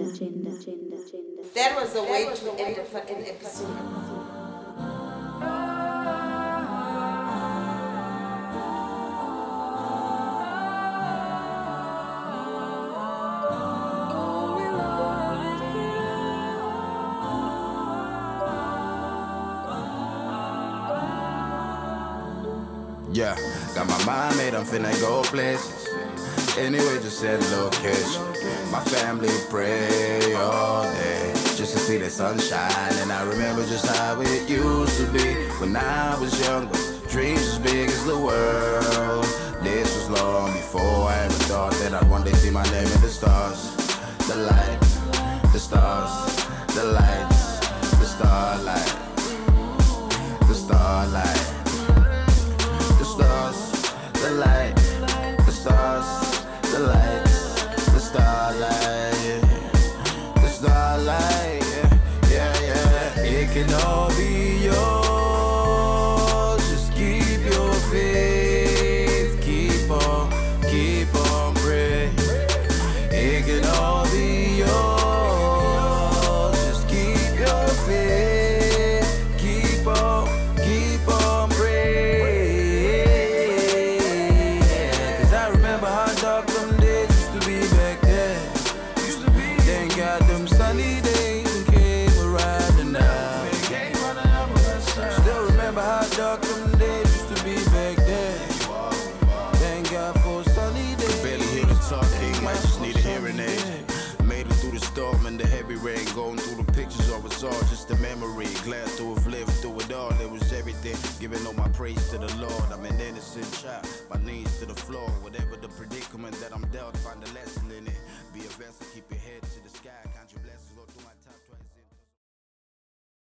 agenda, agenda, agenda, agenda.
That was a way to end a fucking episode.
Yeah, got my mind made, I'm finna go places. Anyway, just said location. My family pray all day just to see the sunshine. And I remember just how it used to be when I was younger. Dreams as big as the world. This was long before I ever thought that I'd one day see my name in the stars. The light, the stars, the lights, the starlight, the starlight the stars, the light, the stars, the light, the starlight, the starlight, yeah, yeah. It can all be yours. Just keep your faith, keep on, keep on praying. It can all be yours. Just keep your faith. Keep on, keep on praying. Cause I remember how dark them days used to be back then. Used to be. Then got them sunny days and came around now. Still remember how dark them days used to be back then. Thank God for sunny days. Barely hear the talking, might just need a hearing aid. Made it through the storm and the heavy rain. Going through the pictures, all it's all just a memory. Glad to have lived through it all. It was everything. Giving all my praise to the Lord. I'm an innocent child, my knees to the floor. Whatever the predicament that I'm dealt, find the